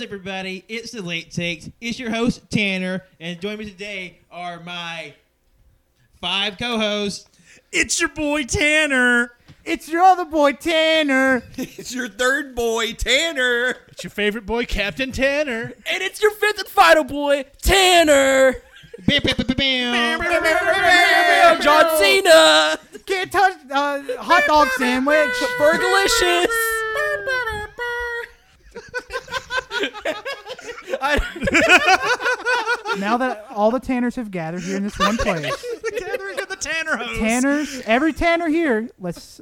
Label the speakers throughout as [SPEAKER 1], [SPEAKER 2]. [SPEAKER 1] everybody? It's the Late Takes. It's your host, Tanner, and joining me today are my five co hosts.
[SPEAKER 2] It's your boy Tanner.
[SPEAKER 3] It's your other boy Tanner.
[SPEAKER 4] It's your third boy, Tanner.
[SPEAKER 2] It's your favorite boy, Captain Tanner.
[SPEAKER 5] And it's your fifth and final boy, Tanner.
[SPEAKER 1] Bam, bam, bam, bam, bam.
[SPEAKER 5] John Cena.
[SPEAKER 3] Can't touch uh, hot dog sandwich.
[SPEAKER 5] Fergalicious.
[SPEAKER 3] Now that all the Tanners have gathered here in this one place,
[SPEAKER 2] The gathering of the Tanner host.
[SPEAKER 3] Tanners, every Tanner here, let's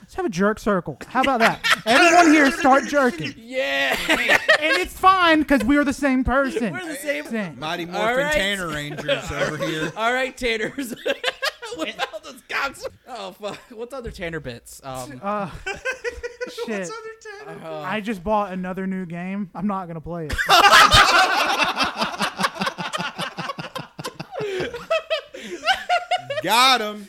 [SPEAKER 3] let's have a jerk circle. How about that? Everyone here start jerking, and
[SPEAKER 5] Yeah.
[SPEAKER 3] it's fine because we are the same person.
[SPEAKER 5] We're the same.
[SPEAKER 3] Same.
[SPEAKER 4] Mighty
[SPEAKER 5] All
[SPEAKER 4] Morphin
[SPEAKER 5] right.
[SPEAKER 4] Tanner Rangers over here.
[SPEAKER 5] All right, Tanners. Without those cocks. Oh, fuck. What's other Tanner bits? Um,
[SPEAKER 3] Uh, shit.
[SPEAKER 5] uh,
[SPEAKER 3] I just bought another new game. I'm not gonna play it.
[SPEAKER 4] Got him.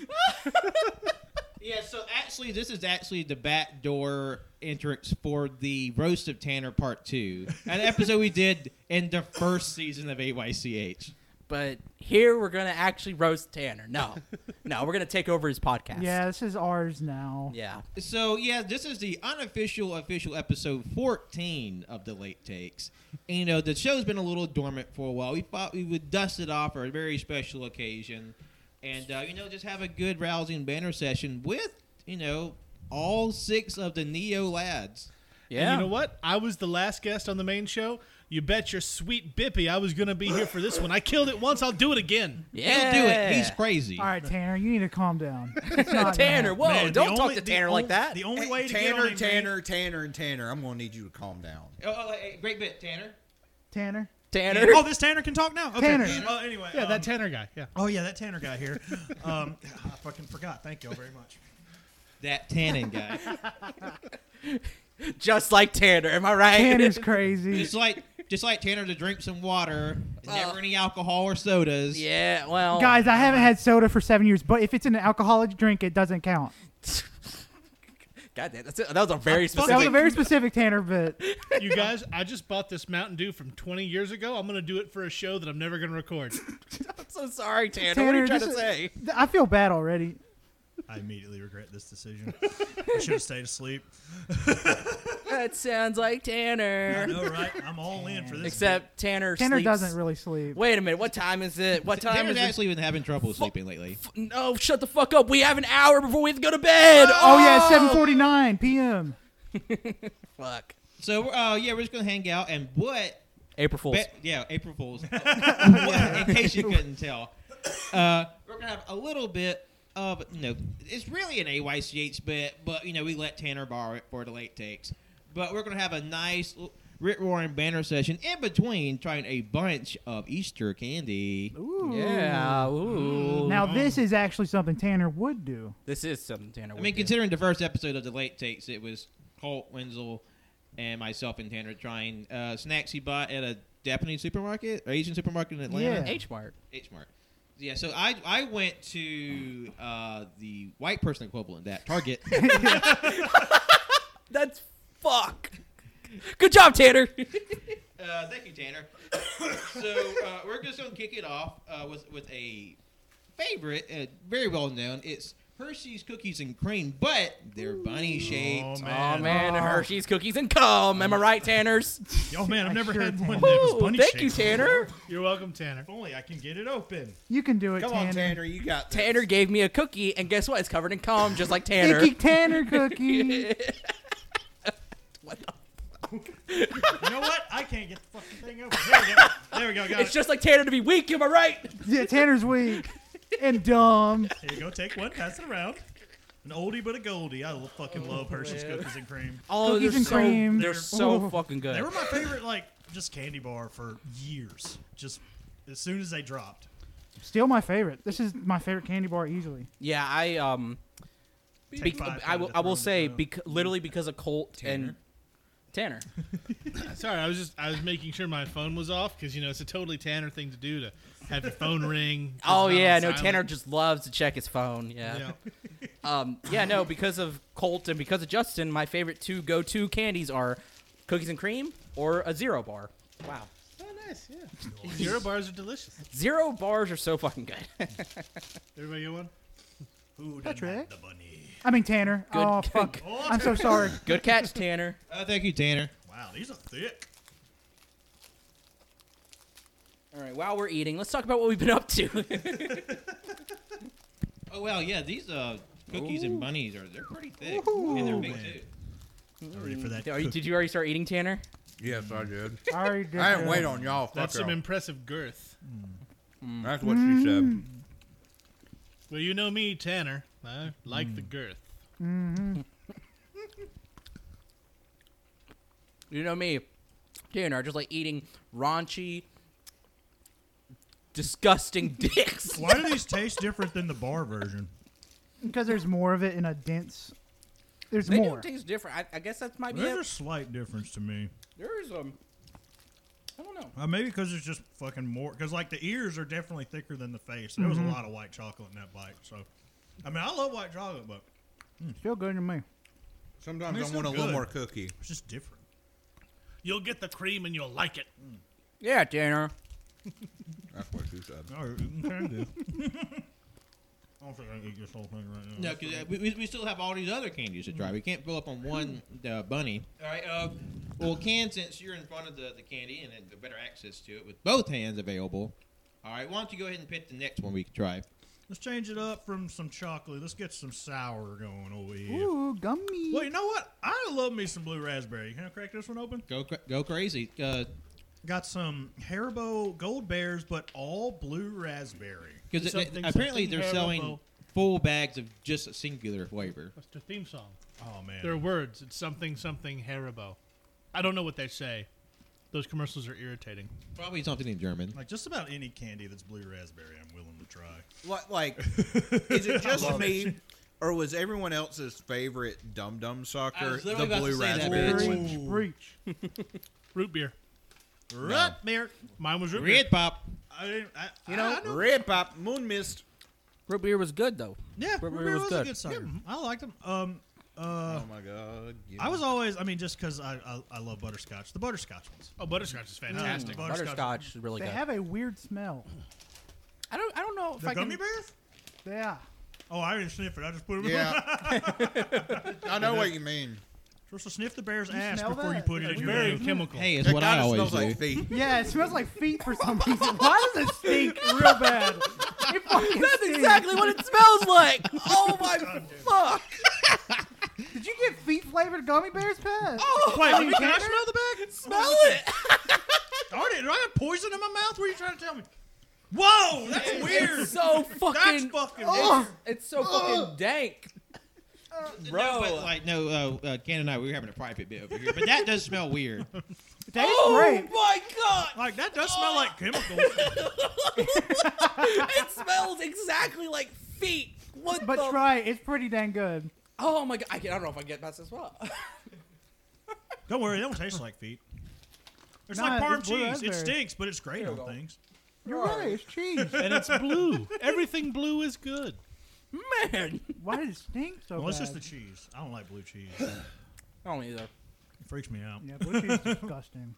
[SPEAKER 1] Yeah, so actually, this is actually the back door entrance for the Roast of Tanner Part 2, an episode we did in the first season of AYCH.
[SPEAKER 5] but here we're going to actually roast Tanner. No. No, we're going to take over his podcast.
[SPEAKER 3] Yeah, this is ours now.
[SPEAKER 5] Yeah.
[SPEAKER 1] So yeah, this is the unofficial official episode 14 of the Late Takes. And, you know, the show's been a little dormant for a while. We thought we would dust it off for a very special occasion, and uh, you know, just have a good rousing banner session with you know all six of the Neo lads.
[SPEAKER 5] Yeah.
[SPEAKER 2] And you know what? I was the last guest on the main show. You bet your sweet bippy I was going to be here for this one. I killed it once. I'll do it again.
[SPEAKER 5] yeah.
[SPEAKER 1] He'll do it. He's crazy.
[SPEAKER 3] All right, Tanner, you need to calm down. It's not
[SPEAKER 5] Tanner,
[SPEAKER 3] gonna
[SPEAKER 5] whoa,
[SPEAKER 2] Man, the
[SPEAKER 5] don't talk
[SPEAKER 2] only-
[SPEAKER 5] to
[SPEAKER 2] the
[SPEAKER 5] Tanner
[SPEAKER 2] on-
[SPEAKER 5] like that.
[SPEAKER 2] The only way to get on
[SPEAKER 4] Tanner,
[SPEAKER 2] a
[SPEAKER 4] Tanner, Tanner, and Tanner. I'm going to need you to calm down.
[SPEAKER 1] Oh, oh, hey, great bit, Tanner.
[SPEAKER 3] Tanner.
[SPEAKER 5] Tanner.
[SPEAKER 2] main- Oh, this Tanner can talk now. Okay.
[SPEAKER 3] Tanner.
[SPEAKER 2] Oh, anyway.
[SPEAKER 6] Yeah,
[SPEAKER 2] um,
[SPEAKER 6] that Tanner guy. Yeah.
[SPEAKER 2] Oh yeah, that Tanner guy here. Um, I fucking forgot. Thank you very much.
[SPEAKER 1] That Tannen guy.
[SPEAKER 5] Just like Tanner. Am I right?
[SPEAKER 3] Tanner's crazy.
[SPEAKER 1] just like just like Tanner to drink some water.
[SPEAKER 5] Uh,
[SPEAKER 1] never any alcohol or sodas.
[SPEAKER 5] Yeah, well.
[SPEAKER 3] Guys, I haven't had soda for seven years, but if it's an alcoholic drink, it doesn't count.
[SPEAKER 5] God damn, that's it. that was a very
[SPEAKER 3] That was
[SPEAKER 5] specific.
[SPEAKER 3] a very specific Tanner bit.
[SPEAKER 6] You guys, I just bought this Mountain Dew from 20 years ago. I'm going to do it for a show that I'm never going to record.
[SPEAKER 5] I'm so sorry, Tanner. what are
[SPEAKER 3] Tanner,
[SPEAKER 5] you trying
[SPEAKER 3] this
[SPEAKER 5] to
[SPEAKER 3] is-
[SPEAKER 5] say?
[SPEAKER 3] Th- I feel bad already.
[SPEAKER 2] I immediately regret this decision. I should have stayed asleep.
[SPEAKER 5] That sounds like
[SPEAKER 2] I
[SPEAKER 5] Tanner.
[SPEAKER 2] know, right? I'm all in for this.
[SPEAKER 5] Except Tanner.
[SPEAKER 3] Tanner
[SPEAKER 5] sleeps-
[SPEAKER 3] doesn't really sleep.
[SPEAKER 5] Wait a minute. What time is it? What time
[SPEAKER 1] Tanner's
[SPEAKER 5] is
[SPEAKER 1] actually been having trouble sleeping lately.
[SPEAKER 5] it? No, shut the fuck up. We have an hour before we have to go to bed.
[SPEAKER 3] Oh yeah, 7:49 p.m.
[SPEAKER 5] Fuck.
[SPEAKER 1] So uh, yeah, we're just gonna hang out and what?
[SPEAKER 5] April Fools.
[SPEAKER 1] Be- yeah, April Fools. What- in case you couldn't tell, uh, we're gonna have a little bit of you know, it's really an AYCH bit, but you know we let Tanner borrow it for the late takes. But we're gonna have a nice l- Rip Roaring banner session in between, trying a bunch of Easter candy.
[SPEAKER 3] Ooh.
[SPEAKER 5] yeah. Ooh.
[SPEAKER 3] Mm. Now this is actually something Tanner would do.
[SPEAKER 5] this is something Tanner.
[SPEAKER 1] I
[SPEAKER 5] would
[SPEAKER 1] mean,
[SPEAKER 5] do.
[SPEAKER 1] considering the first episode of the late takes, it was Colt Wenzel and myself and Tanner trying uh, snacks he bought at a Japanese supermarket or Asian supermarket in Atlanta.
[SPEAKER 3] Yeah.
[SPEAKER 5] H Mart.
[SPEAKER 1] H Mart. Yeah, so I I went to uh, the white person equivalent at Target.
[SPEAKER 5] That's fuck. Good job, Tanner.
[SPEAKER 1] uh, thank you, Tanner. so uh, we're just gonna kick it off uh, with with a favorite, uh, very well known. It's Hershey's cookies and cream, but they're bunny shaped.
[SPEAKER 2] Oh
[SPEAKER 5] oh
[SPEAKER 2] man.
[SPEAKER 5] man,
[SPEAKER 3] Oh.
[SPEAKER 5] Hershey's cookies and cum. Am I right, Tanners?
[SPEAKER 2] Oh man, I've never
[SPEAKER 3] sure
[SPEAKER 2] had
[SPEAKER 3] did.
[SPEAKER 2] one that was
[SPEAKER 5] Ooh,
[SPEAKER 2] bunny
[SPEAKER 5] thank
[SPEAKER 2] shaped.
[SPEAKER 5] you, Tanner.
[SPEAKER 6] You're welcome, Tanner.
[SPEAKER 2] If only I can get it open.
[SPEAKER 3] You can do it,
[SPEAKER 4] Come
[SPEAKER 3] Tanner.
[SPEAKER 4] on, Tanner. You got this.
[SPEAKER 5] Tanner gave me a cookie, and guess what? It's covered in cum, just like Tanner.
[SPEAKER 3] Icky Tanner cookie.
[SPEAKER 5] what the
[SPEAKER 2] You know what? I can't get the fucking thing open. There we go. There we go. Got
[SPEAKER 5] It's
[SPEAKER 2] it.
[SPEAKER 5] just like Tanner to be weak, am I right?
[SPEAKER 3] yeah, Tanner's weak and dumb.
[SPEAKER 2] Here you go. Take one. Pass it around. An oldie but a goldie. I lo- fucking love Hershey's
[SPEAKER 5] Oh, man.
[SPEAKER 2] cookies and cream.
[SPEAKER 5] Oh,
[SPEAKER 3] Cookies
[SPEAKER 5] they're
[SPEAKER 3] and
[SPEAKER 5] so,
[SPEAKER 3] cream. Oh.
[SPEAKER 5] They're so
[SPEAKER 3] Ooh.
[SPEAKER 5] fucking
[SPEAKER 2] They
[SPEAKER 5] good.
[SPEAKER 2] were my favorite, like just candy bar for years. Just as soon as they dropped.
[SPEAKER 3] Still my favorite. This is my favorite candy bar easily.
[SPEAKER 5] Yeah, I um,
[SPEAKER 2] Take
[SPEAKER 5] bec-
[SPEAKER 2] five
[SPEAKER 5] I
[SPEAKER 2] kinda
[SPEAKER 5] will
[SPEAKER 2] to
[SPEAKER 5] I will
[SPEAKER 2] throw
[SPEAKER 5] say
[SPEAKER 2] them
[SPEAKER 5] bec- literally because of Colt and Tanner.
[SPEAKER 6] Sorry, I was just I was making sure my phone was off because you know it's a totally Tanner thing to do to have your phone ring. it's
[SPEAKER 5] Oh
[SPEAKER 6] not
[SPEAKER 5] yeah,
[SPEAKER 6] on
[SPEAKER 5] no,
[SPEAKER 6] silent.
[SPEAKER 5] Tanner just loves to check his phone. Yeah.
[SPEAKER 6] Yeah.
[SPEAKER 5] Um, yeah, no, because of Colt and because of Justin, my favorite two go-to candies are cookies and cream, or a zero bar. Wow.
[SPEAKER 6] Oh, nice. Yeah. Zero bars are delicious.
[SPEAKER 5] Zero bars are so fucking good.
[SPEAKER 6] Everybody get one?
[SPEAKER 7] Who done
[SPEAKER 3] Patrick?
[SPEAKER 7] had the bunny?
[SPEAKER 3] I mean Tanner.
[SPEAKER 5] Good-
[SPEAKER 3] oh
[SPEAKER 5] good-
[SPEAKER 3] fuck! I'm so sorry.
[SPEAKER 5] good catch, Tanner.
[SPEAKER 1] Oh, thank you, Tanner.
[SPEAKER 7] Wow, these are thick.
[SPEAKER 5] All right, while we're eating, let's talk about what we've been up to.
[SPEAKER 1] Oh well, yeah. These uh, cookies and bunnies are they're pretty thick and they're big too.
[SPEAKER 7] I'm ready for that.
[SPEAKER 5] Are you-
[SPEAKER 7] cook-
[SPEAKER 5] Did you already start eating, Tanner?
[SPEAKER 4] Yes, I did.
[SPEAKER 3] I already did.
[SPEAKER 4] I didn't
[SPEAKER 3] that.
[SPEAKER 4] wait on y'all. Mm. Fuck
[SPEAKER 6] That's some
[SPEAKER 4] off.
[SPEAKER 6] impressive girth.
[SPEAKER 4] That's what she said.
[SPEAKER 6] Well, you know me, Tanner. I like the
[SPEAKER 1] Hmm.
[SPEAKER 6] girth.
[SPEAKER 5] You know me, Tanner. I just like eating raunchy, disgusting dicks.
[SPEAKER 7] Why do these taste different than the bar version?
[SPEAKER 3] because there's more of it in a dense. There's
[SPEAKER 5] They
[SPEAKER 3] more.
[SPEAKER 5] do taste different. I, I guess that's might be
[SPEAKER 7] There's a
[SPEAKER 5] it.
[SPEAKER 7] slight difference to me.
[SPEAKER 5] There's um, I don't know.
[SPEAKER 7] Uh, maybe because it's just fucking more. Because like the ears are definitely thicker than the face. There was a lot of white chocolate in that bite. So, I mean, I love white chocolate, but
[SPEAKER 3] Still good to me.
[SPEAKER 4] Sometimes
[SPEAKER 7] They're
[SPEAKER 4] I want a
[SPEAKER 7] so
[SPEAKER 4] little
[SPEAKER 7] good.
[SPEAKER 4] more cookie.
[SPEAKER 7] it's just different.
[SPEAKER 6] You'll get the cream and you'll like it.
[SPEAKER 5] Yeah, Tanner.
[SPEAKER 4] That's what she said.
[SPEAKER 7] Oh, you can do. I don't think I can eat this whole thing right now.
[SPEAKER 1] No, 'cause, uh, we, we- we still have all these other candies to try. We can't fill up on one uh, bunny. All right. Uh, well, Ken, since you're in front of the, the candy and the better access to it with both hands available, all right, why don't you go ahead and pick the next one we can try?
[SPEAKER 7] Let's change it up from some chocolate. Let's get some sour going over here.
[SPEAKER 3] Ooh, gummy.
[SPEAKER 7] Well, you know what? I love me some blue raspberry. Can I crack this one open?
[SPEAKER 1] Go cra- go crazy. uh, Because
[SPEAKER 7] Got some Haribo Gold Bears, but all blue raspberry.
[SPEAKER 6] Something-
[SPEAKER 1] apparently
[SPEAKER 6] something
[SPEAKER 1] they're selling
[SPEAKER 6] horrible.
[SPEAKER 1] full bags of just a singular flavor.
[SPEAKER 6] That's the theme song.
[SPEAKER 7] Oh man,
[SPEAKER 6] They're words. It's something, something Haribo. I don't know what they say. Those commercials are irritating.
[SPEAKER 1] Probably something in German.
[SPEAKER 7] like just about any candy that's blue raspberry, I'm willing to try.
[SPEAKER 4] Like, like is it just me, or was everyone else's favorite dum dum
[SPEAKER 1] I
[SPEAKER 4] sucker
[SPEAKER 1] was
[SPEAKER 4] the
[SPEAKER 1] literally about to
[SPEAKER 4] blue
[SPEAKER 1] say that.
[SPEAKER 4] raspberry?
[SPEAKER 3] Breach, breach.
[SPEAKER 6] Root beer.
[SPEAKER 4] No.
[SPEAKER 6] Beer. Mine was root beer.
[SPEAKER 1] Red pop.
[SPEAKER 7] I didn't. I,
[SPEAKER 5] You know-
[SPEAKER 7] I, I
[SPEAKER 4] Red Oh, pop moon mist.
[SPEAKER 5] Root beer was good though.
[SPEAKER 7] yeah,
[SPEAKER 5] Root
[SPEAKER 7] root
[SPEAKER 5] beer
[SPEAKER 7] beer
[SPEAKER 5] was
[SPEAKER 7] was,
[SPEAKER 5] good.
[SPEAKER 7] a good cider. I liked them. Um, uh,
[SPEAKER 4] oh my god! give
[SPEAKER 7] I
[SPEAKER 4] me-
[SPEAKER 7] was always. I mean, just because I, I I love butterscotch, the butterscotch ones.
[SPEAKER 6] Oh, butterscotch is
[SPEAKER 7] Fantastic.
[SPEAKER 6] fantastic.
[SPEAKER 7] Butterscotch.
[SPEAKER 5] Butterscotch is really
[SPEAKER 3] They
[SPEAKER 5] good.
[SPEAKER 3] have a weird smell.
[SPEAKER 5] I don't. I don't know if
[SPEAKER 7] The
[SPEAKER 5] I
[SPEAKER 7] gummy
[SPEAKER 5] can.
[SPEAKER 7] bears?
[SPEAKER 3] Yeah.
[SPEAKER 7] Oh, I didn't sniff it. I just put them. in.
[SPEAKER 4] Yeah, I know what you mean.
[SPEAKER 7] Supposed to sniff the bear's ass
[SPEAKER 3] smell
[SPEAKER 7] before you
[SPEAKER 3] that?
[SPEAKER 7] put it
[SPEAKER 6] It's
[SPEAKER 7] in your
[SPEAKER 6] very
[SPEAKER 7] mouth.
[SPEAKER 6] chemical.
[SPEAKER 1] Hey, it's
[SPEAKER 4] That
[SPEAKER 1] what I
[SPEAKER 4] kinda
[SPEAKER 1] always
[SPEAKER 4] smells
[SPEAKER 1] do.
[SPEAKER 4] like feet.
[SPEAKER 3] Yeah, it smells like feet for some reason. Why does it stink real bad? It fucking
[SPEAKER 5] That's
[SPEAKER 3] stinks.
[SPEAKER 5] exactly what it smells like. Oh my fuck!
[SPEAKER 3] Did you get feet flavored gummy bears, Pat?
[SPEAKER 5] Oh,
[SPEAKER 7] Wait,
[SPEAKER 3] Are you
[SPEAKER 7] can I
[SPEAKER 3] kidding?
[SPEAKER 7] smell the bag?
[SPEAKER 5] smell it.
[SPEAKER 7] Darn it! Do I have poison in my mouth? What are you trying to tell me? Whoa, that's weird.
[SPEAKER 5] It's so
[SPEAKER 7] That's
[SPEAKER 5] fucking.
[SPEAKER 7] fucking.
[SPEAKER 3] Ugh.
[SPEAKER 5] It's so fucking dank. Bro,
[SPEAKER 1] No, but like no, uh, uh, Ken and I we were having a private bit over here, but that does smell weird.
[SPEAKER 3] It tastes
[SPEAKER 5] oh
[SPEAKER 3] great.
[SPEAKER 5] my god!
[SPEAKER 7] Like that does smell like chemicals.
[SPEAKER 5] it smells exactly like feet. What
[SPEAKER 3] But
[SPEAKER 5] the?
[SPEAKER 3] try it. It's pretty dang good.
[SPEAKER 5] oh my god! I, can, I don't know if I can get past this well.
[SPEAKER 7] don't worry, they don't taste like feet. It's
[SPEAKER 3] Nah,
[SPEAKER 7] like parm
[SPEAKER 3] it's blue
[SPEAKER 7] cheese. It
[SPEAKER 3] raspberry.
[SPEAKER 7] stinks, but it's great
[SPEAKER 5] Here
[SPEAKER 7] on
[SPEAKER 5] we go.
[SPEAKER 7] things.
[SPEAKER 3] You're right. It's cheese.
[SPEAKER 6] And it's blue. Everything blue is good.
[SPEAKER 5] Man,
[SPEAKER 3] Why did it stink so
[SPEAKER 7] Well,
[SPEAKER 3] bad?
[SPEAKER 7] it's just the cheese. I don't like blue cheese. It
[SPEAKER 5] I don't either.
[SPEAKER 7] freaks me out.
[SPEAKER 3] yeah, blue cheese is disgusting.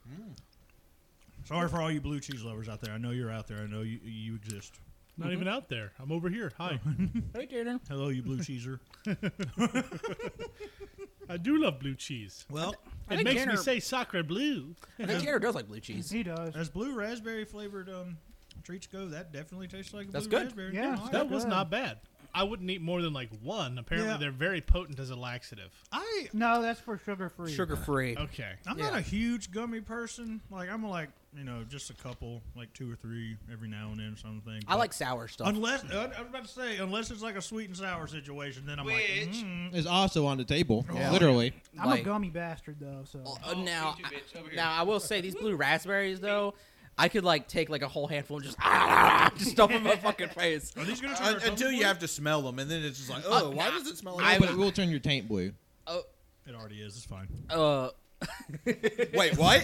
[SPEAKER 7] Sorry for all you blue cheese lovers out there. I know you're out there. I know you you exist.
[SPEAKER 6] Not even out there. I'm over here. Hi.
[SPEAKER 5] Hey, Jaden.
[SPEAKER 7] Hello, you blue cheeser.
[SPEAKER 6] I do love blue cheese.
[SPEAKER 7] Well,
[SPEAKER 5] I
[SPEAKER 6] It
[SPEAKER 5] think
[SPEAKER 6] makes
[SPEAKER 5] Tanner,
[SPEAKER 6] me say sacre bleu.
[SPEAKER 5] I think Tanner does like blue cheese.
[SPEAKER 3] He does.
[SPEAKER 7] as blue raspberry flavored um treats go, that definitely tastes like a
[SPEAKER 5] That's
[SPEAKER 7] blue
[SPEAKER 5] good.
[SPEAKER 7] raspberry.
[SPEAKER 3] Yeah.
[SPEAKER 7] I,
[SPEAKER 6] That was
[SPEAKER 3] good.
[SPEAKER 6] not bad. I wouldn't eat more than like one. Apparently,
[SPEAKER 7] Yeah.
[SPEAKER 6] they're very potent as a laxative.
[SPEAKER 7] I
[SPEAKER 3] No, that's for sugar free.
[SPEAKER 5] Sugar free.
[SPEAKER 6] Okay.
[SPEAKER 7] I'm
[SPEAKER 5] Yeah.
[SPEAKER 7] not a huge gummy person. Like I'm like you know just a couple, like two or three every now and then something.
[SPEAKER 5] I
[SPEAKER 7] but
[SPEAKER 5] like sour stuff.
[SPEAKER 7] unless uh, I was about to say unless it's like a sweet and sour situation, then I'm
[SPEAKER 1] Which-
[SPEAKER 7] like. Mm.
[SPEAKER 1] It's also on the table,
[SPEAKER 5] Yeah.
[SPEAKER 1] literally.
[SPEAKER 3] I'm
[SPEAKER 5] like,
[SPEAKER 3] a gummy bastard though, so
[SPEAKER 5] Uh, now,
[SPEAKER 1] Oh, you too, bitch. Over here.
[SPEAKER 5] now I will say these blue raspberries though, I could like take like a whole handful and just ah, just stuff in my fucking face.
[SPEAKER 7] Are these gonna turn
[SPEAKER 4] Uh,
[SPEAKER 7] our
[SPEAKER 4] until
[SPEAKER 7] tummy
[SPEAKER 4] you
[SPEAKER 7] blue?
[SPEAKER 4] have to smell them, and then it's just like,
[SPEAKER 5] Uh,
[SPEAKER 4] oh, why does it smell
[SPEAKER 1] No,
[SPEAKER 4] like?
[SPEAKER 1] but it will turn your taint blue.
[SPEAKER 5] Oh,
[SPEAKER 7] It already is. It's fine.
[SPEAKER 5] uh,
[SPEAKER 4] Wait, what?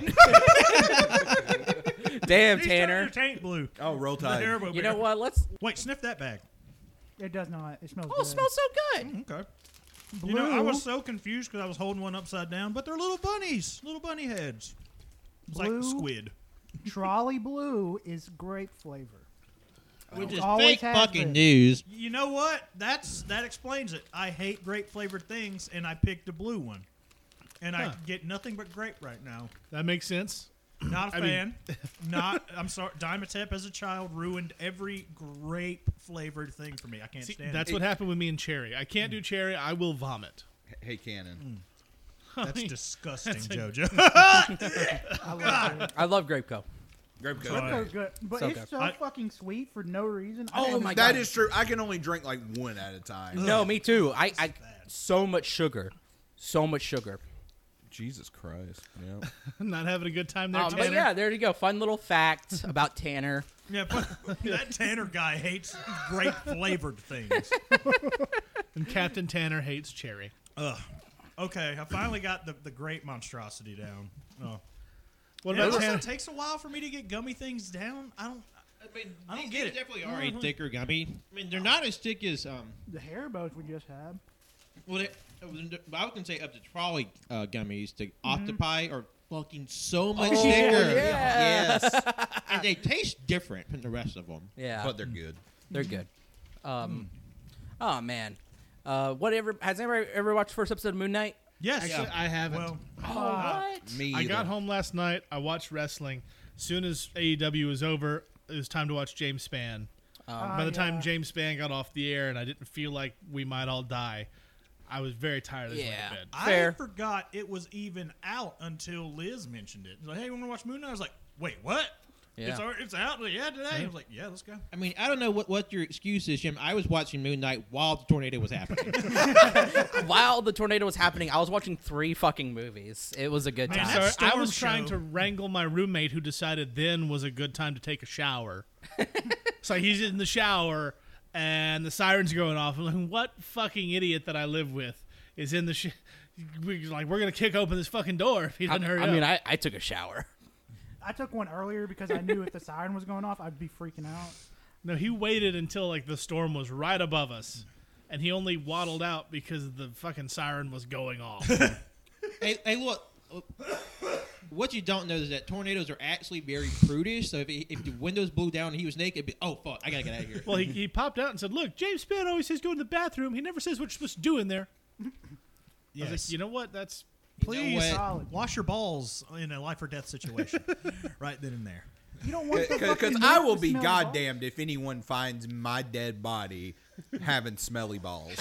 [SPEAKER 5] damn
[SPEAKER 7] These turn your
[SPEAKER 5] Tanner.
[SPEAKER 7] taint blue.
[SPEAKER 4] oh, roll
[SPEAKER 7] The
[SPEAKER 4] tide.
[SPEAKER 7] Haribo
[SPEAKER 5] You
[SPEAKER 7] bear.
[SPEAKER 5] know what? Let's.
[SPEAKER 7] Wait, sniff that bag.
[SPEAKER 3] it does not. It smells.
[SPEAKER 5] Oh,
[SPEAKER 3] good.
[SPEAKER 7] Mm-hmm.
[SPEAKER 5] it smells so good.
[SPEAKER 7] Okay.
[SPEAKER 3] Blue.
[SPEAKER 7] You know, I was so confused because I was holding one upside down, but they're little bunnies, little bunny heads. It's like
[SPEAKER 3] Blue.
[SPEAKER 7] squid.
[SPEAKER 3] Trolley blue is grape flavor.
[SPEAKER 1] Which is
[SPEAKER 3] Always
[SPEAKER 1] fake
[SPEAKER 3] has
[SPEAKER 1] fucking
[SPEAKER 3] been.
[SPEAKER 1] news.
[SPEAKER 7] You know what? That's that explains it. I hate grape flavored things, and I picked a blue one, and I
[SPEAKER 6] Huh.
[SPEAKER 7] get nothing but grape right now.
[SPEAKER 6] That makes sense.
[SPEAKER 7] Not a
[SPEAKER 6] I
[SPEAKER 7] fan.
[SPEAKER 6] mean-
[SPEAKER 7] not. I'm sorry. Dimetep as a child ruined every grape flavored thing for me. I can't
[SPEAKER 6] See,
[SPEAKER 7] stand.
[SPEAKER 6] that's
[SPEAKER 7] it.
[SPEAKER 6] what happened with me and Cherry. I can't do Cherry. I will vomit.
[SPEAKER 4] Hey, Cannon.
[SPEAKER 7] That's disgusting, JoJo.
[SPEAKER 4] Oh,
[SPEAKER 3] I love it.
[SPEAKER 5] I love grape co.
[SPEAKER 4] Grape Coke.
[SPEAKER 3] So good, but
[SPEAKER 5] So
[SPEAKER 3] it's
[SPEAKER 5] good.
[SPEAKER 3] so
[SPEAKER 7] I-
[SPEAKER 3] fucking sweet for no reason.
[SPEAKER 5] Oh
[SPEAKER 3] I
[SPEAKER 5] my
[SPEAKER 4] That
[SPEAKER 5] God.
[SPEAKER 4] is true. I can only drink like one at a time.
[SPEAKER 5] No, me too. I, I so much sugar, so much sugar.
[SPEAKER 4] Jesus Christ. Yeah.
[SPEAKER 6] I'm not having a good time there,
[SPEAKER 5] Um,
[SPEAKER 6] Tanner.
[SPEAKER 5] but yeah, there you go. Fun little fact about Tanner.
[SPEAKER 7] yeah, but that Tanner guy hates grape flavored things.
[SPEAKER 6] And Captain Tanner hates Cherry.
[SPEAKER 7] Ugh. Okay, I finally got the, the grape monstrosity down. Oh.
[SPEAKER 6] What
[SPEAKER 7] Yeah,
[SPEAKER 6] about
[SPEAKER 7] listen,
[SPEAKER 6] Tanner?
[SPEAKER 7] it takes a while for me to get gummy things down. I don't.
[SPEAKER 1] I mean,
[SPEAKER 7] I don't
[SPEAKER 1] these
[SPEAKER 7] get
[SPEAKER 1] things
[SPEAKER 7] it.
[SPEAKER 1] Definitely are a thicker gummy. I mean, they're not as thick as um.
[SPEAKER 3] The Haribo's we just had.
[SPEAKER 1] Well, it, it was, I was gonna say up to trolley uh, gummies to
[SPEAKER 6] Mm-hmm.
[SPEAKER 1] octopi are fucking
[SPEAKER 6] Oh,
[SPEAKER 1] so much thicker,
[SPEAKER 4] Yes.
[SPEAKER 1] and they taste different from the rest of them.
[SPEAKER 5] Yeah,
[SPEAKER 4] but Hmm. they're good.
[SPEAKER 5] they're good. Um, oh man, uh, whatever. Has anybody ever watched the first episode of Moon Knight?
[SPEAKER 7] Yes.
[SPEAKER 6] Actually, I haven't.
[SPEAKER 7] well,
[SPEAKER 4] Ah, Me.
[SPEAKER 6] I got
[SPEAKER 4] either.
[SPEAKER 6] home last night. I watched wrestling. Soon as AEW was over, it was time to watch James Spann. By the time
[SPEAKER 3] yeah.
[SPEAKER 6] James Spann got off the air, and I didn't feel like we might all die, I was very tired. I just went
[SPEAKER 5] Yeah.
[SPEAKER 6] to bed.
[SPEAKER 7] I
[SPEAKER 5] Fair.
[SPEAKER 7] forgot it was even out until Liz mentioned it. She's Like, hey, you want to watch Moon Knight? I was like, wait, what?
[SPEAKER 5] Yeah.
[SPEAKER 7] It's, already, it's out. Yeah, today. I was like, yeah, let's go.
[SPEAKER 1] I mean, I don't know what, what your excuse is, Jim. I was watching Moon Knight while the tornado was happening.
[SPEAKER 5] While the tornado was happening, I was watching three fucking movies. It was a good
[SPEAKER 7] Man,
[SPEAKER 5] time.
[SPEAKER 7] that's-
[SPEAKER 6] Sorry, I
[SPEAKER 7] storm
[SPEAKER 6] was trying
[SPEAKER 7] show.
[SPEAKER 6] to wrangle my roommate, who decided then was a good time to take a shower. so he's in the shower, and the sirens going off. I'm like, what fucking idiot that I live with is in the sh- we're like we're gonna kick open this fucking door if he
[SPEAKER 5] I,
[SPEAKER 6] doesn't hurry
[SPEAKER 5] I
[SPEAKER 6] up.
[SPEAKER 5] mean, I, I took a shower.
[SPEAKER 3] I took one earlier because I knew if the siren was going off, I'd be freaking out.
[SPEAKER 6] No, he waited until like the storm was right above us, and he only waddled out because the fucking siren was going off.
[SPEAKER 1] hey, hey, look. What you don't know is that tornadoes are actually very prudish. So if, he, if the windows blew down and he was naked, it'd be, oh fuck, I gotta get out of here.
[SPEAKER 6] well, he, he popped out and said, "Look, James Spann always says go in the bathroom. He never says what you're supposed to do in there." I was
[SPEAKER 7] Yes.
[SPEAKER 6] like, you know what? That's
[SPEAKER 1] You know
[SPEAKER 7] Please
[SPEAKER 1] what?
[SPEAKER 3] Solid.
[SPEAKER 7] wash your balls in a life or death situation right then and there.
[SPEAKER 3] You don't want the
[SPEAKER 4] Because
[SPEAKER 3] fucking
[SPEAKER 4] I
[SPEAKER 3] milk
[SPEAKER 4] will
[SPEAKER 3] to
[SPEAKER 4] be
[SPEAKER 3] smell like-
[SPEAKER 4] goddamned if anyone finds my dead body having smelly balls.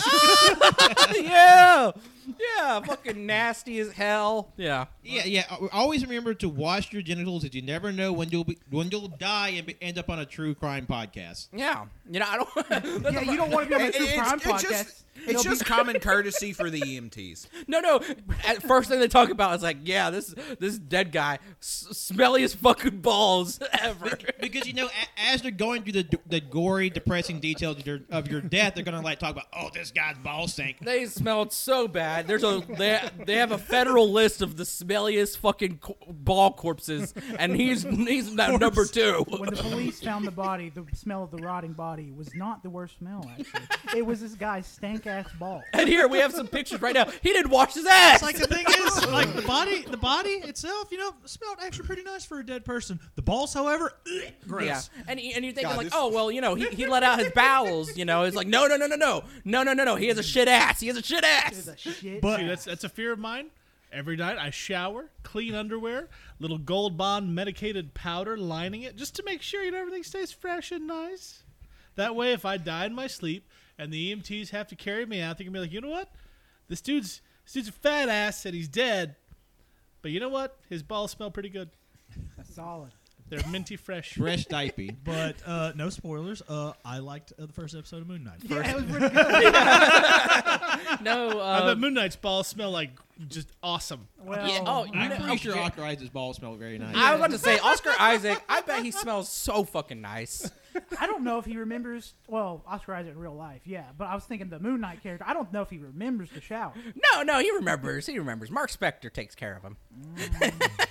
[SPEAKER 5] yeah, yeah, fucking nasty as hell. Yeah,
[SPEAKER 1] Yeah, yeah. uh, Always remember to wash your genitals. As you never know when you'll be, when you'll die and be, end up on a true crime podcast.
[SPEAKER 5] yeah. You know, I don't. that's
[SPEAKER 3] Yeah,
[SPEAKER 5] a-
[SPEAKER 3] you don't want to be on a
[SPEAKER 4] It-
[SPEAKER 3] true
[SPEAKER 4] it's-
[SPEAKER 3] crime
[SPEAKER 4] it's
[SPEAKER 3] podcast.
[SPEAKER 4] just,
[SPEAKER 3] They'll
[SPEAKER 4] it's just common courtesy for the E EMTs.
[SPEAKER 5] No, no. At first thing they talk about is like, yeah, this this dead guy, s- smelliest fucking balls ever.
[SPEAKER 1] Because you know, a- as they're going through the the gory, depressing details of your, of your death, they're gonna like talk about, oh, this guy's ball stank.
[SPEAKER 5] they smelled so bad. There's a they, they have a federal list of the smelliest fucking co- ball corpses, and he's he's now number two.
[SPEAKER 3] when the police found the body, the smell of the rotting body was not the worst smell. Actually, it was this guy's stank ass ball.
[SPEAKER 5] And here we have some pictures right now. He didn't wash his
[SPEAKER 7] It's
[SPEAKER 5] ass.
[SPEAKER 7] like the thing is, like the body, the body itself, you know, smelled actually pretty nice for a dead person. The balls, however, ugh, gross.
[SPEAKER 5] yeah, and you- and you're thinking
[SPEAKER 4] God,
[SPEAKER 5] like,
[SPEAKER 4] this-
[SPEAKER 5] oh well, you know, he, he let out his bowels, you know. It's like, no, no, no, no, no, no, no, no, no. He has a shit ass. He has a shit ass.
[SPEAKER 3] It's a shit.
[SPEAKER 6] Dude, that's that's a fear of mine. Every night I shower, clean underwear, little Gold Bond medicated powder lining it just to make sure you know everything stays fresh and nice. That way, if I die in my sleep and the EMTs have to carry me out, they can be like, you know what, this dude's this dude's a fat ass and he's dead, but you know what, his balls smell pretty good.
[SPEAKER 3] solid.
[SPEAKER 6] They're minty fresh.
[SPEAKER 1] Fresh diaper.
[SPEAKER 7] But uh, no spoilers. Uh, I liked uh, the first episode of Moon Knight.
[SPEAKER 3] Yeah, it was pretty good.
[SPEAKER 5] No,
[SPEAKER 6] I
[SPEAKER 7] uh,
[SPEAKER 6] bet
[SPEAKER 5] um,
[SPEAKER 6] Moon Knight's balls smell like just awesome.
[SPEAKER 3] Well,
[SPEAKER 5] yeah, oh,
[SPEAKER 1] I'm
[SPEAKER 5] no,
[SPEAKER 1] pretty
[SPEAKER 5] okay.
[SPEAKER 1] sure Oscar Isaac's ball smelled very nice.
[SPEAKER 5] I was about to say Oscar Isaac. I bet he smells so fucking nice.
[SPEAKER 3] I don't know if he remembers. Well, Oscar Isaac in real life, yeah. But I was thinking the Moon Knight character. I don't know if he remembers the shower.
[SPEAKER 5] No, no, he remembers. He remembers. Mark Spector takes care of him. Mm.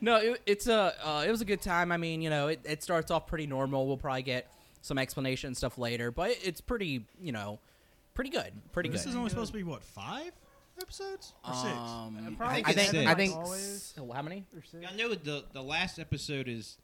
[SPEAKER 5] no, it, it's a uh, it was a good time. I mean, you know, it, it starts off pretty normal. We'll probably get some explanation and stuff later, but it, it's pretty, you know, Pretty good. Pretty
[SPEAKER 7] This
[SPEAKER 5] good.
[SPEAKER 7] is only supposed to be what five episodes or six?
[SPEAKER 5] Um,
[SPEAKER 1] I think
[SPEAKER 5] I
[SPEAKER 1] it's
[SPEAKER 5] think.
[SPEAKER 1] six.
[SPEAKER 5] I think.
[SPEAKER 3] Always.
[SPEAKER 5] s- oh, how many?
[SPEAKER 3] Or six.
[SPEAKER 1] I know the the last episode is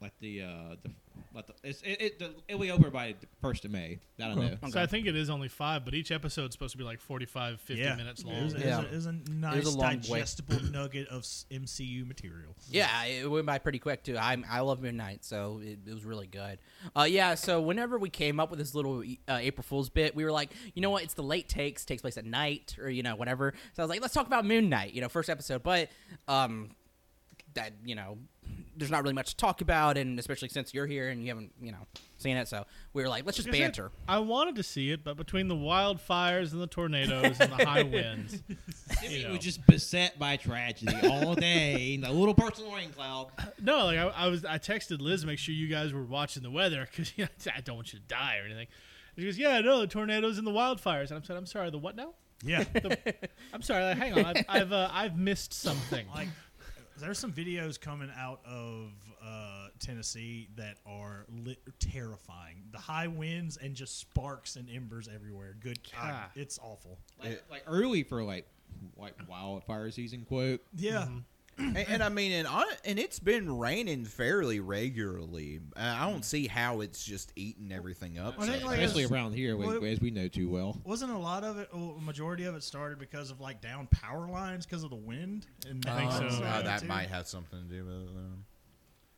[SPEAKER 1] like the uh the like the it's, it it the, it'll be over by the first of May. I don't know.
[SPEAKER 5] Okay.
[SPEAKER 6] So I think it is only five, but each episode's supposed to be like 45, 50
[SPEAKER 7] yeah.
[SPEAKER 6] minutes
[SPEAKER 7] It
[SPEAKER 6] long.
[SPEAKER 7] was, it was
[SPEAKER 5] Yeah.
[SPEAKER 7] a- it was a nice
[SPEAKER 5] long wait.
[SPEAKER 7] digestible nugget of s- MCU material.
[SPEAKER 5] Yeah, it went by pretty quick too. I I love Midnight, so it, it was really good. Uh, yeah, so whenever we came up with this little uh, April Fool's bit, we were like, you know what? It's the late takes, takes place at night, or you know whatever. So I was like, let's talk about Moon Knight, you know, first episode. But um, that you know, there's not really much to talk about, and especially since you're here and you haven't you know seen it, so we were like, let's just
[SPEAKER 6] Like I said,
[SPEAKER 5] banter.
[SPEAKER 6] I wanted to see it, but between the wildfires and the tornadoes and the high winds,
[SPEAKER 1] Jimmy
[SPEAKER 6] know.
[SPEAKER 1] was just beset by tragedy all day. the little personal rain cloud.
[SPEAKER 6] no, like I, I was, I texted Liz, make sure you guys were watching the weather because you know, I don't want you to die or anything. And she goes, yeah, no, the tornadoes and the wildfires, and I said, I'm sorry, the what now?
[SPEAKER 7] Yeah,
[SPEAKER 6] The, I'm sorry, like, hang on, I've I've, uh, I've missed something.
[SPEAKER 5] Oh
[SPEAKER 7] like there's some videos coming out of uh, Tennessee that are lit- terrifying. The high winds and just sparks and embers everywhere. Good, God,
[SPEAKER 6] God.
[SPEAKER 7] it's awful.
[SPEAKER 1] Like,
[SPEAKER 4] It-
[SPEAKER 1] like early for like like wildfire season quote.
[SPEAKER 7] Yeah,
[SPEAKER 4] and, and I mean, and on, and it's been raining fairly regularly. Uh, I
[SPEAKER 5] Mm.
[SPEAKER 4] don't see how it's just eating everything up.
[SPEAKER 7] I think,
[SPEAKER 4] so
[SPEAKER 7] like,
[SPEAKER 4] fast.
[SPEAKER 1] Especially around here, we-
[SPEAKER 7] Well, it-
[SPEAKER 1] as we know too well.
[SPEAKER 7] wasn't a lot of it. Well, a majority of it started because of like down power lines because of the wind. And
[SPEAKER 6] I think
[SPEAKER 7] that
[SPEAKER 6] so.
[SPEAKER 7] started
[SPEAKER 4] Uh, that
[SPEAKER 7] too.
[SPEAKER 4] might have something to do with it. um,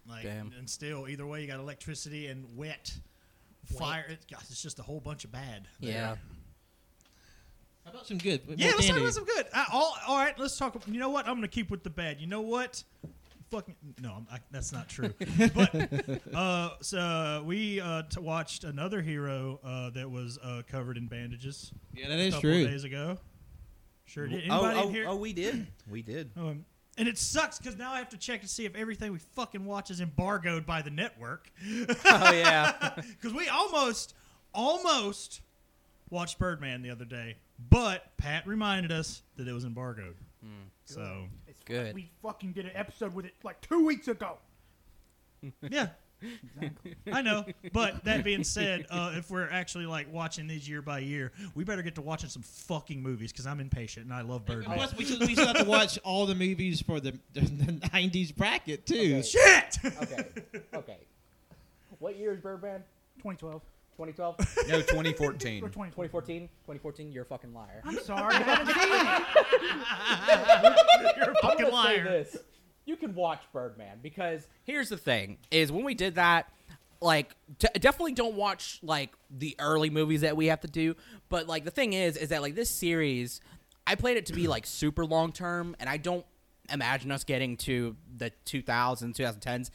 [SPEAKER 7] Like,
[SPEAKER 5] Damn.
[SPEAKER 7] and still, either way, you got electricity and wet. Fire! It, gosh, it's just a whole bunch of bad.
[SPEAKER 5] Yeah.
[SPEAKER 1] How about some good?
[SPEAKER 7] Yeah,
[SPEAKER 1] more
[SPEAKER 7] let's talk
[SPEAKER 1] candy?
[SPEAKER 7] about some good. I, all, all right, let's talk. You know what? I'm gonna keep with the bad. You know what? Fucking no, I'm, I, that's not true. but uh, so we uh, t- watched another hero uh, that was uh, covered in bandages.
[SPEAKER 1] Yeah, that
[SPEAKER 7] a
[SPEAKER 1] is
[SPEAKER 7] couple of
[SPEAKER 1] true.
[SPEAKER 7] Days ago. Sure. Did
[SPEAKER 4] Oh,
[SPEAKER 7] anybody
[SPEAKER 4] oh,
[SPEAKER 7] in here?
[SPEAKER 4] oh, we did, we did.
[SPEAKER 7] Um, and it sucks because now I have to check to see if everything we fucking watch is embargoed by the network.
[SPEAKER 5] Oh yeah.
[SPEAKER 7] Because we almost, almost watched Birdman the other day, but Pat reminded us that it was embargoed.
[SPEAKER 5] Hmm.
[SPEAKER 7] So
[SPEAKER 3] It's
[SPEAKER 5] Good.
[SPEAKER 3] We fucking did an episode with it like two weeks ago.
[SPEAKER 7] yeah, I know. But that being said, uh, if we're actually like watching these year by year, we better get to watching some fucking movies because I'm impatient and I love Birdman.
[SPEAKER 1] Plus, we should, we should have to watch all the movies for the, the, 90s bracket, too.
[SPEAKER 7] Shit!
[SPEAKER 5] okay. Okay. What year is Birdman?
[SPEAKER 3] 2012
[SPEAKER 5] 2012,
[SPEAKER 4] No,
[SPEAKER 3] or 2014.
[SPEAKER 4] 2014.
[SPEAKER 5] 2014, 2014. You're a fucking liar.
[SPEAKER 3] I'm sorry, I haven't seen it.
[SPEAKER 7] You're a fucking
[SPEAKER 5] I'm gonna say
[SPEAKER 7] liar.
[SPEAKER 5] this. You can watch Birdman because here's the thing: is when we did that, like d- definitely don't watch like the early movies that we have to do. But like the thing is, is that like this series, I played it to be like super long term, and I don't imagine us getting to the 2000s, 2010s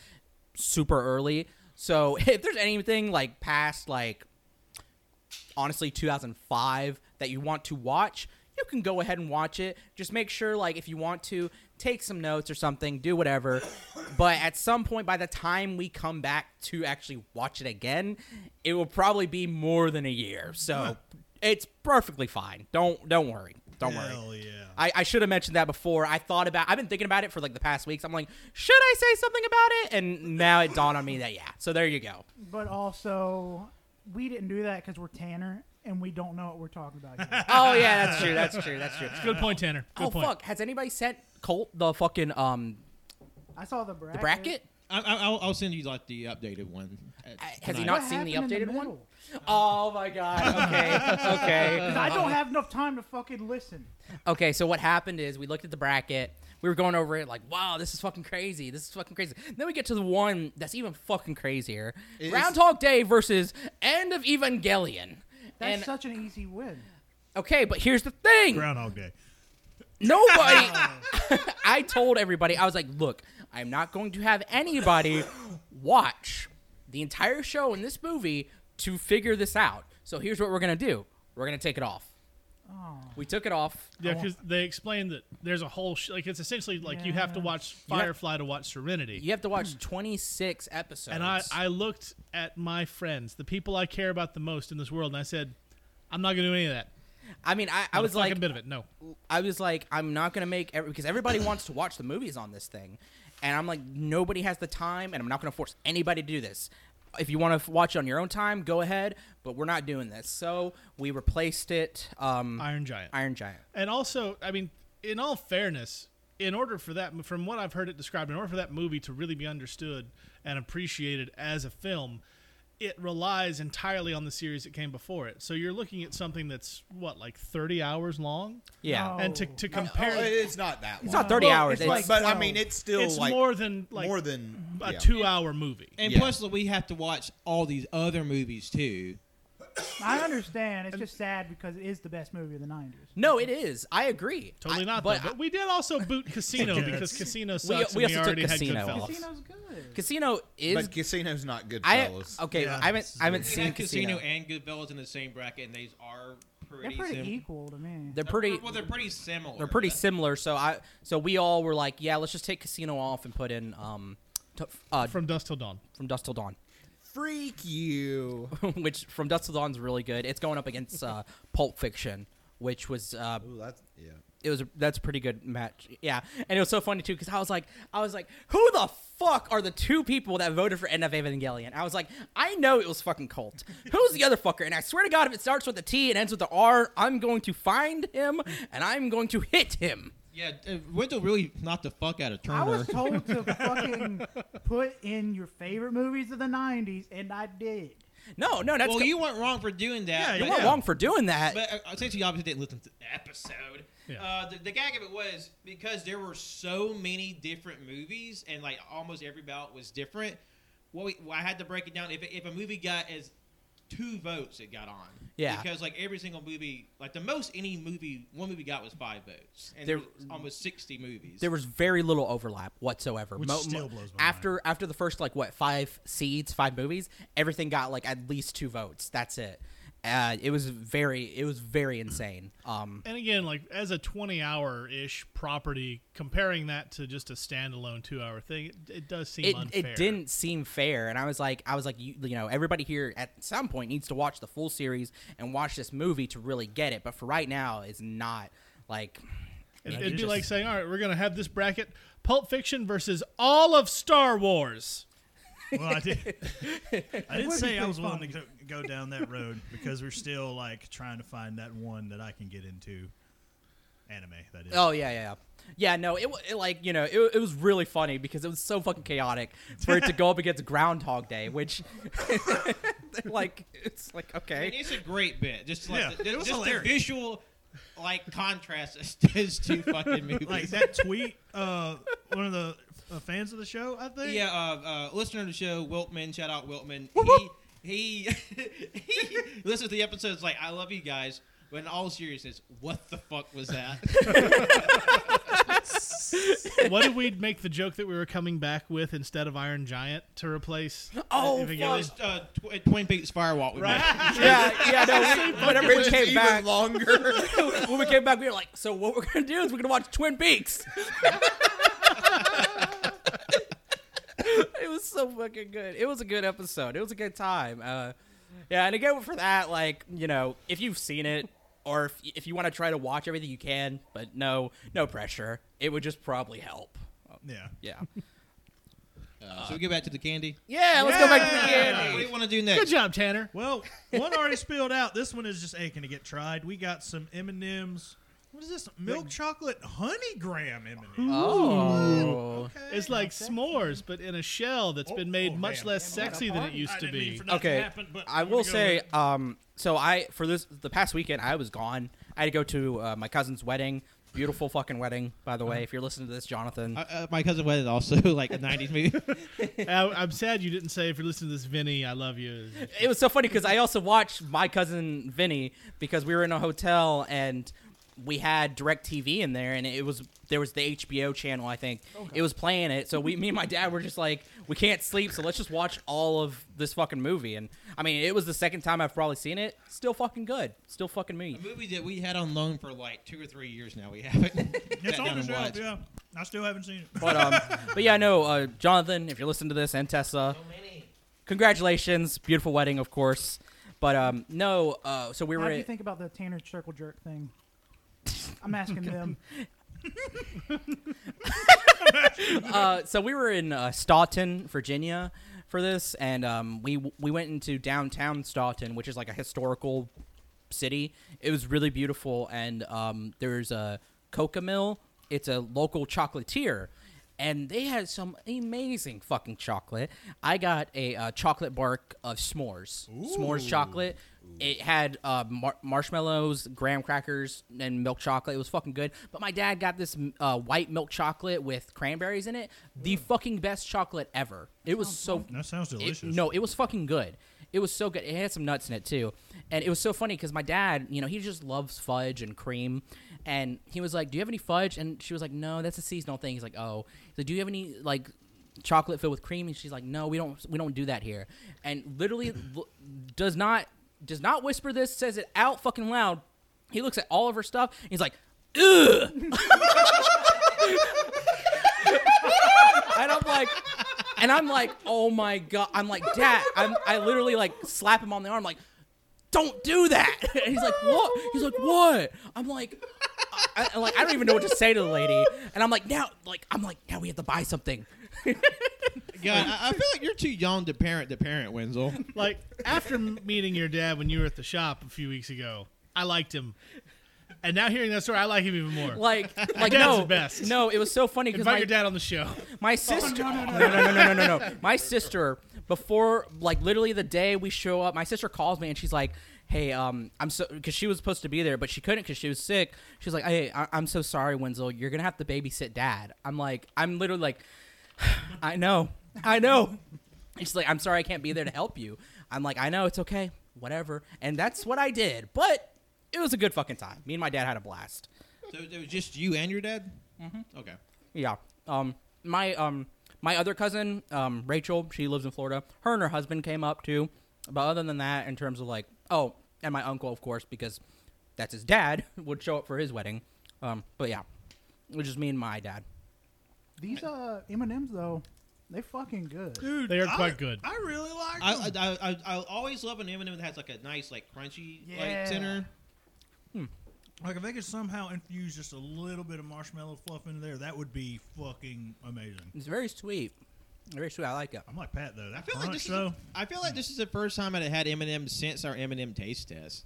[SPEAKER 5] super early. So if there's anything like past like honestly 2005 that you want to watch you can go ahead and watch it just make sure like if you want to take some notes or something do whatever but at some point by the time we come back to actually watch it again it will probably be more than a year so it's perfectly fine don't don't worry don't worry
[SPEAKER 7] Hell yeah.
[SPEAKER 5] I, I should have mentioned that before. I thought about. I've been thinking about it for like the past weeks. I'm like, should I say something about it? And now it dawned on me that yeah. So there you go.
[SPEAKER 3] But also, we didn't do that because we're Tanner and we don't know what we're talking about. Yet.
[SPEAKER 5] Oh yeah, that's true. That's true. That's true.
[SPEAKER 6] Good point, Tanner. Good
[SPEAKER 5] oh
[SPEAKER 6] point.
[SPEAKER 5] fuck! Has anybody sent Colt the fucking um
[SPEAKER 3] I saw the bracket.
[SPEAKER 5] the bracket?
[SPEAKER 1] I, I, I'll, I'll send you like the updated one. uh,
[SPEAKER 5] has he
[SPEAKER 1] tonight.
[SPEAKER 5] not
[SPEAKER 3] What
[SPEAKER 5] seen the
[SPEAKER 3] happened in
[SPEAKER 5] updated one?
[SPEAKER 3] middle?
[SPEAKER 5] Oh my god. Okay.
[SPEAKER 3] 'Cause
[SPEAKER 5] okay.
[SPEAKER 3] I don't have enough time to fucking listen.
[SPEAKER 5] Okay. So what happened is we looked at the bracket. We were going over it like, wow, this is fucking crazy. This is fucking crazy. Then we get to the one that's even fucking crazier.
[SPEAKER 4] It is-
[SPEAKER 5] Groundhog Day versus End of Evangelion.
[SPEAKER 3] That's
[SPEAKER 5] and
[SPEAKER 3] such an easy win.
[SPEAKER 5] okay, but here's the thing.
[SPEAKER 7] Groundhog Day.
[SPEAKER 5] Nobody. I told everybody, I was like, look, I'm not going to have anybody watch the entire show in this movie to figure this out. So here's what we're going to do we're going to take it off. We took it off.
[SPEAKER 6] Yeah, because they explained that there's a whole sh- like it's essentially like you have to watch
[SPEAKER 5] have-
[SPEAKER 6] Firefly to watch Serenity.
[SPEAKER 5] You have to watch 26 episodes.
[SPEAKER 6] And I, I looked at my friends, the people I care about the most in this world, and I said, I'm not going to do any of that.
[SPEAKER 5] I mean, I, I
[SPEAKER 6] Not
[SPEAKER 5] was
[SPEAKER 6] a fucking
[SPEAKER 5] like,
[SPEAKER 6] bit of it. No.
[SPEAKER 5] I was like, I'm not gonna make every because everybody wants to watch the movies on this thing, and I'm like, nobody has the time, and I'm not gonna force anybody to do this. if you want to watch on your own time, go ahead. But we're not doing this, so we replaced it. Um,
[SPEAKER 6] Iron Giant.
[SPEAKER 5] Iron Giant.
[SPEAKER 6] And also, I mean, in all fairness, in order for that, from what I've heard it described, in order for that movie to really be understood and appreciated as a film, it relies entirely on the series that came before it. So you're looking at something that's what, like 30 hours long,
[SPEAKER 5] Yeah,
[SPEAKER 3] No.
[SPEAKER 6] and to, to compare,
[SPEAKER 4] Oh, it's not that long.
[SPEAKER 5] it's not thirty
[SPEAKER 6] Well,
[SPEAKER 5] hours. It's
[SPEAKER 6] it's like-
[SPEAKER 4] but I
[SPEAKER 3] no.
[SPEAKER 4] mean, it's still
[SPEAKER 6] it's
[SPEAKER 4] like
[SPEAKER 6] more than like
[SPEAKER 4] more than
[SPEAKER 6] a
[SPEAKER 4] yeah.
[SPEAKER 6] two-hour movie.
[SPEAKER 1] And
[SPEAKER 4] Yeah.
[SPEAKER 1] plus, we have to watch all these other movies too.
[SPEAKER 3] I understand. It's just sad because it is the best movie of the '90s.
[SPEAKER 5] no, it is. I agree.
[SPEAKER 6] Totally
[SPEAKER 5] I-
[SPEAKER 6] not,
[SPEAKER 5] But
[SPEAKER 6] though. But we did also boot Casino
[SPEAKER 7] Yeah,
[SPEAKER 6] because
[SPEAKER 7] that's-
[SPEAKER 6] Casino sucks.
[SPEAKER 5] we
[SPEAKER 6] and
[SPEAKER 5] also took
[SPEAKER 6] we already
[SPEAKER 5] Casino
[SPEAKER 6] had
[SPEAKER 5] off.
[SPEAKER 6] Goodfellas.
[SPEAKER 3] Casino's good.
[SPEAKER 5] Casino is.
[SPEAKER 4] But Casino's not good,
[SPEAKER 5] I
[SPEAKER 4] fellas.
[SPEAKER 5] okay.
[SPEAKER 7] Yeah,
[SPEAKER 5] I haven't.
[SPEAKER 7] this is
[SPEAKER 5] I haven't
[SPEAKER 1] We
[SPEAKER 5] seen
[SPEAKER 1] had
[SPEAKER 5] Casino.
[SPEAKER 1] Casino and Goodfellas in the same bracket, and these are
[SPEAKER 3] They're
[SPEAKER 1] pretty.
[SPEAKER 3] pretty
[SPEAKER 1] sim-
[SPEAKER 3] equal to me.
[SPEAKER 5] They're pretty.
[SPEAKER 1] Well, they're pretty similar.
[SPEAKER 5] They're pretty
[SPEAKER 1] That's-
[SPEAKER 5] similar. So I. So we all were like, yeah, let's just take Casino off and put in um, t- uh,
[SPEAKER 6] From Dusk Till Dawn.
[SPEAKER 5] from Dust Till Dawn.
[SPEAKER 4] Freak you.
[SPEAKER 5] which from Dust Till Dawn's really good. It's going up against uh, Pulp Fiction, which was uh,
[SPEAKER 4] Ooh, that's yeah.
[SPEAKER 5] it was that's a pretty good match. Yeah, and it was so funny too because I was like, I was like, who the fuck are the two people that voted for End of Evangelion? I was like, I know it was fucking Colt. Who's the other fucker? And I swear to God, if it starts with a T and ends with the R, I'm going to find him and I'm going to hit him.
[SPEAKER 1] Yeah, uh, Wendell really knocked the fuck out of Turner.
[SPEAKER 3] I was told to fucking put in your favorite movies of the '90s, and I did.
[SPEAKER 5] No, no, that's
[SPEAKER 1] well,
[SPEAKER 5] co-
[SPEAKER 1] you weren't wrong for doing that.
[SPEAKER 7] Yeah,
[SPEAKER 1] but-
[SPEAKER 5] you weren't wrong for doing that.
[SPEAKER 1] But uh, since you obviously didn't listen to the episode,
[SPEAKER 6] Yeah.
[SPEAKER 1] uh, the, the gag of it was because there were so many different movies and like almost every ballot was different. Well, we, well I had to break it down. If, it- if a movie got as two votes, it got on.
[SPEAKER 5] Yeah.
[SPEAKER 1] Because like every single movie, like the most any movie, one movie got was five votes, and there
[SPEAKER 5] There-
[SPEAKER 1] was almost sixty movies.
[SPEAKER 5] there was very little overlap whatsoever.
[SPEAKER 7] Which still blows my
[SPEAKER 5] after after the first like what five seeds, five movies, everything got like at least two votes. That's it. Uh, it was very it was very insane. Um,
[SPEAKER 6] And again, like as a twenty-hour-ish property, comparing that to just a standalone two-hour thing, it, it does seem
[SPEAKER 5] it,
[SPEAKER 6] unfair.
[SPEAKER 5] it didn't seem fair, and I was like I was like you, you know everybody here at some point needs to watch the full series and watch this movie to really get it. But for right now, it's not like
[SPEAKER 6] It,
[SPEAKER 5] man,
[SPEAKER 6] would
[SPEAKER 5] you
[SPEAKER 6] be
[SPEAKER 5] just-
[SPEAKER 6] like saying, "All right, we're gonna have this bracket: Pulp Fiction versus all of Star Wars."
[SPEAKER 7] Well, I did. I did
[SPEAKER 3] would be
[SPEAKER 7] say I
[SPEAKER 3] pretty
[SPEAKER 7] was willing to
[SPEAKER 3] fun.
[SPEAKER 7] go, go down that road because we're still like trying to find that one that I can get into anime. That is.
[SPEAKER 5] Oh yeah, yeah, yeah. yeah. No, it, wa- it like you know it, it was really funny because it was so fucking chaotic for it to go up against Groundhog Day, which like it's like
[SPEAKER 1] I mean,
[SPEAKER 5] okay,
[SPEAKER 1] it's a great bit. Just like
[SPEAKER 7] Yeah,
[SPEAKER 1] the,
[SPEAKER 7] it was
[SPEAKER 1] just the
[SPEAKER 7] hilarious.
[SPEAKER 1] visual, like contrast as those two fucking movies.
[SPEAKER 7] Like that tweet, uh, one of the uh, fans of the show, I think.
[SPEAKER 1] Yeah, uh, uh, listener of the show, Wiltman. Shout out Wiltman. He he, he listens to the episodes like, "I love you guys," but in all seriousness, what the fuck was that?
[SPEAKER 6] what did we make the joke that we were coming back with instead of Iron Giant to replace?
[SPEAKER 5] Oh,
[SPEAKER 1] It
[SPEAKER 6] Evangelion?
[SPEAKER 1] was uh, tw- Twin Peaks firewalk. We made.
[SPEAKER 5] yeah, yeah. No, whenever
[SPEAKER 4] Which
[SPEAKER 5] we
[SPEAKER 4] is
[SPEAKER 5] came
[SPEAKER 4] even
[SPEAKER 5] back,
[SPEAKER 4] longer.
[SPEAKER 5] when we came back, we were like, so what we're gonna do is we're gonna watch Twin Peaks. it was so fucking good. It was a good episode. It was a good time. Uh, yeah, and again for that, like you know, if you've seen it or if if you want to try to watch everything, you can. But no, no pressure. It would just probably help.
[SPEAKER 7] Yeah.
[SPEAKER 5] Yeah.
[SPEAKER 1] Uh, Should we get back to the candy?
[SPEAKER 5] Yeah, let's go back to the
[SPEAKER 1] Uh, what do
[SPEAKER 5] candy.
[SPEAKER 1] you want to do
[SPEAKER 6] Good
[SPEAKER 1] next?
[SPEAKER 6] job, Tanner.
[SPEAKER 7] Well, one already spilled out. This one is just aching to get tried. We got some M and M's. What is this? Milk chocolate honey graham M and M's.
[SPEAKER 5] Oh.
[SPEAKER 7] Okay.
[SPEAKER 6] It's like s'mores, but in a shell that's
[SPEAKER 7] Oh,
[SPEAKER 6] been made
[SPEAKER 7] oh,
[SPEAKER 6] much
[SPEAKER 7] man.
[SPEAKER 6] less sexy than it used to be.
[SPEAKER 5] Okay. I will say, um, so I for this the past weekend I was gone. I had to go to uh, my cousin's wedding. Beautiful fucking wedding, by the way. If you're listening to this, Jonathan.
[SPEAKER 1] Uh, uh, my cousin wedded also like a '90s movie.
[SPEAKER 6] I, I'm sad you didn't say if you're listening to this, Vinny, I love you.
[SPEAKER 5] It was so funny because I also watched my cousin Vinny because we were in a hotel and we had direct TV in there and it was there was the HBO channel I think it was playing it so we me and my dad were just like we can't sleep so let's just watch all of this fucking movie and I mean it was the second time I've probably seen it still fucking good still fucking me
[SPEAKER 1] a movie that we had on loan for like two or three years now. We haven't.
[SPEAKER 7] it's
[SPEAKER 1] sat
[SPEAKER 7] on
[SPEAKER 1] down
[SPEAKER 7] the
[SPEAKER 1] and
[SPEAKER 7] shelf.
[SPEAKER 1] watched.
[SPEAKER 7] Yeah, I still haven't seen it.
[SPEAKER 5] But um, but yeah, no, uh, Jonathan, if you're listening to this, and Tessa, congratulations, beautiful wedding, of course. But um, no, uh, so we
[SPEAKER 3] How
[SPEAKER 5] were.
[SPEAKER 3] do you
[SPEAKER 5] at-
[SPEAKER 3] think about the Tanner circle jerk thing? I'm asking them.
[SPEAKER 5] uh, so we were in uh, Staunton, Virginia, for this, and um, we we went into downtown Staunton, which is like a historical city. It was really beautiful, and um, there's a coca mill. It's a local chocolatier, and they had some amazing fucking chocolate. I got a uh, chocolate bark of s'mores, s'mores chocolate. It had uh, mar- marshmallows, graham crackers, and milk chocolate. It was fucking good. But my dad got this m- uh, white milk chocolate with cranberries in it. The fucking best chocolate ever. It was so
[SPEAKER 7] That sounds
[SPEAKER 5] it-
[SPEAKER 7] delicious.
[SPEAKER 5] no, it was fucking good. It was so good. It had some nuts in it too, and it was so funny because my dad, you know, he just loves fudge and cream, and he was like, "Do you have any fudge?" And she was like, "No, that's a seasonal thing." He's like, "Oh, He's like, do you have any like chocolate filled with cream?" And she's like, "No, we don't. We don't do that here." And literally, l- does not does not whisper this. Says it out fucking loud. He looks at all of her stuff. And he's like, "Ugh," and I'm like. And I'm like, oh my god! I'm like, dad. I'm, I literally like slap him on the arm, like, don't do that. And he's like, what? He's like, what? I'm like, I, I- like I don't even know what to say to the lady. And I'm like, now, like, I'm like, now we have to buy something.
[SPEAKER 1] God, I, I feel like you're too young to parent the parent, Wenzel.
[SPEAKER 6] Like after m- meeting your dad when you were at the shop a few weeks ago, I liked him, and now hearing that story, I like him even more.
[SPEAKER 5] Like, like
[SPEAKER 6] Dad's
[SPEAKER 5] no,
[SPEAKER 6] the best.
[SPEAKER 5] no. It was so funny because
[SPEAKER 6] Invite
[SPEAKER 5] my,
[SPEAKER 6] your dad on the show.
[SPEAKER 5] my sister. Oh, no, no, no, no, no, no, no. My sister, before, like, literally the day we show up, my sister calls me and she's like, "Hey, um, I'm so because she was supposed to be there, but she couldn't because she was sick. She's like, "Hey, I- I'm so sorry, Wenzel. You're gonna have to babysit Dad." I'm like, I'm literally like, I know, I know. And she's like, "I'm sorry, I can't be there to help you." I'm like, "I know, it's okay, whatever." And that's what I did, but it was a good fucking time. Me and my dad had a blast.
[SPEAKER 1] So it was just you and your dad. Mm-hmm. Okay.
[SPEAKER 5] Yeah. Um my um my other cousin, um Rachel, she lives in Florida. Her and her husband came up too. But other than that, in terms of like oh, and my uncle of course because that's his dad would show up for his wedding. Um but yeah. It was just me and my dad.
[SPEAKER 3] These uh M and M's though, they fucking good.
[SPEAKER 7] Dude,
[SPEAKER 6] They are
[SPEAKER 7] I-
[SPEAKER 6] quite good.
[SPEAKER 7] I really like
[SPEAKER 1] I,
[SPEAKER 7] them.
[SPEAKER 1] I, I, I I'll always love an M&M that has like a nice like crunchy
[SPEAKER 3] Yeah.
[SPEAKER 1] like center.
[SPEAKER 7] Like if they could somehow infuse just a little bit of marshmallow fluff into there, that would be fucking amazing.
[SPEAKER 5] It's very sweet. Very sweet. I like it.
[SPEAKER 7] I'm like Pat though. That
[SPEAKER 1] I feel
[SPEAKER 7] crunch
[SPEAKER 1] like this
[SPEAKER 7] though.
[SPEAKER 1] is I feel like this is the first time I'd had M&M since our M&M taste test.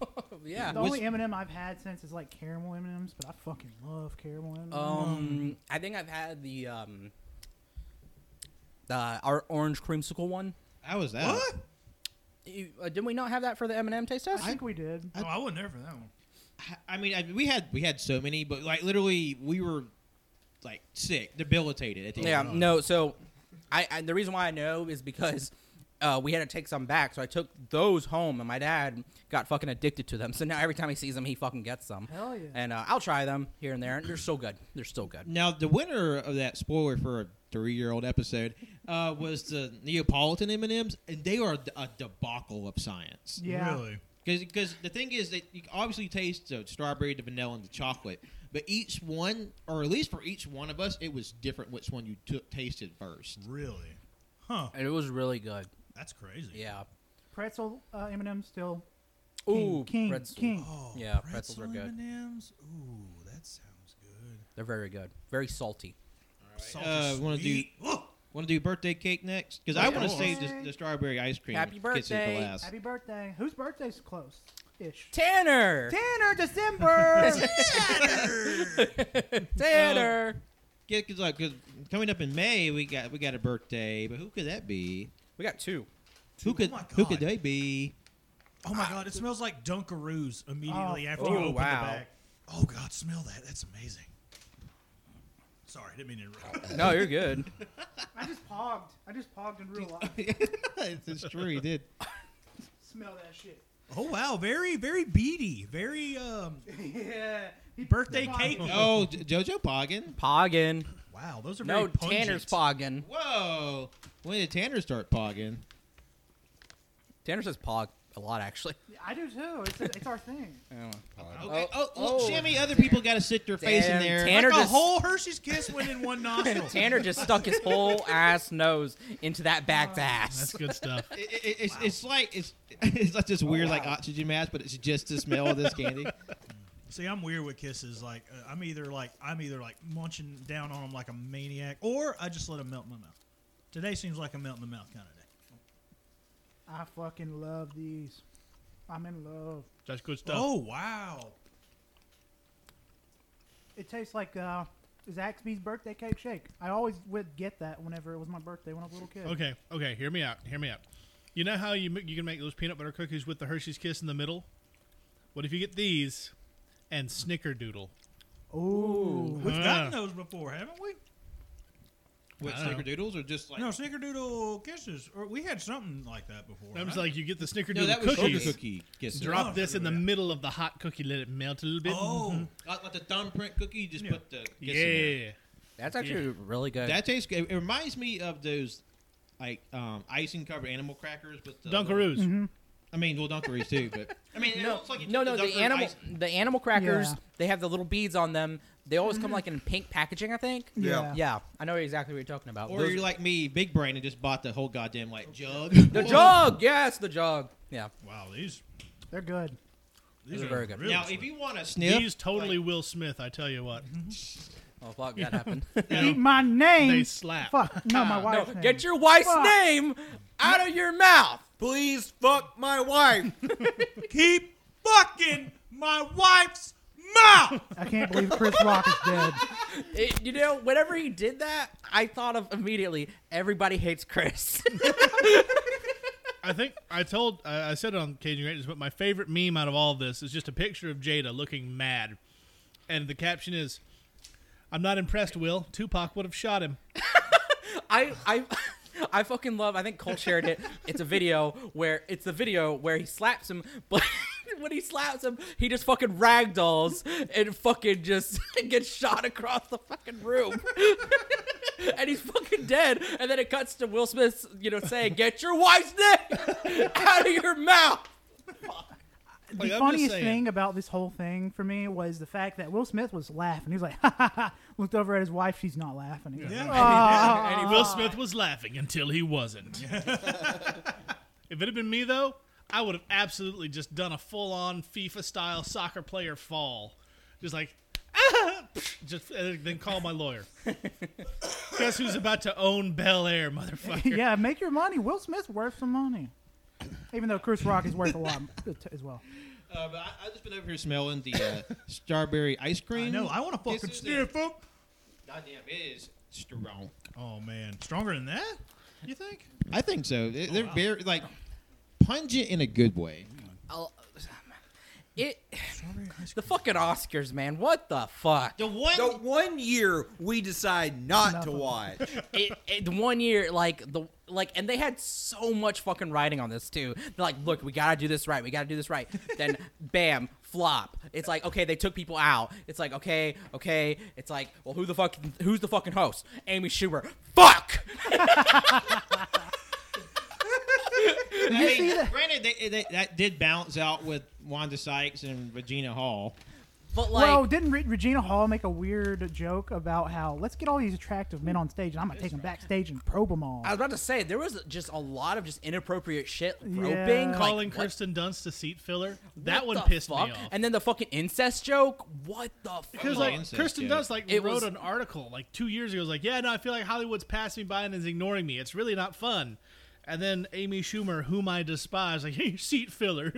[SPEAKER 5] Oh, yeah.
[SPEAKER 3] The only M and M I've had since is like caramel M and M's, but I fucking love caramel M and M's.
[SPEAKER 5] Um I think I've had the um the our orange creamsicle one.
[SPEAKER 1] How was that?
[SPEAKER 7] What?
[SPEAKER 5] You- uh, did we not have that for the M&M taste test?
[SPEAKER 3] I think we did.
[SPEAKER 7] oh, I wasn't there for that one.
[SPEAKER 1] I mean, I, we had we had so many, but like literally we were like sick, debilitated at the
[SPEAKER 5] Yeah,
[SPEAKER 1] end.
[SPEAKER 5] no. So, I, I the reason why I know is because uh, we had to take some back. So I took those home, and my dad got fucking addicted to them. So now every time he sees them, he fucking gets them.
[SPEAKER 3] Hell yeah.
[SPEAKER 5] And uh, I'll try them here and there, and they're still good. They're still good.
[SPEAKER 1] Now the winner of that spoiler for a three-year-old episode uh, was the Neapolitan M&Ms, and they are a debacle of science.
[SPEAKER 3] Yeah.
[SPEAKER 7] Really?
[SPEAKER 1] Because the thing is that you obviously taste the strawberry, the vanilla, and the chocolate, but each one, or at least for each one of us, it was different which one you took tasted first.
[SPEAKER 7] Really? Huh.
[SPEAKER 5] And it was really good.
[SPEAKER 7] That's crazy.
[SPEAKER 5] Yeah.
[SPEAKER 3] Pretzel uh, M and M's still.
[SPEAKER 5] Ooh,
[SPEAKER 3] King, king,
[SPEAKER 5] pretzel.
[SPEAKER 3] king.
[SPEAKER 7] Oh,
[SPEAKER 5] Yeah, pretzels are good.
[SPEAKER 7] M&Ms? Ooh, that sounds good.
[SPEAKER 5] They're very good. Very salty.
[SPEAKER 7] Salty
[SPEAKER 1] Uh, wanna do-
[SPEAKER 7] sweet. Ugh.
[SPEAKER 1] Want to do birthday cake next? Because I
[SPEAKER 5] Yeah.
[SPEAKER 1] want to
[SPEAKER 5] Sure.
[SPEAKER 1] save the, the strawberry ice cream.
[SPEAKER 5] Happy
[SPEAKER 1] gets it for
[SPEAKER 5] birthday.
[SPEAKER 1] last.
[SPEAKER 3] Happy birthday. Whose birthday's close? Ish.
[SPEAKER 5] Tanner.
[SPEAKER 3] Tanner, December.
[SPEAKER 5] Tanner.
[SPEAKER 1] Yeah, because like 'cause coming up in May, we got we got a birthday, but who could that be?
[SPEAKER 5] we got two.
[SPEAKER 1] Who
[SPEAKER 7] Dude,
[SPEAKER 1] could
[SPEAKER 7] oh my
[SPEAKER 1] who could
[SPEAKER 7] God.
[SPEAKER 1] they be?
[SPEAKER 7] Oh my god, it smells like Dunkaroos immediately after
[SPEAKER 5] oh,
[SPEAKER 7] you open
[SPEAKER 5] wow.
[SPEAKER 7] the bag. Oh god, smell that. That's amazing. Sorry, I didn't mean to interrupt.
[SPEAKER 5] No, you're good.
[SPEAKER 3] I just pogged. I just pogged in real life.
[SPEAKER 1] it's, it's true, he did.
[SPEAKER 3] Smell that shit.
[SPEAKER 7] oh wow, very, very beady. Very um
[SPEAKER 3] yeah. He
[SPEAKER 7] birthday cake.
[SPEAKER 1] Oh, J- JoJo Poggin.
[SPEAKER 5] Poggin.
[SPEAKER 7] Wow, those are very
[SPEAKER 5] No,
[SPEAKER 7] pungent.
[SPEAKER 5] Tanner's poggin.
[SPEAKER 1] Whoa, when did Tanner start Poggin?
[SPEAKER 5] Tanner says pog a lot actually.
[SPEAKER 3] I do too. It's, it's our thing.
[SPEAKER 1] Okay.
[SPEAKER 5] Oh,
[SPEAKER 1] Oh,
[SPEAKER 5] oh.
[SPEAKER 1] look, Jimmy, other people got to stick their face in
[SPEAKER 5] Damn,
[SPEAKER 1] there.
[SPEAKER 5] Tanner
[SPEAKER 7] Like a
[SPEAKER 5] just-
[SPEAKER 7] whole Hershey's Kiss went in one nostril.
[SPEAKER 5] Tanner just stuck his whole ass nose into that back's
[SPEAKER 6] That's
[SPEAKER 5] ass.
[SPEAKER 6] good stuff.
[SPEAKER 1] It- it- it's, it's like it's it's like this weird like oxygen mask, but it's just the smell of this candy.
[SPEAKER 7] See, I'm weird with kisses. Like uh, I'm either like I'm either like munching down on them like a maniac, or I just let them melt in my mouth. Today seems like a melt in the mouth kind of day.
[SPEAKER 3] I fucking love these. I'm in love.
[SPEAKER 6] That's good stuff.
[SPEAKER 7] Oh wow!
[SPEAKER 3] It tastes like uh, Zaxby's birthday cake shake. I always would get that whenever it was my birthday when I was a little kid.
[SPEAKER 6] Okay, okay. Hear me out. Hear me out. You know how you m- you can make those peanut butter cookies with the Hershey's Kiss in the middle? What if you get these and Snickerdoodle?
[SPEAKER 3] Ooh.
[SPEAKER 7] We've
[SPEAKER 6] Ah.
[SPEAKER 7] gotten those before, haven't we?
[SPEAKER 1] With
[SPEAKER 6] I don't know.
[SPEAKER 1] snickerdoodles or just like
[SPEAKER 7] No, snickerdoodle kisses. Or we had something like that before.
[SPEAKER 6] I'm just
[SPEAKER 7] right?
[SPEAKER 6] like you get the Snickerdoodle
[SPEAKER 1] no, that was Oh. sugar
[SPEAKER 6] cookies.
[SPEAKER 1] cookie kisses.
[SPEAKER 6] Drop this in the
[SPEAKER 7] Yeah.
[SPEAKER 6] middle of the hot cookie, let it melt a little bit.
[SPEAKER 7] oh,
[SPEAKER 5] Mm-hmm.
[SPEAKER 1] Like, like the thumbprint cookie, you just
[SPEAKER 7] Yeah.
[SPEAKER 1] put the kiss in there.
[SPEAKER 6] yeah.
[SPEAKER 5] That's actually really good.
[SPEAKER 1] That tastes good. It reminds me of those like um, icing covered animal crackers with the
[SPEAKER 6] Dunkaroos.
[SPEAKER 1] I mean, well, Dunkaroos too, but I mean, it
[SPEAKER 5] no,
[SPEAKER 1] looks like you
[SPEAKER 5] no,
[SPEAKER 1] took
[SPEAKER 5] no. The
[SPEAKER 1] Dunkaroo
[SPEAKER 5] animal,
[SPEAKER 1] ice-
[SPEAKER 5] the animal crackers.
[SPEAKER 3] Yeah.
[SPEAKER 5] They have the little beads on them. They always come like in pink packaging, I think.
[SPEAKER 4] Yeah.
[SPEAKER 5] Yeah, I know exactly what you're talking about.
[SPEAKER 1] Or
[SPEAKER 5] Those-
[SPEAKER 1] you're like me, big brain, and just bought the whole goddamn like jug.
[SPEAKER 5] the jug, yes, the jug. Yeah,
[SPEAKER 7] wow! These
[SPEAKER 3] They're good.
[SPEAKER 7] these
[SPEAKER 5] Those
[SPEAKER 7] are
[SPEAKER 5] are very good.
[SPEAKER 7] really
[SPEAKER 1] Now,
[SPEAKER 7] sweet.
[SPEAKER 1] if you want to sniff,
[SPEAKER 6] He's totally Will Smith, I tell you what.
[SPEAKER 5] oh fuck, that happened.
[SPEAKER 3] Eat my name.
[SPEAKER 6] They slap.
[SPEAKER 3] Mm-hmm. Fuck. No, my
[SPEAKER 5] no,
[SPEAKER 3] wife's name.
[SPEAKER 5] get your wife's
[SPEAKER 3] Fuck.
[SPEAKER 5] name out of your mouth.
[SPEAKER 4] Please fuck my wife.
[SPEAKER 7] keep fucking my wife's mouth.
[SPEAKER 3] I can't believe Chris Rock is dead.
[SPEAKER 5] It- you know, whenever he did that, I thought of immediately. Everybody hates Chris.
[SPEAKER 6] I think I told I I said it on Cajun Greatness, but my favorite meme out of all this is just a picture of Jada looking mad, and the caption is, "I'm not impressed. Will Tupac would have shot him."
[SPEAKER 5] I I I fucking love. I think Cole shared it. It's a video where it's the video where he slaps him, but when he slaps him, he just fucking ragdolls and fucking just gets shot across the fucking room. And he's fucking dead. And then it cuts to Will Smith, you know, saying, "Get your wife's name out of your mouth."
[SPEAKER 6] Like, I'm
[SPEAKER 3] the
[SPEAKER 6] just
[SPEAKER 3] funniest
[SPEAKER 6] saying.
[SPEAKER 3] thing about this whole thing for me was the fact that Will Smith was laughing. He was like, ha ha ha. Looked over at his wife. She's not laughing. He was like,
[SPEAKER 6] And Will Smith was laughing until he wasn't. if it had been me though, I would have absolutely just done a full-on FIFA-style soccer player fall, just like. "Ah!" Just and then call my lawyer. Guess who's about to own Bel Air, motherfucker?
[SPEAKER 3] yeah, make your money. Will Smith's worth some money. Even though Chris Rock is worth a lot as well.
[SPEAKER 1] uh, but I, I've just been over here smelling the uh, strawberry ice cream.
[SPEAKER 7] I know. I want to fucking
[SPEAKER 1] Kisses
[SPEAKER 7] sniff them.
[SPEAKER 1] and- Goddamn, it is strong.
[SPEAKER 7] Oh man, stronger than that? You think?
[SPEAKER 1] I think so.
[SPEAKER 5] Oh,
[SPEAKER 1] They, they're very like pungent in a good way.
[SPEAKER 5] I'll- It, the fucking Oscars, man. What the fuck?
[SPEAKER 1] The one
[SPEAKER 4] the one year we decide not to watch.
[SPEAKER 5] it, it, the one year, like the like, and they had so much fucking writing on this too. They're like, look, we gotta do this right. We gotta do this right. Then, bam, flop. It's like, okay, they took people out. It's like, okay, okay. It's like, well, who the fuck? Who's the fucking host? Amy Schumer. Fuck.
[SPEAKER 1] I mean, granted, they, they, that did balance out with Wanda Sykes and Regina Hall.
[SPEAKER 5] But like,
[SPEAKER 3] well, didn't Re- Regina Hall make a weird joke about how let's get all these attractive men on stage and I'm gonna take them backstage and probe them all?
[SPEAKER 5] I was about to say there was just a lot of just inappropriate shit
[SPEAKER 3] Yeah.
[SPEAKER 5] groping, like,
[SPEAKER 6] calling
[SPEAKER 5] what-
[SPEAKER 6] Kirsten Dunst a seat filler. That
[SPEAKER 5] what
[SPEAKER 6] one
[SPEAKER 5] the
[SPEAKER 6] pissed
[SPEAKER 5] fuck?
[SPEAKER 6] me off.
[SPEAKER 5] And then the fucking incest joke. What the fuck?
[SPEAKER 6] Because
[SPEAKER 1] Well,
[SPEAKER 6] like
[SPEAKER 1] incest,
[SPEAKER 6] Kirsten
[SPEAKER 1] yeah.
[SPEAKER 6] Dunst like
[SPEAKER 5] It
[SPEAKER 6] wrote
[SPEAKER 5] was-
[SPEAKER 6] an article like two years ago. Was like, yeah, no, I feel like Hollywood's passed me by and is ignoring me. It's really not fun. And then Amy Schumer, whom I despise, like hey, seat filler.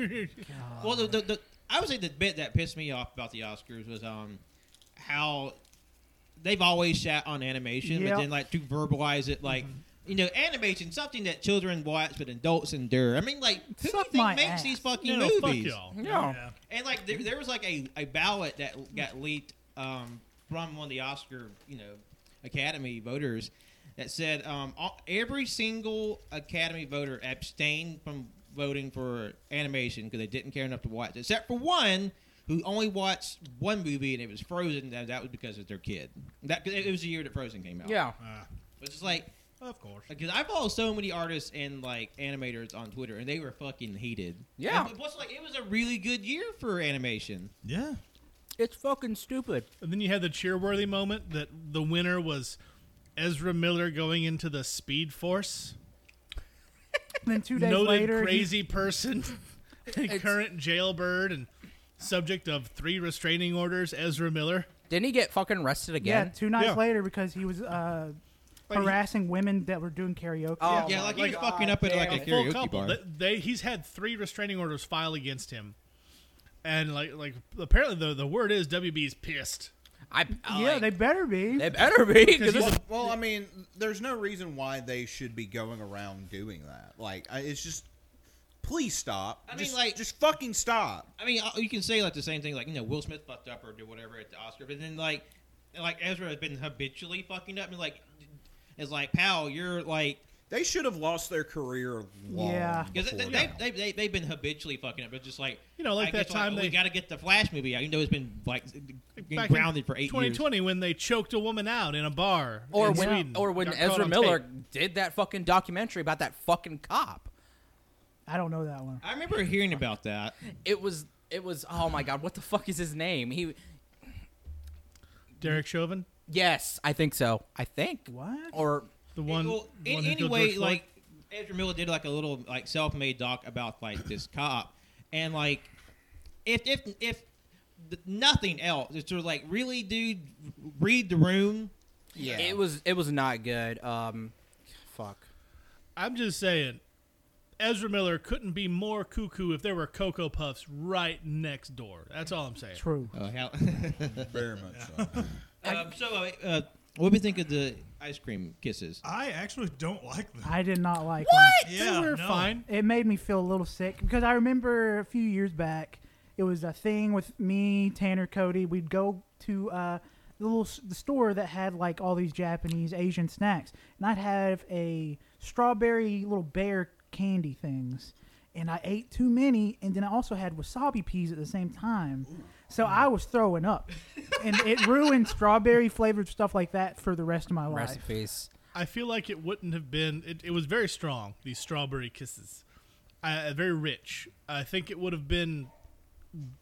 [SPEAKER 1] Well, the, the, the I would say the bit that pissed me off about the Oscars was um how they've always shat on animation,
[SPEAKER 3] Yeah.
[SPEAKER 1] but then like to verbalize it like.
[SPEAKER 3] Mm-hmm.
[SPEAKER 1] You know, animation something that children watch, but adults endure. I mean, like, who do you
[SPEAKER 3] Suck
[SPEAKER 1] think
[SPEAKER 3] my
[SPEAKER 1] makes
[SPEAKER 3] ass.
[SPEAKER 1] these fucking
[SPEAKER 6] no, fuck
[SPEAKER 1] movies?
[SPEAKER 6] y'all.
[SPEAKER 5] no.
[SPEAKER 7] Yeah.
[SPEAKER 1] and like, there, there was like a, a ballot that got leaked um, from one of the Oscar, you know, Academy voters that said um, all, every single Academy voter abstained from voting for animation because they didn't care enough to watch, except for one who only watched one movie and it was Frozen. And that was because of their kid. That 'cause it, it was the year that Frozen came out.
[SPEAKER 5] Yeah.
[SPEAKER 7] Ah,
[SPEAKER 1] which is like
[SPEAKER 7] of course.
[SPEAKER 1] because I follow so many artists and like animators on Twitter, and they were fucking heated.
[SPEAKER 5] Yeah.
[SPEAKER 1] and, plus like it was a really good year for animation.
[SPEAKER 7] Yeah.
[SPEAKER 5] It's fucking stupid.
[SPEAKER 6] And then you had the cheerworthy moment that the winner was Ezra Miller going into the Speed Force,
[SPEAKER 3] And then two days
[SPEAKER 6] noted
[SPEAKER 3] later, he-
[SPEAKER 6] crazy person, current jailbird, and subject of three restraining orders. Ezra Miller.
[SPEAKER 5] Didn't he get fucking arrested
[SPEAKER 3] yeah,
[SPEAKER 5] again?
[SPEAKER 3] two nights
[SPEAKER 6] Yeah.
[SPEAKER 3] later because he was uh, harassing women that were doing karaoke.
[SPEAKER 5] Oh,
[SPEAKER 1] Yeah,
[SPEAKER 5] my
[SPEAKER 1] like he was
[SPEAKER 5] God
[SPEAKER 1] fucking up at
[SPEAKER 5] damn
[SPEAKER 1] like a
[SPEAKER 5] it.
[SPEAKER 6] full
[SPEAKER 1] karaoke
[SPEAKER 6] couple.
[SPEAKER 1] bar.
[SPEAKER 6] They, they- he's had three restraining orders filed against him, and like like apparently the the word is WB's pissed.
[SPEAKER 5] I, I
[SPEAKER 3] yeah,
[SPEAKER 5] like-
[SPEAKER 3] they better be.
[SPEAKER 5] they better be because
[SPEAKER 4] Well, well, I mean, there's no reason why they should be going around doing that. Like, I, it's just, please stop.
[SPEAKER 1] I mean,
[SPEAKER 4] Just-
[SPEAKER 1] like-
[SPEAKER 4] just fucking stop.
[SPEAKER 1] I mean, uh, you can say like the same thing, like you know, Will Smith fucked up or did whatever at the Oscar, but then like, like Ezra has been habitually fucking up, and like, it's like, pal, you're like,
[SPEAKER 4] They should have lost their career long
[SPEAKER 3] Yeah.
[SPEAKER 1] because
[SPEAKER 4] before
[SPEAKER 1] they,
[SPEAKER 4] now.
[SPEAKER 1] they, they, they, they've been habitually fucking up, but just like,
[SPEAKER 6] You know, like
[SPEAKER 1] I
[SPEAKER 6] that
[SPEAKER 1] guess,
[SPEAKER 6] time
[SPEAKER 1] like, we
[SPEAKER 6] they-
[SPEAKER 1] got to get the Flash movie out. You know, it's been like getting
[SPEAKER 6] Back in
[SPEAKER 1] grounded for eight years.
[SPEAKER 6] 2020 when they choked a woman out in a bar
[SPEAKER 5] or
[SPEAKER 6] in
[SPEAKER 5] when
[SPEAKER 6] Sweden,
[SPEAKER 5] or when
[SPEAKER 6] Got caught
[SPEAKER 5] Ezra
[SPEAKER 6] on
[SPEAKER 5] Miller
[SPEAKER 6] tape.
[SPEAKER 5] did that fucking documentary about that fucking cop.
[SPEAKER 3] I don't know that one.
[SPEAKER 1] I remember hearing about that.
[SPEAKER 5] It was it was oh my god, what the fuck is his name? He
[SPEAKER 6] Derek Chauvin,
[SPEAKER 5] yes, I think so. I think
[SPEAKER 3] What?
[SPEAKER 5] or
[SPEAKER 6] the one,
[SPEAKER 1] Well,
[SPEAKER 6] the
[SPEAKER 1] in-
[SPEAKER 6] one who killed
[SPEAKER 1] anyway,
[SPEAKER 6] George Floyd.
[SPEAKER 1] like Ezra Miller did like a little like self-made doc about like this cop, and like if if if th- nothing else, it's sort of like really, dude, read the room.
[SPEAKER 4] yeah.
[SPEAKER 5] it was it was not good. Um, fuck.
[SPEAKER 6] I'm just saying, Ezra Miller couldn't be more cuckoo if there were Cocoa Puffs right next door. That's all I'm saying.
[SPEAKER 3] True.
[SPEAKER 1] Oh hell.
[SPEAKER 4] very much. So.
[SPEAKER 1] um, so, uh, uh, what do you think of the ice cream kisses?
[SPEAKER 7] I actually don't like them.
[SPEAKER 3] I did not like what?
[SPEAKER 7] yeah,
[SPEAKER 6] they were
[SPEAKER 7] no.
[SPEAKER 6] fine.
[SPEAKER 3] It made me feel a little sick because I remember a few years back it was a thing with me, Tanner, Cody. We'd go to uh, the little s- the store that had like all these Japanese, Asian snacks, and I'd have a strawberry little bear candy things, and I ate too many, and then I also had wasabi peas at the same time. So I was throwing up, and it ruined strawberry flavored stuff like that for the rest of my life.
[SPEAKER 5] Rest in peace.
[SPEAKER 6] I feel like it wouldn't have been. It, it was very strong. These strawberry kisses, uh, very rich. I think it would have been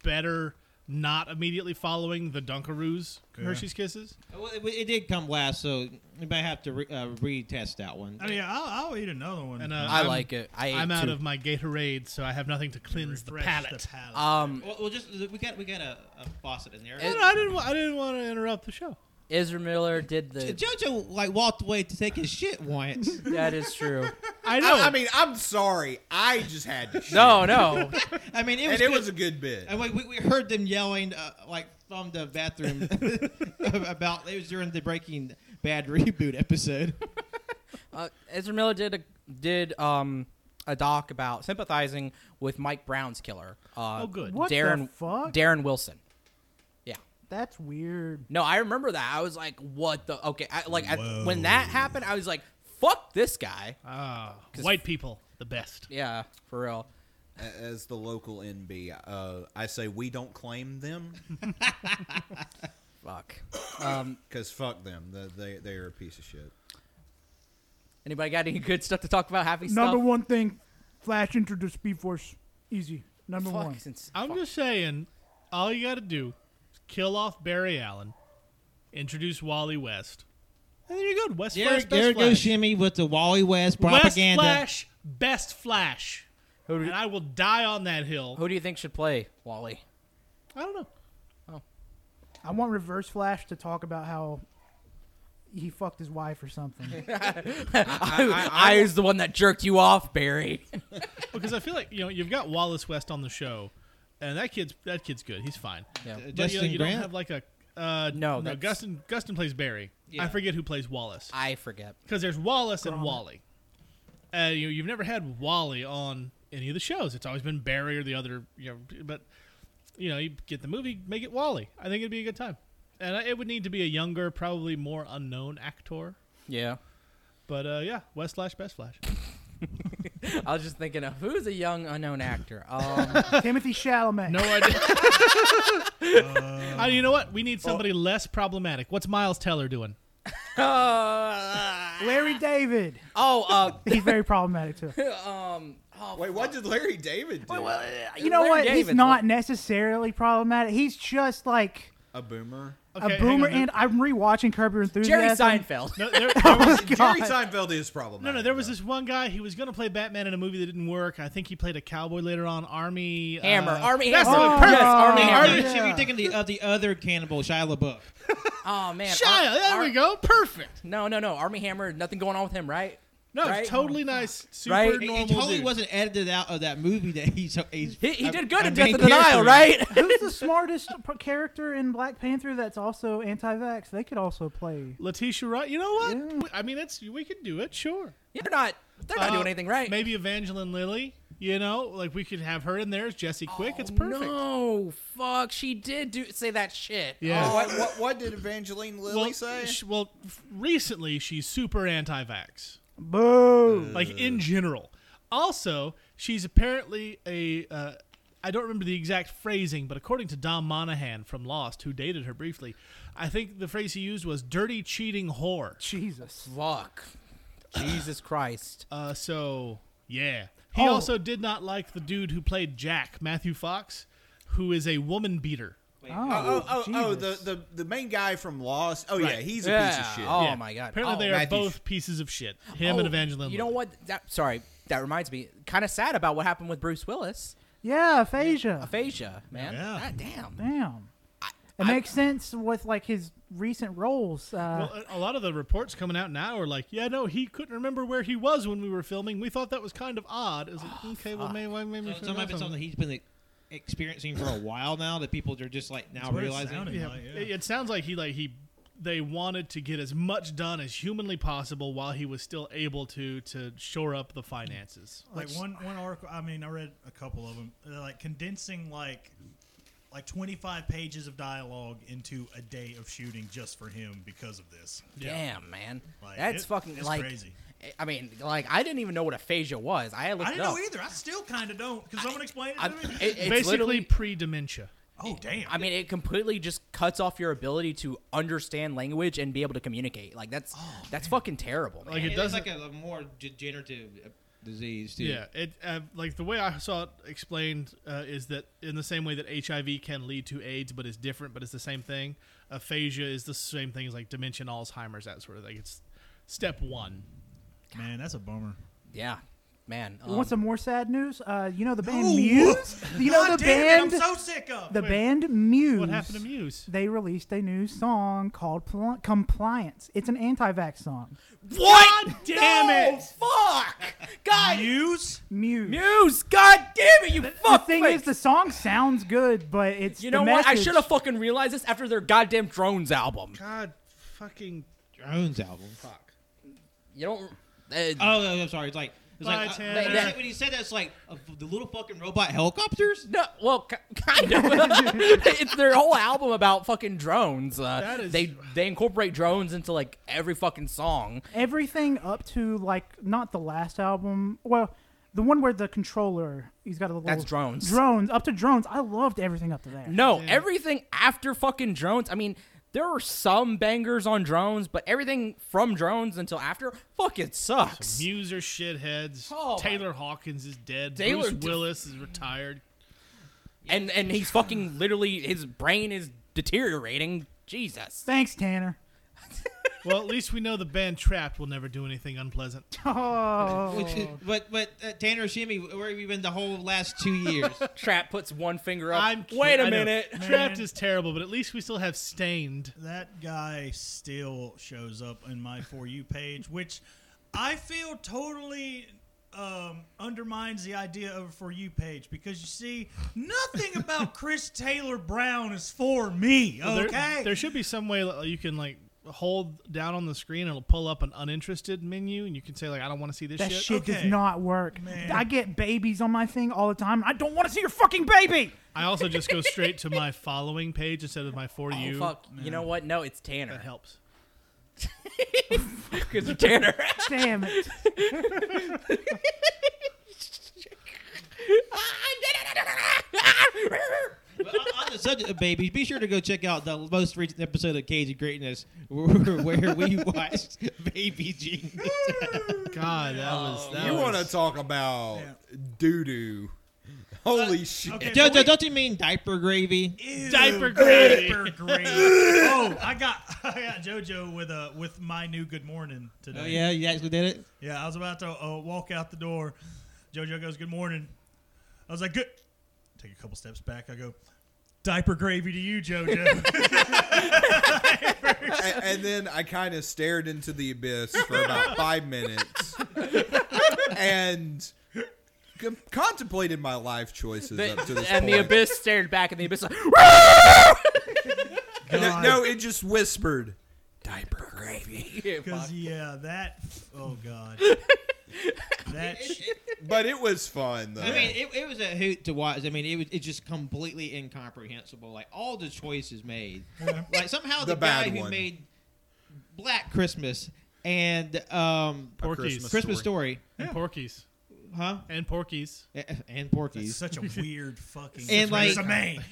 [SPEAKER 6] better not immediately following the Dunkaroos Hershey's Kisses.
[SPEAKER 1] Well, it, it did come last, so you might have to re- uh, retest that one.
[SPEAKER 7] I mean, I'll, I'll eat another one.
[SPEAKER 6] And uh,
[SPEAKER 5] I
[SPEAKER 6] I'm-
[SPEAKER 5] like it. I ate
[SPEAKER 6] I'm out
[SPEAKER 5] two.
[SPEAKER 6] of my Gatorade, so I have nothing to cleanse the
[SPEAKER 7] Refresh
[SPEAKER 6] palate.
[SPEAKER 7] palate.
[SPEAKER 5] Um,
[SPEAKER 1] well, well, just uh, we got we got a, a faucet in there.
[SPEAKER 5] It-
[SPEAKER 6] I didn't. wa- I didn't want to interrupt the show.
[SPEAKER 5] Ezra Miller did the.
[SPEAKER 1] JoJo like walked away to take his shit once.
[SPEAKER 5] that is true.
[SPEAKER 6] I know.
[SPEAKER 4] I, I mean, I'm sorry. I just had to. Shit.
[SPEAKER 5] No, no.
[SPEAKER 1] I mean, it was
[SPEAKER 4] and it
[SPEAKER 1] good.
[SPEAKER 4] was a good bit.
[SPEAKER 1] And we, we, we heard them yelling uh, like from the bathroom about it was during the Breaking Bad reboot episode.
[SPEAKER 5] Uh, Ezra Miller did a did um a doc about sympathizing with Mike Brown's killer. Uh,
[SPEAKER 6] Oh, good.
[SPEAKER 3] What the
[SPEAKER 5] Darren
[SPEAKER 3] fuck?
[SPEAKER 5] Darren Wilson. Yeah.
[SPEAKER 3] That's weird.
[SPEAKER 5] No, I remember that. I was like, "What the? Okay." I, like I,
[SPEAKER 7] Whoa.
[SPEAKER 5] when that happened, I was like, "Fuck this guy."
[SPEAKER 6] Ah, white people, the best.
[SPEAKER 5] Yeah, for real.
[SPEAKER 4] A- As the local NB, uh, I say we don't claim them
[SPEAKER 5] Fuck. Um,
[SPEAKER 4] because fuck them. The- They they are a piece of shit.
[SPEAKER 5] anybody got any good stuff to talk about? Happy
[SPEAKER 3] Number
[SPEAKER 5] stuff.
[SPEAKER 3] one thing, Flash introduced Speed Force. Easy. Number
[SPEAKER 5] Fuck,
[SPEAKER 3] one.
[SPEAKER 5] since-
[SPEAKER 6] I'm
[SPEAKER 5] fuck.
[SPEAKER 6] just saying, all you got to do is kill off Barry Allen, introduce Wally West, and there you go. West
[SPEAKER 1] There,
[SPEAKER 6] Flash, best
[SPEAKER 1] there goes
[SPEAKER 6] Flash.
[SPEAKER 1] Jimmy with the Wally West
[SPEAKER 6] West
[SPEAKER 1] propaganda.
[SPEAKER 6] Flash, best Flash.
[SPEAKER 5] Who do-
[SPEAKER 6] and I will die on that hill.
[SPEAKER 5] Who do you think should play Wally?
[SPEAKER 6] I don't know.
[SPEAKER 3] I want Reverse Flash to talk about how he fucked his wife or something.
[SPEAKER 5] I, I, was the one that jerked you off, Barry.
[SPEAKER 6] Because I feel like you know you've got Wallace West on the show, and that kid's that kid's good. He's fine.
[SPEAKER 5] Yeah.
[SPEAKER 6] But, you know,
[SPEAKER 1] Justin
[SPEAKER 6] you
[SPEAKER 1] Grant?
[SPEAKER 6] don't have like a uh,
[SPEAKER 5] No,
[SPEAKER 6] no.
[SPEAKER 5] that's-
[SPEAKER 6] Gustin Gustin plays Barry.
[SPEAKER 1] Yeah.
[SPEAKER 6] I forget who plays Wallace.
[SPEAKER 5] I forget.
[SPEAKER 6] because there's Wallace and Wally. Uh, you you've never had Wally on any of the shows. It's always been Barry or the other. You know, but you know, you get the movie, make it Wally. I think it'd be a good time, and uh, it would need to be a younger, probably more unknown actor.
[SPEAKER 5] Yeah.
[SPEAKER 6] But uh, yeah, West Flash, Best Flash.
[SPEAKER 5] I was just thinking of who's a young unknown actor. Um,
[SPEAKER 3] Timothy Chalamet.
[SPEAKER 6] No idea. Uh, you know what? We need somebody less problematic. What's Miles Teller doing?
[SPEAKER 5] uh,
[SPEAKER 3] Larry David.
[SPEAKER 5] oh, uh,
[SPEAKER 3] He's very problematic too.
[SPEAKER 5] um, oh,
[SPEAKER 4] Wait, what did Larry David do?
[SPEAKER 3] You know
[SPEAKER 5] Larry
[SPEAKER 3] what? He's
[SPEAKER 5] David.
[SPEAKER 3] not necessarily problematic. He's just like
[SPEAKER 4] a boomer.
[SPEAKER 6] Okay,
[SPEAKER 3] a
[SPEAKER 6] hang
[SPEAKER 3] boomer.
[SPEAKER 6] on. There-
[SPEAKER 3] And I'm rewatching Curb Your
[SPEAKER 5] Jerry
[SPEAKER 3] Enthusiasm.
[SPEAKER 5] Seinfeld.
[SPEAKER 6] No, there, there was,
[SPEAKER 4] Jerry Seinfeld is problematic.
[SPEAKER 6] no, no. There was this one guy. He was going to play Batman in a movie that didn't work. I think he played a cowboy later on. Army
[SPEAKER 5] Hammer.
[SPEAKER 6] uh,
[SPEAKER 5] Army
[SPEAKER 6] that's
[SPEAKER 5] Hammer.
[SPEAKER 6] The, perfect.
[SPEAKER 5] Yes, Army
[SPEAKER 1] Are you
[SPEAKER 5] Hammer.
[SPEAKER 1] should be thinking the, of the other cannibal, Shia LaBeouf?
[SPEAKER 5] Oh man,
[SPEAKER 6] Shia,
[SPEAKER 5] Ar-
[SPEAKER 6] there
[SPEAKER 5] Ar-
[SPEAKER 6] we go. Perfect.
[SPEAKER 5] No, no, no. Army Hammer, nothing going on with him, right?
[SPEAKER 6] No,
[SPEAKER 5] Right?
[SPEAKER 6] it's totally nice. Super
[SPEAKER 5] Right? It- it
[SPEAKER 1] He,
[SPEAKER 6] normal.
[SPEAKER 1] he totally
[SPEAKER 6] dude.
[SPEAKER 1] wasn't edited out of that movie that he's. he's
[SPEAKER 5] He, he
[SPEAKER 1] a-
[SPEAKER 5] did good
[SPEAKER 1] a
[SPEAKER 5] in Death
[SPEAKER 1] main
[SPEAKER 5] of the Nile,
[SPEAKER 1] character.
[SPEAKER 5] right?
[SPEAKER 3] Who's the smartest p- character in Black Panther that's also anti-vax? They could also play.
[SPEAKER 6] Letitia Wright. You know what? I mean, it's we could do it. Sure.
[SPEAKER 5] Yeah, they're not. They're not
[SPEAKER 6] Uh,
[SPEAKER 5] doing anything right.
[SPEAKER 6] Maybe Evangeline Lilly. You know, like we could have her in there as Jesse Quick. it's perfect.
[SPEAKER 5] Oh, No, fuck. She did do say that shit.
[SPEAKER 6] Yeah.
[SPEAKER 4] What, what, what did Evangeline
[SPEAKER 5] Oh,
[SPEAKER 4] Lilly
[SPEAKER 6] well,
[SPEAKER 4] say?
[SPEAKER 6] sh- well, f- recently she's super anti-vax.
[SPEAKER 3] Boo!
[SPEAKER 5] Uh.
[SPEAKER 6] like in general. Also, she's apparently a. Uh, I don't remember the exact phrasing, but according to Dom Monahan from Lost, who dated her briefly, I think the phrase he used was "dirty cheating whore."
[SPEAKER 3] Jesus.
[SPEAKER 5] Fuck. Jesus Christ.
[SPEAKER 6] Uh, so yeah, he
[SPEAKER 3] Oh.
[SPEAKER 6] also did not like the dude who played Jack, Matthew Fox, who is a woman beater.
[SPEAKER 4] Oh, oh, oh, oh, the,
[SPEAKER 3] Jesus.
[SPEAKER 4] the, the main guy from Lost. Oh, yeah, he's a piece of shit.
[SPEAKER 5] Oh
[SPEAKER 6] Yeah.
[SPEAKER 5] my god.
[SPEAKER 6] Apparently,
[SPEAKER 5] oh,
[SPEAKER 6] they are
[SPEAKER 4] Matthew-
[SPEAKER 6] both pieces of shit. Him and
[SPEAKER 5] Oh,
[SPEAKER 6] Evangeline.
[SPEAKER 5] You know
[SPEAKER 6] Lilly.
[SPEAKER 5] what? That, sorry, that reminds me. Kind of sad about what happened with Bruce Willis.
[SPEAKER 3] Yeah, aphasia.
[SPEAKER 5] Aphasia, man.
[SPEAKER 7] Yeah.
[SPEAKER 5] God damn.
[SPEAKER 3] Damn. It makes sense with like his recent roles. Uh,
[SPEAKER 6] Well, a a lot of the reports coming out now are like, yeah, no, he couldn't remember where he was when we were filming. We thought that was kind of odd. It was like, okay, well, maybe, maybe we
[SPEAKER 1] So, so
[SPEAKER 6] should
[SPEAKER 1] it
[SPEAKER 6] have
[SPEAKER 1] might be something
[SPEAKER 6] done something.
[SPEAKER 1] he's been like, experiencing for a while now that people are just like now
[SPEAKER 7] That's what it
[SPEAKER 1] realizing.
[SPEAKER 7] sounded
[SPEAKER 6] Yeah,
[SPEAKER 7] like,
[SPEAKER 6] It, it sounds like he like he they wanted to get as much done as humanly possible while he was still able to to shore up the finances.
[SPEAKER 7] like one one article. I mean, I read a couple of them. They're like condensing like like 25 pages of dialogue into a day of shooting just for him because of this.
[SPEAKER 5] Damn, man.
[SPEAKER 7] Like,
[SPEAKER 5] That's
[SPEAKER 7] it-
[SPEAKER 5] fucking
[SPEAKER 7] it's
[SPEAKER 5] like.
[SPEAKER 7] crazy.
[SPEAKER 5] I mean, like I didn't even know what aphasia was. I looked
[SPEAKER 7] I
[SPEAKER 5] it
[SPEAKER 7] didn't
[SPEAKER 5] up.
[SPEAKER 7] know either. I still kind of don't. Can someone explain it
[SPEAKER 5] I,
[SPEAKER 7] to me?
[SPEAKER 5] it- it's
[SPEAKER 6] Basically
[SPEAKER 5] literally-
[SPEAKER 6] pre dementia.
[SPEAKER 7] oh damn!
[SPEAKER 5] I mean, it completely just cuts off your ability to understand language and be able to communicate. Like that's
[SPEAKER 7] Oh,
[SPEAKER 5] that's fucking terrible, man.
[SPEAKER 6] Like it
[SPEAKER 1] It is
[SPEAKER 6] doesn't.
[SPEAKER 1] like a, a more degenerative uh, disease too.
[SPEAKER 6] yeah, it uh, like the way I saw it explained uh, is that in the same way that HIV can lead to AIDS, but is different, but it's the same thing. Aphasia is the same thing as like dementia, and Alzheimer's, that sort of thing. It's step one.
[SPEAKER 7] man, that's a bummer.
[SPEAKER 5] yeah, man.
[SPEAKER 3] you
[SPEAKER 5] Um,
[SPEAKER 3] want some more sad news? Uh, you know the band
[SPEAKER 7] No!
[SPEAKER 3] Muse. You know
[SPEAKER 7] God
[SPEAKER 3] the
[SPEAKER 7] damn
[SPEAKER 3] band.
[SPEAKER 7] It, I'm so sick of.
[SPEAKER 3] the
[SPEAKER 6] Wait,
[SPEAKER 3] band Muse.
[SPEAKER 6] What happened to Muse?
[SPEAKER 3] They released a new song called Pl- "Compliance." It's an anti-vax song.
[SPEAKER 5] what?
[SPEAKER 6] damn
[SPEAKER 5] No,
[SPEAKER 6] it!
[SPEAKER 5] Fuck, God,
[SPEAKER 7] Muse.
[SPEAKER 3] Muse.
[SPEAKER 5] Muse, God damn it, you
[SPEAKER 3] The
[SPEAKER 5] fuck
[SPEAKER 3] thing is, the song sounds good, but it's
[SPEAKER 5] You
[SPEAKER 3] the
[SPEAKER 5] know what? I
[SPEAKER 3] message-
[SPEAKER 5] should have fucking realized this after their goddamn drones album.
[SPEAKER 6] God, fucking
[SPEAKER 1] Jones album.
[SPEAKER 5] You don't. Uh,
[SPEAKER 1] Oh, no, no, I'm sorry. It's like. It's
[SPEAKER 6] Bye,
[SPEAKER 1] like, uh,
[SPEAKER 6] Tanner.
[SPEAKER 1] it's like when he said that, it's like uh, the little fucking robot helicopters.
[SPEAKER 5] no, well, ki- kind of. it's their whole album about fucking drones. Uh,
[SPEAKER 6] That is-
[SPEAKER 5] They they incorporate drones into like every fucking song.
[SPEAKER 3] everything up to like not the last album. Well, the one where the controller he's got a little
[SPEAKER 5] That's drones.
[SPEAKER 3] Drones up to drones. I loved everything up to there.
[SPEAKER 5] No, everything after fucking drones. I mean, there were some bangers on drones, but everything from drones until after fucking sucks.
[SPEAKER 6] Muse are shitheads.
[SPEAKER 5] Oh, my-
[SPEAKER 6] Taylor Hawkins is dead.
[SPEAKER 5] Taylor
[SPEAKER 6] Bruce
[SPEAKER 5] d-
[SPEAKER 6] Willis is retired.
[SPEAKER 5] And and he's fucking literally his brain is deteriorating. Jesus.
[SPEAKER 3] Thanks, Tanner.
[SPEAKER 6] Well, at least we know the band Trapped will never do anything unpleasant.
[SPEAKER 3] Oh,
[SPEAKER 1] Which is, but but uh, Tanner Shimmy, where have you been the whole last two years?
[SPEAKER 5] Trap puts one finger up.
[SPEAKER 6] I'm
[SPEAKER 5] Wait
[SPEAKER 6] a
[SPEAKER 5] a minute.
[SPEAKER 6] Trapped is terrible, but at least we still have Stained.
[SPEAKER 7] That guy still shows up in my for you page, which I feel totally um, undermines the idea of a for you page because you see nothing about Chris Taylor Brown is for me.
[SPEAKER 6] There-
[SPEAKER 7] Okay,
[SPEAKER 6] There, should be some way that you can like hold down on the screen and it'll pull up an uninterested menu and you can say like I don't want to see this
[SPEAKER 3] that
[SPEAKER 6] shit.
[SPEAKER 3] shit does
[SPEAKER 7] Okay.
[SPEAKER 3] not work.
[SPEAKER 7] Man.
[SPEAKER 3] I get babies on my thing all the time. I don't want to see your fucking baby.
[SPEAKER 6] I also just go straight to my following page instead of my for
[SPEAKER 5] Oh,
[SPEAKER 6] you.
[SPEAKER 5] fuck. You know what? No, it's Tanner.
[SPEAKER 6] That helps.
[SPEAKER 5] Because of Tanner.
[SPEAKER 3] Damn it.
[SPEAKER 1] But on- on the subject of babies, be sure to go check out the most recent episode of Cage of Greatness, where, where we watched Baby Genius.
[SPEAKER 6] God, that
[SPEAKER 5] Oh.
[SPEAKER 6] was that
[SPEAKER 4] You
[SPEAKER 6] was-
[SPEAKER 4] want to talk about doo doo. Holy shit.
[SPEAKER 7] okay.
[SPEAKER 1] Don't, don't- don't you mean diaper gravy?
[SPEAKER 6] diaper gravy.
[SPEAKER 7] Diaper green. oh, I got I got JoJo with uh with my new good morning today.
[SPEAKER 1] Oh yeah, you actually did it.
[SPEAKER 7] Yeah, I was about to uh, walk out the door. JoJo goes, "Good morning." I was like, "Good." Take a couple steps back. I go, diaper gravy to you, JoJo.
[SPEAKER 4] and, and then I kind of stared into the abyss for about five minutes, and con- contemplated my life choices up to this
[SPEAKER 5] and the
[SPEAKER 4] point.
[SPEAKER 5] abyss stared back, and the abyss like,
[SPEAKER 4] No, no, it just whispered, "Diaper gravy."
[SPEAKER 7] Because yeah, that. Oh god. That. sh-
[SPEAKER 4] But it was fun though.
[SPEAKER 1] I mean, it, it was a hoot to watch. I mean, it was it's just completely incomprehensible. Like all the choices made, like somehow the,
[SPEAKER 4] The bad
[SPEAKER 1] guy who
[SPEAKER 4] one.
[SPEAKER 1] made Black Christmas and um,
[SPEAKER 4] A
[SPEAKER 2] Porky's.
[SPEAKER 1] Christmas Story,
[SPEAKER 2] And Porky's.
[SPEAKER 1] huh?
[SPEAKER 2] And Porky's.
[SPEAKER 1] A- And
[SPEAKER 7] That's
[SPEAKER 1] Porky's
[SPEAKER 7] such a weird fucking.
[SPEAKER 1] And, like-
[SPEAKER 7] it's a man.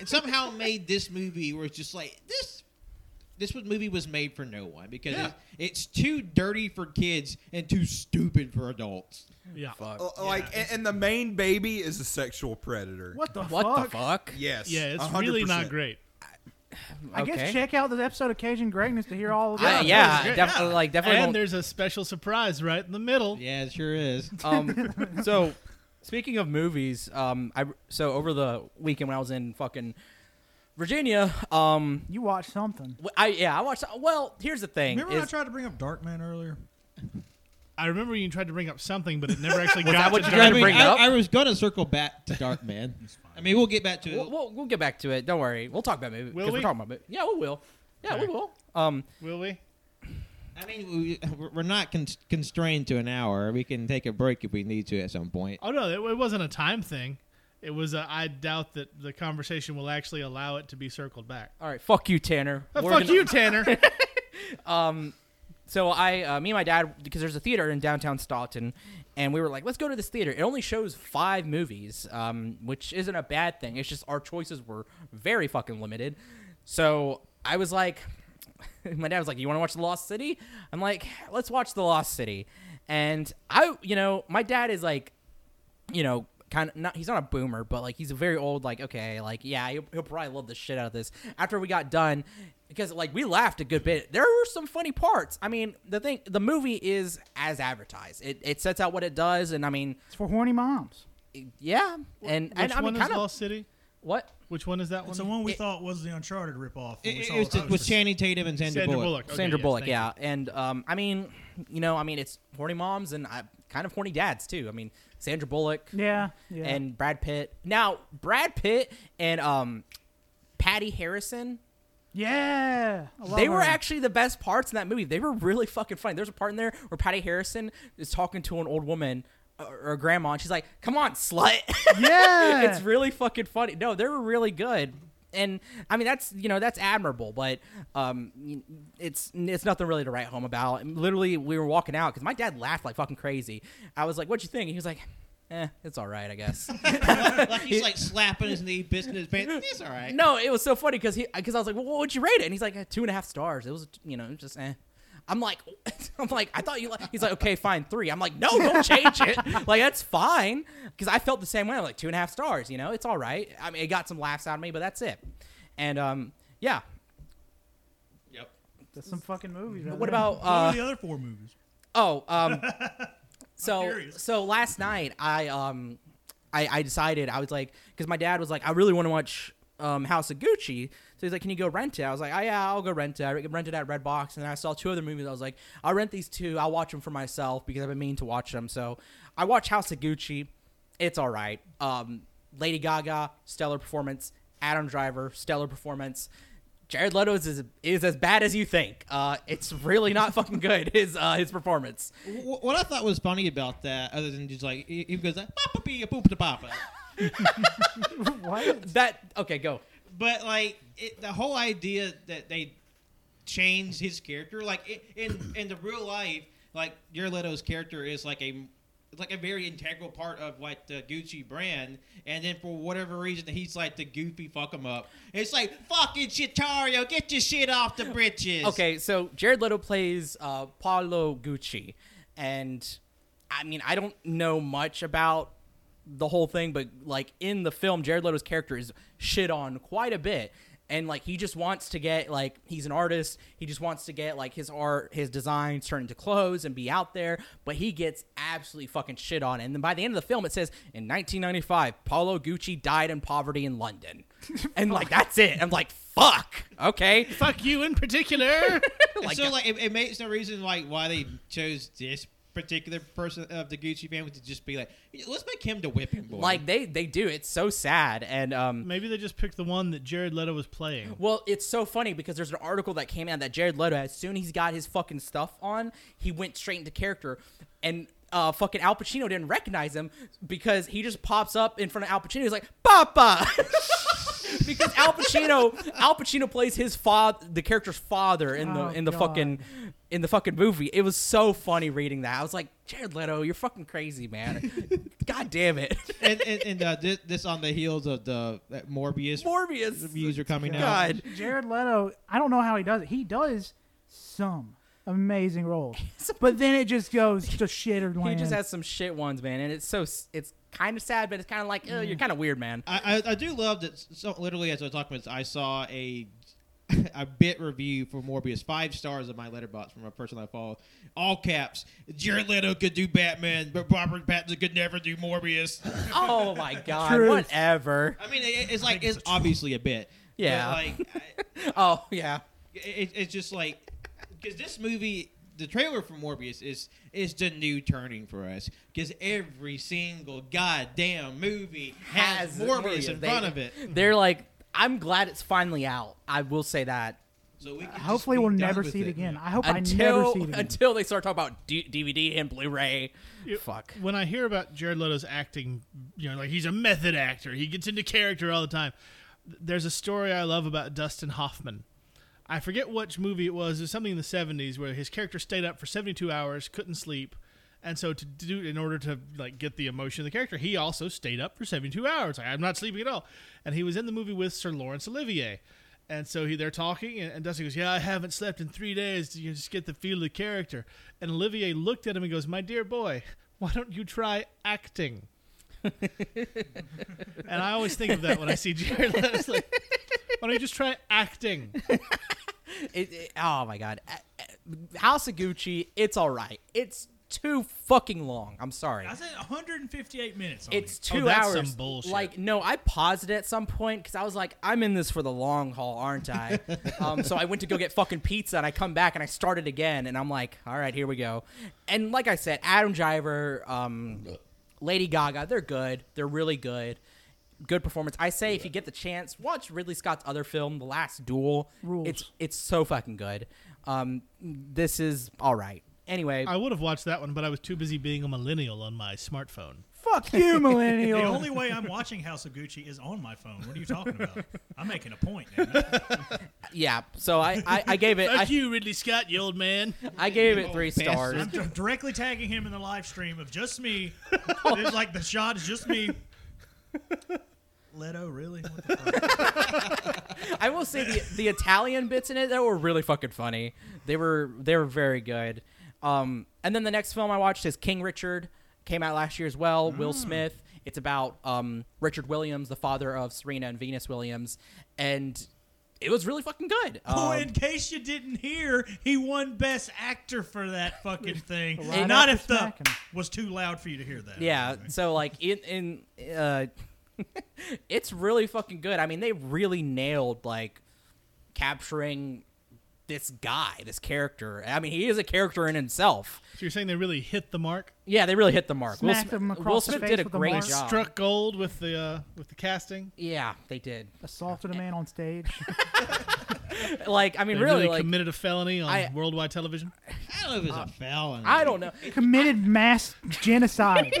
[SPEAKER 1] and somehow made this movie where it's just like this. This was- movie was made for no one because
[SPEAKER 2] Yeah.
[SPEAKER 1] it's, it's too dirty for kids and too stupid for adults.
[SPEAKER 2] Yeah.
[SPEAKER 4] L- like, and, and the main baby is a sexual predator.
[SPEAKER 3] What the
[SPEAKER 5] "What
[SPEAKER 3] fuck?
[SPEAKER 5] the fuck?"
[SPEAKER 4] Yes.
[SPEAKER 2] Yeah, it's
[SPEAKER 4] 100%.
[SPEAKER 2] really not great.
[SPEAKER 3] I
[SPEAKER 5] Okay.
[SPEAKER 3] guess check out this episode of Cajun Greatness to hear all of
[SPEAKER 5] I-
[SPEAKER 3] that.
[SPEAKER 5] yeah,
[SPEAKER 2] great.
[SPEAKER 5] def- like definitely.
[SPEAKER 2] And
[SPEAKER 5] won't-
[SPEAKER 2] there's a special surprise right in the middle.
[SPEAKER 1] Yeah, it sure is.
[SPEAKER 5] Um, so speaking of movies, um, I so over the weekend when I was in fucking Virginia, um,
[SPEAKER 3] You watch something.
[SPEAKER 5] w- I yeah I watched. Well, here's the thing.
[SPEAKER 7] Remember when I
[SPEAKER 5] is-
[SPEAKER 7] tried to bring up Darkman earlier?
[SPEAKER 2] I remember you tried to bring up something, but it never actually got
[SPEAKER 5] that
[SPEAKER 2] to
[SPEAKER 5] what you
[SPEAKER 2] Dark-
[SPEAKER 5] tried
[SPEAKER 1] I,
[SPEAKER 5] to
[SPEAKER 1] mean,
[SPEAKER 5] bring
[SPEAKER 1] I-
[SPEAKER 5] up?
[SPEAKER 1] I was gonna circle back to Dark Man. I mean, we'll get back to it.
[SPEAKER 5] We'll, we'll, we'll get back to it. Don't worry. We'll talk about movie
[SPEAKER 2] Will
[SPEAKER 5] because we're
[SPEAKER 2] we?
[SPEAKER 5] talking about it. Yeah, we will. Yeah, we
[SPEAKER 2] Okay.
[SPEAKER 5] will. Um,
[SPEAKER 2] Will we?
[SPEAKER 1] I mean, we, we're- we're not con- constrained to an hour. We can take a break if we need to at some point.
[SPEAKER 2] Oh no, it, it wasn't a time thing. It was. A, I doubt that the conversation will actually allow it to be circled back.
[SPEAKER 5] all right. Fuck you, Tanner.
[SPEAKER 6] Oh,
[SPEAKER 2] Uh,
[SPEAKER 5] We're
[SPEAKER 2] fuck
[SPEAKER 5] gonna-
[SPEAKER 2] you, Tanner.
[SPEAKER 5] So I, uh, me and my dad, because there's a theater in downtown Staunton, and we were like, let's go to this theater. It only shows five movies, um, which isn't a bad thing. It's just our choices were very fucking limited. So I was like, my dad was like, you want to watch The Lost City? I'm like, let's watch The Lost City. And I, you know, my dad is like, you know, kind of not he's not a boomer, but like he's a very old like okay, like yeah, he'll, he'll probably love the shit out of this. After we got done because like we laughed a good bit. There were some funny parts. I mean, the thing the movie is as advertised. It it sets out what it does and I mean,
[SPEAKER 3] It's for horny moms.
[SPEAKER 5] yeah. And
[SPEAKER 2] Which
[SPEAKER 5] and I
[SPEAKER 2] one
[SPEAKER 5] mean
[SPEAKER 2] is
[SPEAKER 5] kind of
[SPEAKER 2] Lost City?
[SPEAKER 5] what?
[SPEAKER 2] Which one is that one?
[SPEAKER 7] It's the one we
[SPEAKER 5] It-
[SPEAKER 7] thought was the Uncharted ripoff. when
[SPEAKER 1] It,
[SPEAKER 7] we
[SPEAKER 1] it
[SPEAKER 7] saw
[SPEAKER 1] was
[SPEAKER 7] the
[SPEAKER 1] with
[SPEAKER 7] posters.
[SPEAKER 1] Channing Tatum and
[SPEAKER 2] oh,
[SPEAKER 1] Sandra,
[SPEAKER 2] Sandra
[SPEAKER 1] Bullock.
[SPEAKER 2] Bullock. Okay,
[SPEAKER 5] Sandra
[SPEAKER 2] yes,
[SPEAKER 5] Bullock,
[SPEAKER 2] thank
[SPEAKER 5] yeah.
[SPEAKER 2] you.
[SPEAKER 5] And um I mean, you know, I mean, it's horny moms and I, kind of horny dads too. I mean, Sandra Bullock
[SPEAKER 3] Yeah. Yeah.
[SPEAKER 5] and Brad Pitt. Now, Brad Pitt and um Patty Harrison
[SPEAKER 3] yeah. I love
[SPEAKER 5] they were
[SPEAKER 3] her.
[SPEAKER 5] actually the best parts in that movie. They were really fucking funny. There's a part in there where Patty Harrison is talking to an old woman uh, or a grandma, and she's like, "Come on, slut."
[SPEAKER 3] Yeah.
[SPEAKER 5] it's really fucking funny. No, they were really good. And I mean that's you know that's admirable, but um, y- it's it's nothing really to write home about. And literally, we were walking out because my dad laughed like fucking crazy. I was like, "What'd you think?" And he was like, "Eh, it's all right, I guess."
[SPEAKER 1] Like he's like slapping his knee, pissing his pants. It's all right.
[SPEAKER 5] No, it was so funny because he because I was like, well, what would you rate it? And he's like, "Eh, two and a half stars. It was you know just eh. I'm like, I'm like, I thought you. Like, he's like, okay, fine, three. I'm like, no, don't change it. Like that's fine because I felt the same way. I'm like two and a half stars. You know, it's all right. I mean, it got some laughs out of me, but that's it. And um, yeah.
[SPEAKER 1] Yep.
[SPEAKER 3] That's some fucking movies. Right
[SPEAKER 5] What
[SPEAKER 3] there.
[SPEAKER 5] about
[SPEAKER 7] What were
[SPEAKER 5] uh?
[SPEAKER 7] the other four movies?
[SPEAKER 5] Oh, um, so
[SPEAKER 7] curious.
[SPEAKER 5] so last night I um I, I decided I was like because my dad was like I really want to watch um House of Gucci so he's like can you go rent it I was like oh yeah I'll go rent it I re- rented it at Redbox and then I saw two other movies I was like I'll rent these two I'll watch them for myself because I've been meaning to watch them so I watched House of Gucci it's all right um Lady Gaga stellar performance Adam Driver stellar performance Jared Leto's is is as bad as you think. Uh, it's really not fucking good. His uh, his performance.
[SPEAKER 1] Wh- What I thought was funny about that, other than just like he he goes like papa be a poop to papa,
[SPEAKER 3] what?
[SPEAKER 5] That okay, go.
[SPEAKER 1] but like it, the whole idea that they changed his character, like i in in the real life, like Jared Leto's character is like a it's like a very integral part of like the Gucci brand, and then for whatever reason he's like the goofy fuck 'em up. It's like fucking Chitario, get your shit off the britches.
[SPEAKER 5] Okay, so Jared Leto plays uh, Paolo Gucci, and I mean I don't know much about the whole thing, but like in the film, Jared Leto's character is shit on quite a bit, and like he just wants to get like he's an artist he just wants to get like his art his designs turned into clothes and be out there but he gets absolutely fucking shit on and then by the end of the film it says in 1995 paolo gucci died in poverty in london and like that's it i'm like fuck okay
[SPEAKER 6] Fuck you in particular.
[SPEAKER 5] like,
[SPEAKER 1] so like it, it makes no reason like why they chose this particular person of the Gucci family to just be like, let's make him the whipping boy.
[SPEAKER 5] like they they do it's so sad and um
[SPEAKER 6] Maybe they just picked the one that Jared Leto was playing.
[SPEAKER 5] Well, it's so funny because there's an article that came out that Jared Leto, as soon as he's got his fucking stuff on, he went straight into character, and uh, fucking Al Pacino didn't recognize him because he just pops up in front of Al Pacino. He's like, "Papa," because Al Pacino, Al Pacino plays his father, the character's father in the
[SPEAKER 3] Oh,
[SPEAKER 5] in the
[SPEAKER 3] God.
[SPEAKER 5] fucking in the fucking movie. It was so funny reading that. I was like, Jared Leto, you're fucking crazy, man. God damn it,
[SPEAKER 1] and and, and uh, this, this on the heels of the that Morbius
[SPEAKER 5] Morbius.
[SPEAKER 1] reviews are coming out.
[SPEAKER 5] God,
[SPEAKER 3] Jared Leto, I don't know how he does it. He does some amazing roles, but then it just goes to shitter land.
[SPEAKER 5] He just has some shit ones, man, and it's so it's kind of sad, but it's kind of like, oh, you're kind of weird, man.
[SPEAKER 1] I, I I do love that. So literally, as I was talking about, this, I saw a a bit review for Morbius, five stars of my letterbox from a person I follow, all caps. Jared Leto could do Batman, but Robert Pattinson could never do Morbius.
[SPEAKER 5] oh my god,
[SPEAKER 3] Truth.
[SPEAKER 5] whatever.
[SPEAKER 1] I mean, it, it's like it's obviously a bit.
[SPEAKER 5] Yeah.
[SPEAKER 1] But like, I-
[SPEAKER 5] Oh yeah,
[SPEAKER 1] it, it's just like because this movie the trailer for morbius is is the new turning for us because every single goddamn movie has,
[SPEAKER 5] Has
[SPEAKER 1] morbius,
[SPEAKER 5] Morbius.
[SPEAKER 1] in
[SPEAKER 5] They-
[SPEAKER 1] front of it
[SPEAKER 5] they're like, I'm glad it's finally out. I will say that
[SPEAKER 1] so we can just
[SPEAKER 3] Hopefully,
[SPEAKER 1] be
[SPEAKER 3] we'll
[SPEAKER 1] done
[SPEAKER 3] never
[SPEAKER 1] with
[SPEAKER 3] see it again. I hope I never
[SPEAKER 5] until
[SPEAKER 3] see it again.
[SPEAKER 5] until they start talking about D- DVD and Blu-ray. Fuck.
[SPEAKER 6] When I hear about Jared Leto's acting, you know, like he's a method actor. He gets into character all the time. There's a story I love about Dustin Hoffman. I forget which movie it was. It was something in the 70s where his character stayed up for 72 hours, couldn't sleep. And so to do in order to like get the emotion of the character, he also stayed up for 72 hours. Like, I'm not sleeping at all. And he was in the movie with Sir Lawrence Olivier. And so he, they're talking, and, and Dustin goes, "Yeah, I haven't slept in three days. You just get the feel of the character." And Olivier looked at him and goes, "My dear boy, why don't you try acting?" and I always think of that when I see Jared Leto. It's like, why don't you just try acting?
[SPEAKER 5] It, it- oh my god, Uh, uh, House of Gucci. It's all right. It's too fucking long. I'm sorry.
[SPEAKER 7] I said 158 minutes. On
[SPEAKER 5] It's
[SPEAKER 6] Oh,
[SPEAKER 5] two
[SPEAKER 6] that's
[SPEAKER 5] hours.
[SPEAKER 6] some bullshit.
[SPEAKER 5] Like, no, I paused it at some point because I was like, I'm in this for the long haul, aren't I? um, so I went to go get fucking pizza, and I come back and I started again, and I'm like, all right, here we go. And like I said, Adam Driver, um, Lady Gaga, they're good. They're really good. Good performance. I say, if you get the chance, watch Ridley Scott's other film, The Last Duel.
[SPEAKER 3] Rules.
[SPEAKER 5] It's it's so fucking good. Um, this is all right. Anyway,
[SPEAKER 6] I would have watched that one, but I was too busy being a millennial on my smartphone.
[SPEAKER 3] Fuck you,
[SPEAKER 7] here.
[SPEAKER 3] millennial.
[SPEAKER 7] the only way I'm watching House of Gucci is on my phone. What are you talking about? I'm making a point. Now.
[SPEAKER 5] yeah. So I I, I gave it
[SPEAKER 6] Fuck
[SPEAKER 5] I,
[SPEAKER 6] you, Ridley Scott, you old man.
[SPEAKER 5] I gave it
[SPEAKER 1] You
[SPEAKER 5] three
[SPEAKER 1] old bastard.
[SPEAKER 5] stars.
[SPEAKER 7] I'm d- directly tagging him in the live stream of just me. it's like the shot is just me. Leto, really? What the fuck?
[SPEAKER 5] I will say the the Italian bits in it that were really fucking funny. They were they were very good. Um, and then the next film I watched is King Richard, came out last year as well. Will Smith. It's about um, Richard Williams, the father of Serena and Venus Williams, and it was really fucking good.
[SPEAKER 7] Oh,
[SPEAKER 5] Um,
[SPEAKER 7] in case you didn't hear, he won Best Actor for that fucking thing.
[SPEAKER 3] Right
[SPEAKER 7] Not
[SPEAKER 3] after
[SPEAKER 7] if the
[SPEAKER 3] smacking.
[SPEAKER 7] was too loud for you to hear that.
[SPEAKER 5] Yeah. So like in in uh, it's really fucking good. I mean, they really nailed like capturing this guy, this character. I mean, he is a character in himself.
[SPEAKER 6] So you're saying they really hit the mark?
[SPEAKER 5] Yeah, they really hit the mark. Will,
[SPEAKER 3] Smacked
[SPEAKER 5] Smith-
[SPEAKER 3] him across
[SPEAKER 5] Will
[SPEAKER 3] the
[SPEAKER 5] Smith
[SPEAKER 3] face
[SPEAKER 5] did a
[SPEAKER 3] with a
[SPEAKER 5] great
[SPEAKER 6] They
[SPEAKER 3] mark.
[SPEAKER 5] job.
[SPEAKER 6] struck gold with the uh, with the casting.
[SPEAKER 5] yeah, they did.
[SPEAKER 3] Assaulted a man on stage.
[SPEAKER 5] Like, I mean,
[SPEAKER 6] They
[SPEAKER 5] really,
[SPEAKER 6] really,
[SPEAKER 5] like,
[SPEAKER 6] committed a felony on
[SPEAKER 5] I-
[SPEAKER 6] worldwide television.
[SPEAKER 1] i don't know if it's a felon
[SPEAKER 5] I don't know.
[SPEAKER 3] Committed mass genocide.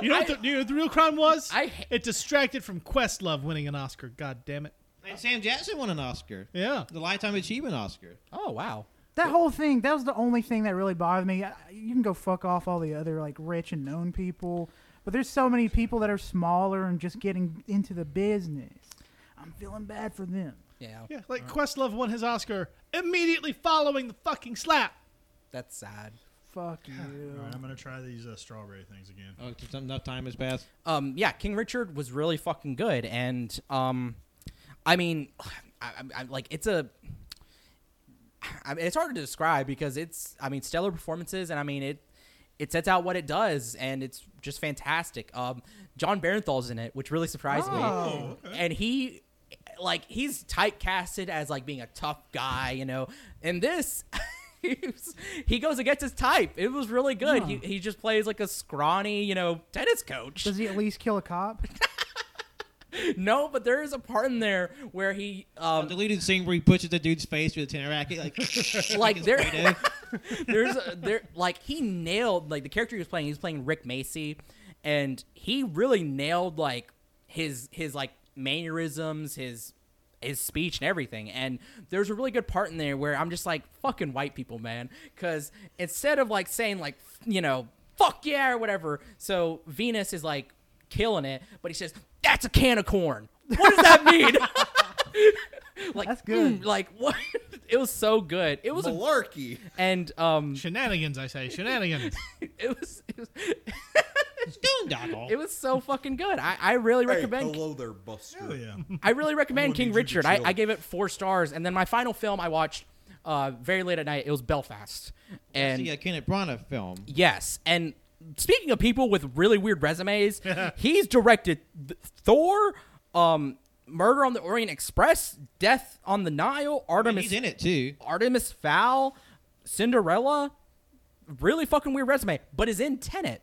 [SPEAKER 6] You know, what the, you know what the real crime was?
[SPEAKER 5] I ha-
[SPEAKER 6] it distracted from Questlove winning an Oscar. God damn it!
[SPEAKER 1] and sam jackson won an oscar
[SPEAKER 6] Yeah,
[SPEAKER 1] the lifetime achievement oscar
[SPEAKER 5] Oh wow.
[SPEAKER 3] That whole thing, that was the only thing that really bothered me. I- You can go fuck off all the other like rich and known people, but there's so many people that are smaller and just getting into the business. I'm feeling bad for them.
[SPEAKER 5] Yeah,
[SPEAKER 6] yeah. Like Questlove won his Oscar immediately following the fucking slap.
[SPEAKER 5] that's sad.
[SPEAKER 3] Fuck you.
[SPEAKER 7] All right, I'm gonna try these uh, strawberry things again.
[SPEAKER 1] oh it's- enough time has passed
[SPEAKER 5] Um, yeah, King Richard was really fucking good, and um, I mean, I, I, I, like it's a. I mean, it's hard to describe because it's I mean stellar performances and I mean it it sets out what it does and it's just fantastic. Um, John Barenthal's in it, which really surprised
[SPEAKER 3] Oh,
[SPEAKER 5] me, and he like he's typecasted as like being a tough guy, you know, and this. he was- He goes against his type. It was really good. He, he just plays like a scrawny, you know, tennis coach.
[SPEAKER 3] Does he at least kill a cop?
[SPEAKER 5] No, but there is a part in there where he um,
[SPEAKER 1] A deleted scene where he pushes the dude's face with a tennis racket. Like,
[SPEAKER 5] like there,
[SPEAKER 1] Fredo.
[SPEAKER 5] there's a, there like he nailed like the character he was playing. He was playing Rick Macy, and he really nailed like his his like mannerisms, his his speech and everything. And there's a really good part in there where I'm just like fucking white people, man, because instead of like saying like f- you know fuck yeah or whatever, so Venus is like killing it, but he says that's a can of corn. What does that mean? like
[SPEAKER 3] That's good.
[SPEAKER 5] mm, like what? It was so good. It was a
[SPEAKER 4] Malarkey.
[SPEAKER 5] and um,
[SPEAKER 6] Shenanigans, I say. Shenanigans.
[SPEAKER 5] it was it was,
[SPEAKER 1] it's Doondoggle.
[SPEAKER 5] it was so fucking good. I, I really
[SPEAKER 4] Hey,
[SPEAKER 5] recommend
[SPEAKER 4] hello there, Buster.
[SPEAKER 7] Oh yeah.
[SPEAKER 5] I really recommend
[SPEAKER 4] I
[SPEAKER 5] King
[SPEAKER 4] need you to
[SPEAKER 5] Richard. I,
[SPEAKER 4] chill.
[SPEAKER 5] I gave it four stars, and then my final film I watched uh, very late at night. It was Belfast, and
[SPEAKER 1] See a Kenneth Branagh film.
[SPEAKER 5] yes, and speaking of people with really weird resumes, he's directed th- Thor, um, Murder on the Orient Express, Death on the Nile, Artemis
[SPEAKER 1] He's in it too.
[SPEAKER 5] Artemis Fowl, Cinderella, really fucking weird resume, but is in Tenet,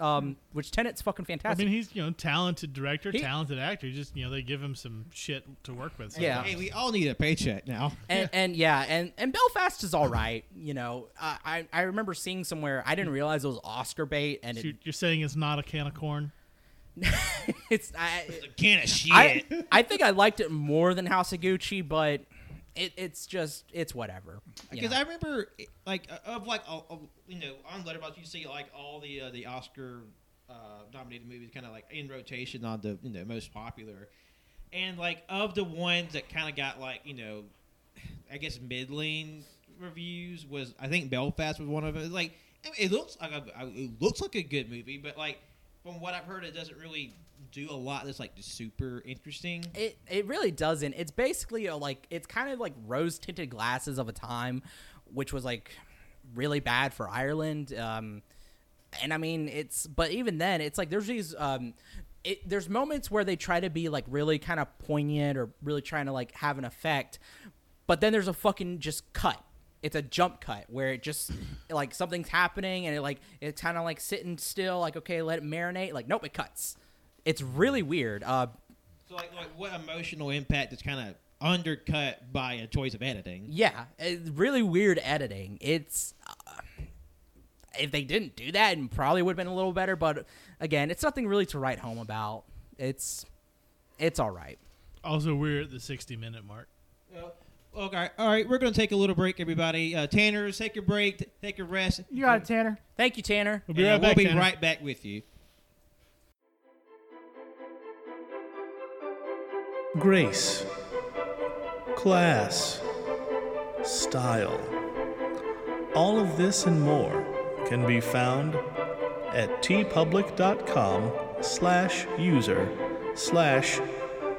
[SPEAKER 5] um, which Tenet's fucking
[SPEAKER 6] I
[SPEAKER 5] fantastic.
[SPEAKER 6] mean, he's you know talented director,
[SPEAKER 5] He-
[SPEAKER 6] talented actor. Just you know they give him some shit to work with.
[SPEAKER 5] Yeah.
[SPEAKER 6] sometimes.
[SPEAKER 1] Hey, we all need a paycheck now.
[SPEAKER 5] and, and yeah, and, and Belfast is all right. You know, I, I I remember seeing somewhere I didn't realize it was Oscar bait, and
[SPEAKER 6] So you're-
[SPEAKER 5] it,
[SPEAKER 6] you're saying it's not a can of corn.
[SPEAKER 5] it's I,
[SPEAKER 1] Can of shit.
[SPEAKER 5] I I think I liked it more than House of Gucci, but it, it's just it's whatever. you
[SPEAKER 1] Because
[SPEAKER 5] know.
[SPEAKER 1] I remember, like, uh, of like, uh, uh, you know, on Letterboxd you see like all the uh, the Oscar uh, nominated movies kind of like in rotation on the you know most popular, and like of the ones that kind of got like you know, I guess middling reviews was I think Belfast was one of them. It's Like, I mean, it looks like a, I- it looks like a good movie, but like from what I've heard, it doesn't really do a lot that's like super interesting.
[SPEAKER 5] It it really doesn't. It's basically a, like it's kind of like rose tinted glasses of a time, which was like really bad for Ireland. Um, and I mean it's but even then it's like there's these um, it, there's moments where they try to be like really kind of poignant or really trying to like have an effect, but then there's a fucking just cut. It's a jump cut where it just like something's happening and it like it's kind of like sitting still like okay let it marinate like nope it cuts. It's really weird. Uh,
[SPEAKER 1] So like, like what emotional impact is kind of undercut by a choice of editing?
[SPEAKER 5] Yeah, it's really weird editing. It's uh, if they didn't do that, it probably would have been a little better. But again, it's nothing really to write home about. It's it's all right.
[SPEAKER 6] Also, we're at the 60 minute mark.
[SPEAKER 1] Well, Okay, all right, we're going to take a little break, everybody. Uh, Tanner's, take your break, t- take a rest.
[SPEAKER 3] You got it, Tanner.
[SPEAKER 5] Thank you, Tanner.
[SPEAKER 6] We'll
[SPEAKER 1] And uh,
[SPEAKER 6] be right
[SPEAKER 1] we'll
[SPEAKER 6] back.
[SPEAKER 1] be
[SPEAKER 6] Tanner.
[SPEAKER 1] right back with you.
[SPEAKER 8] grace, class, style. All of this and more can be found at tpublic.com slash user slash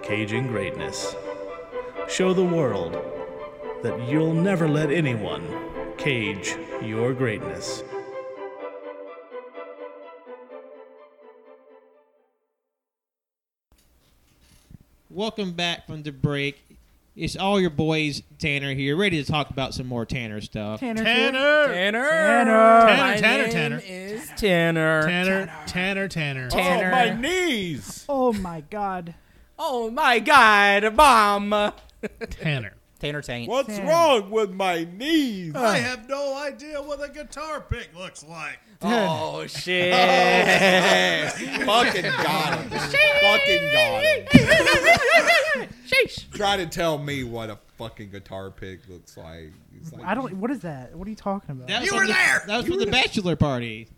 [SPEAKER 8] caging greatness. Show the world that you'll never let anyone cage your greatness.
[SPEAKER 1] Welcome back from the break. It's all your boys, Tanner here, ready to talk about some more Tanner stuff.
[SPEAKER 3] Tanner's here.
[SPEAKER 6] Tanner,
[SPEAKER 5] Tanner,
[SPEAKER 3] Tanner.
[SPEAKER 5] My
[SPEAKER 6] Tanner,
[SPEAKER 5] name
[SPEAKER 6] Tanner.
[SPEAKER 5] is Tanner.
[SPEAKER 6] Tanner, Tanner, Tanner.
[SPEAKER 5] Tanner.
[SPEAKER 4] Oh, my knees.
[SPEAKER 3] Oh my God.
[SPEAKER 5] Oh my God, Mom.
[SPEAKER 6] Tanner.
[SPEAKER 5] Tanner Taint.
[SPEAKER 4] What's
[SPEAKER 3] Tanner.
[SPEAKER 4] wrong with my knees?
[SPEAKER 7] I have no idea what a guitar pick looks like.
[SPEAKER 5] Oh shit.
[SPEAKER 4] Fucking got him. Fucking got him.
[SPEAKER 5] Sheesh.
[SPEAKER 4] Try to tell me what a fucking guitar pick looks like. He's like
[SPEAKER 3] I don't. What is that? What are you talking about?
[SPEAKER 1] That was
[SPEAKER 7] You
[SPEAKER 1] from
[SPEAKER 7] were
[SPEAKER 1] the-
[SPEAKER 7] there!
[SPEAKER 1] That was from the bachelor party.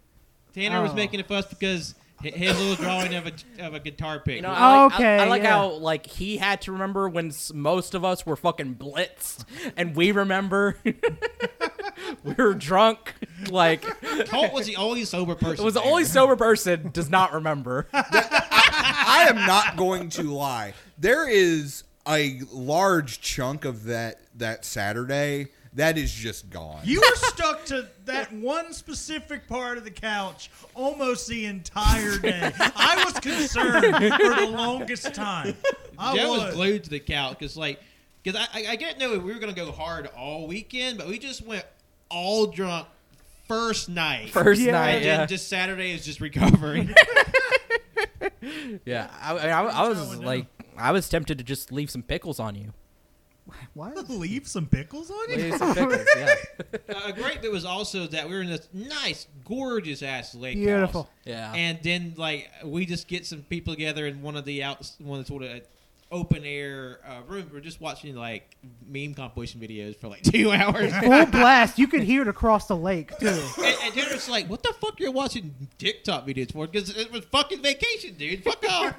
[SPEAKER 1] Tanner was
[SPEAKER 3] Oh.
[SPEAKER 1] making a fuss because hi- his little drawing of a of a guitar pick.
[SPEAKER 5] You know, I like,
[SPEAKER 3] Okay,
[SPEAKER 5] I, I like
[SPEAKER 3] yeah.
[SPEAKER 5] how like he had to remember when s- most of us were fucking blitzed, and we remember we were drunk. Like it
[SPEAKER 1] Colt was the only sober person.
[SPEAKER 5] was the
[SPEAKER 1] there.
[SPEAKER 5] only sober person does not remember.
[SPEAKER 4] I am not going to lie. There is a large chunk of that that Saturday that is just gone.
[SPEAKER 7] You were stuck to that one specific part of the couch almost the entire day. I was concerned for the longest time. I
[SPEAKER 1] Joe
[SPEAKER 7] was.
[SPEAKER 1] was glued to the couch because, like, because I, I, I didn't know if we were gonna go hard all weekend, but we just went all drunk first night.
[SPEAKER 5] First
[SPEAKER 3] Yeah.
[SPEAKER 5] night,
[SPEAKER 1] and then
[SPEAKER 5] yeah,
[SPEAKER 1] just Saturday is just recovering.
[SPEAKER 5] yeah. I, I, I, I was like, I was tempted to just leave some pickles on you.
[SPEAKER 3] What?
[SPEAKER 7] leave some pickles on you?
[SPEAKER 5] Leave some pickles, yeah,
[SPEAKER 1] Uh, a great bit was also that we were in this nice, gorgeous ass lake.
[SPEAKER 3] Beautiful.
[SPEAKER 1] house.
[SPEAKER 5] yeah.
[SPEAKER 1] And then like we just get some people together in one of the out one of the sort of open air uh, room. We're just watching like meme compilation videos for like two hours.
[SPEAKER 3] Full blast. You could hear it across the lake too.
[SPEAKER 1] And, and they're just like, "What the fuck you're watching TikTok videos for?" Because it was fucking vacation, dude. Fuck off.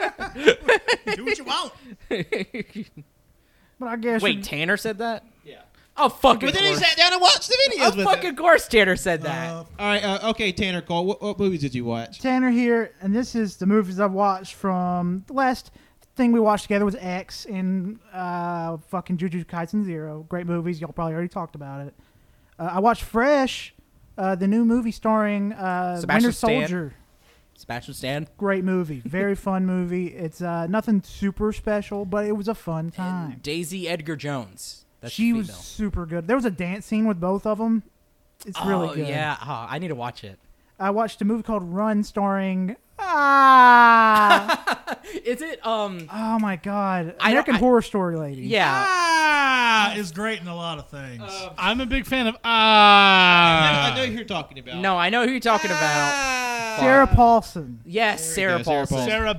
[SPEAKER 7] Do what you want.
[SPEAKER 3] But I guess
[SPEAKER 5] Wait, Tanner said that?
[SPEAKER 1] yeah.
[SPEAKER 5] Oh, fucking.
[SPEAKER 1] But then he
[SPEAKER 5] course.
[SPEAKER 1] sat down and watched the videos.
[SPEAKER 5] Of
[SPEAKER 1] with
[SPEAKER 5] fucking
[SPEAKER 1] it.
[SPEAKER 5] course Tanner said that.
[SPEAKER 7] Uh,
[SPEAKER 1] All right. Uh, okay, Tanner Cole. What, what movies did you watch?
[SPEAKER 3] Tanner here, and this is the movies I've watched from the last thing we watched together was X and uh, fucking Juju Kaisen Zero. Great movies. Y'all probably already talked about it. Uh, I watched Fresh, uh, the new movie starring uh,
[SPEAKER 5] Sebastian
[SPEAKER 3] Winter
[SPEAKER 5] Stan.
[SPEAKER 3] Soldier.
[SPEAKER 5] Sebastian Stan.
[SPEAKER 3] Great movie. Very fun movie. It's uh, nothing super special, but it was a fun time.
[SPEAKER 5] Daisy Edgar Jones. That's
[SPEAKER 3] she
[SPEAKER 5] the
[SPEAKER 3] was
[SPEAKER 5] female.
[SPEAKER 3] super good. There was a dance scene with both of them. It's really
[SPEAKER 5] oh,
[SPEAKER 3] good.
[SPEAKER 5] Yeah, oh, I need to watch it.
[SPEAKER 3] I watched a movie called Run starring. Ah,
[SPEAKER 5] Is it um?
[SPEAKER 3] oh my God!
[SPEAKER 5] I don't-
[SPEAKER 3] American
[SPEAKER 5] I-
[SPEAKER 3] Horror Story lady.
[SPEAKER 5] Yeah.
[SPEAKER 7] ah, is great in a lot of things.
[SPEAKER 2] I'm a big fan of ah.
[SPEAKER 7] Uh,
[SPEAKER 1] I know who you're talking about.
[SPEAKER 5] No, I know who you're talking
[SPEAKER 1] Ah.
[SPEAKER 5] about.
[SPEAKER 3] Sarah Paulson.
[SPEAKER 5] Yes, Sarah
[SPEAKER 1] go, Sarah
[SPEAKER 5] Paulson.
[SPEAKER 1] Paulson.
[SPEAKER 2] Sarah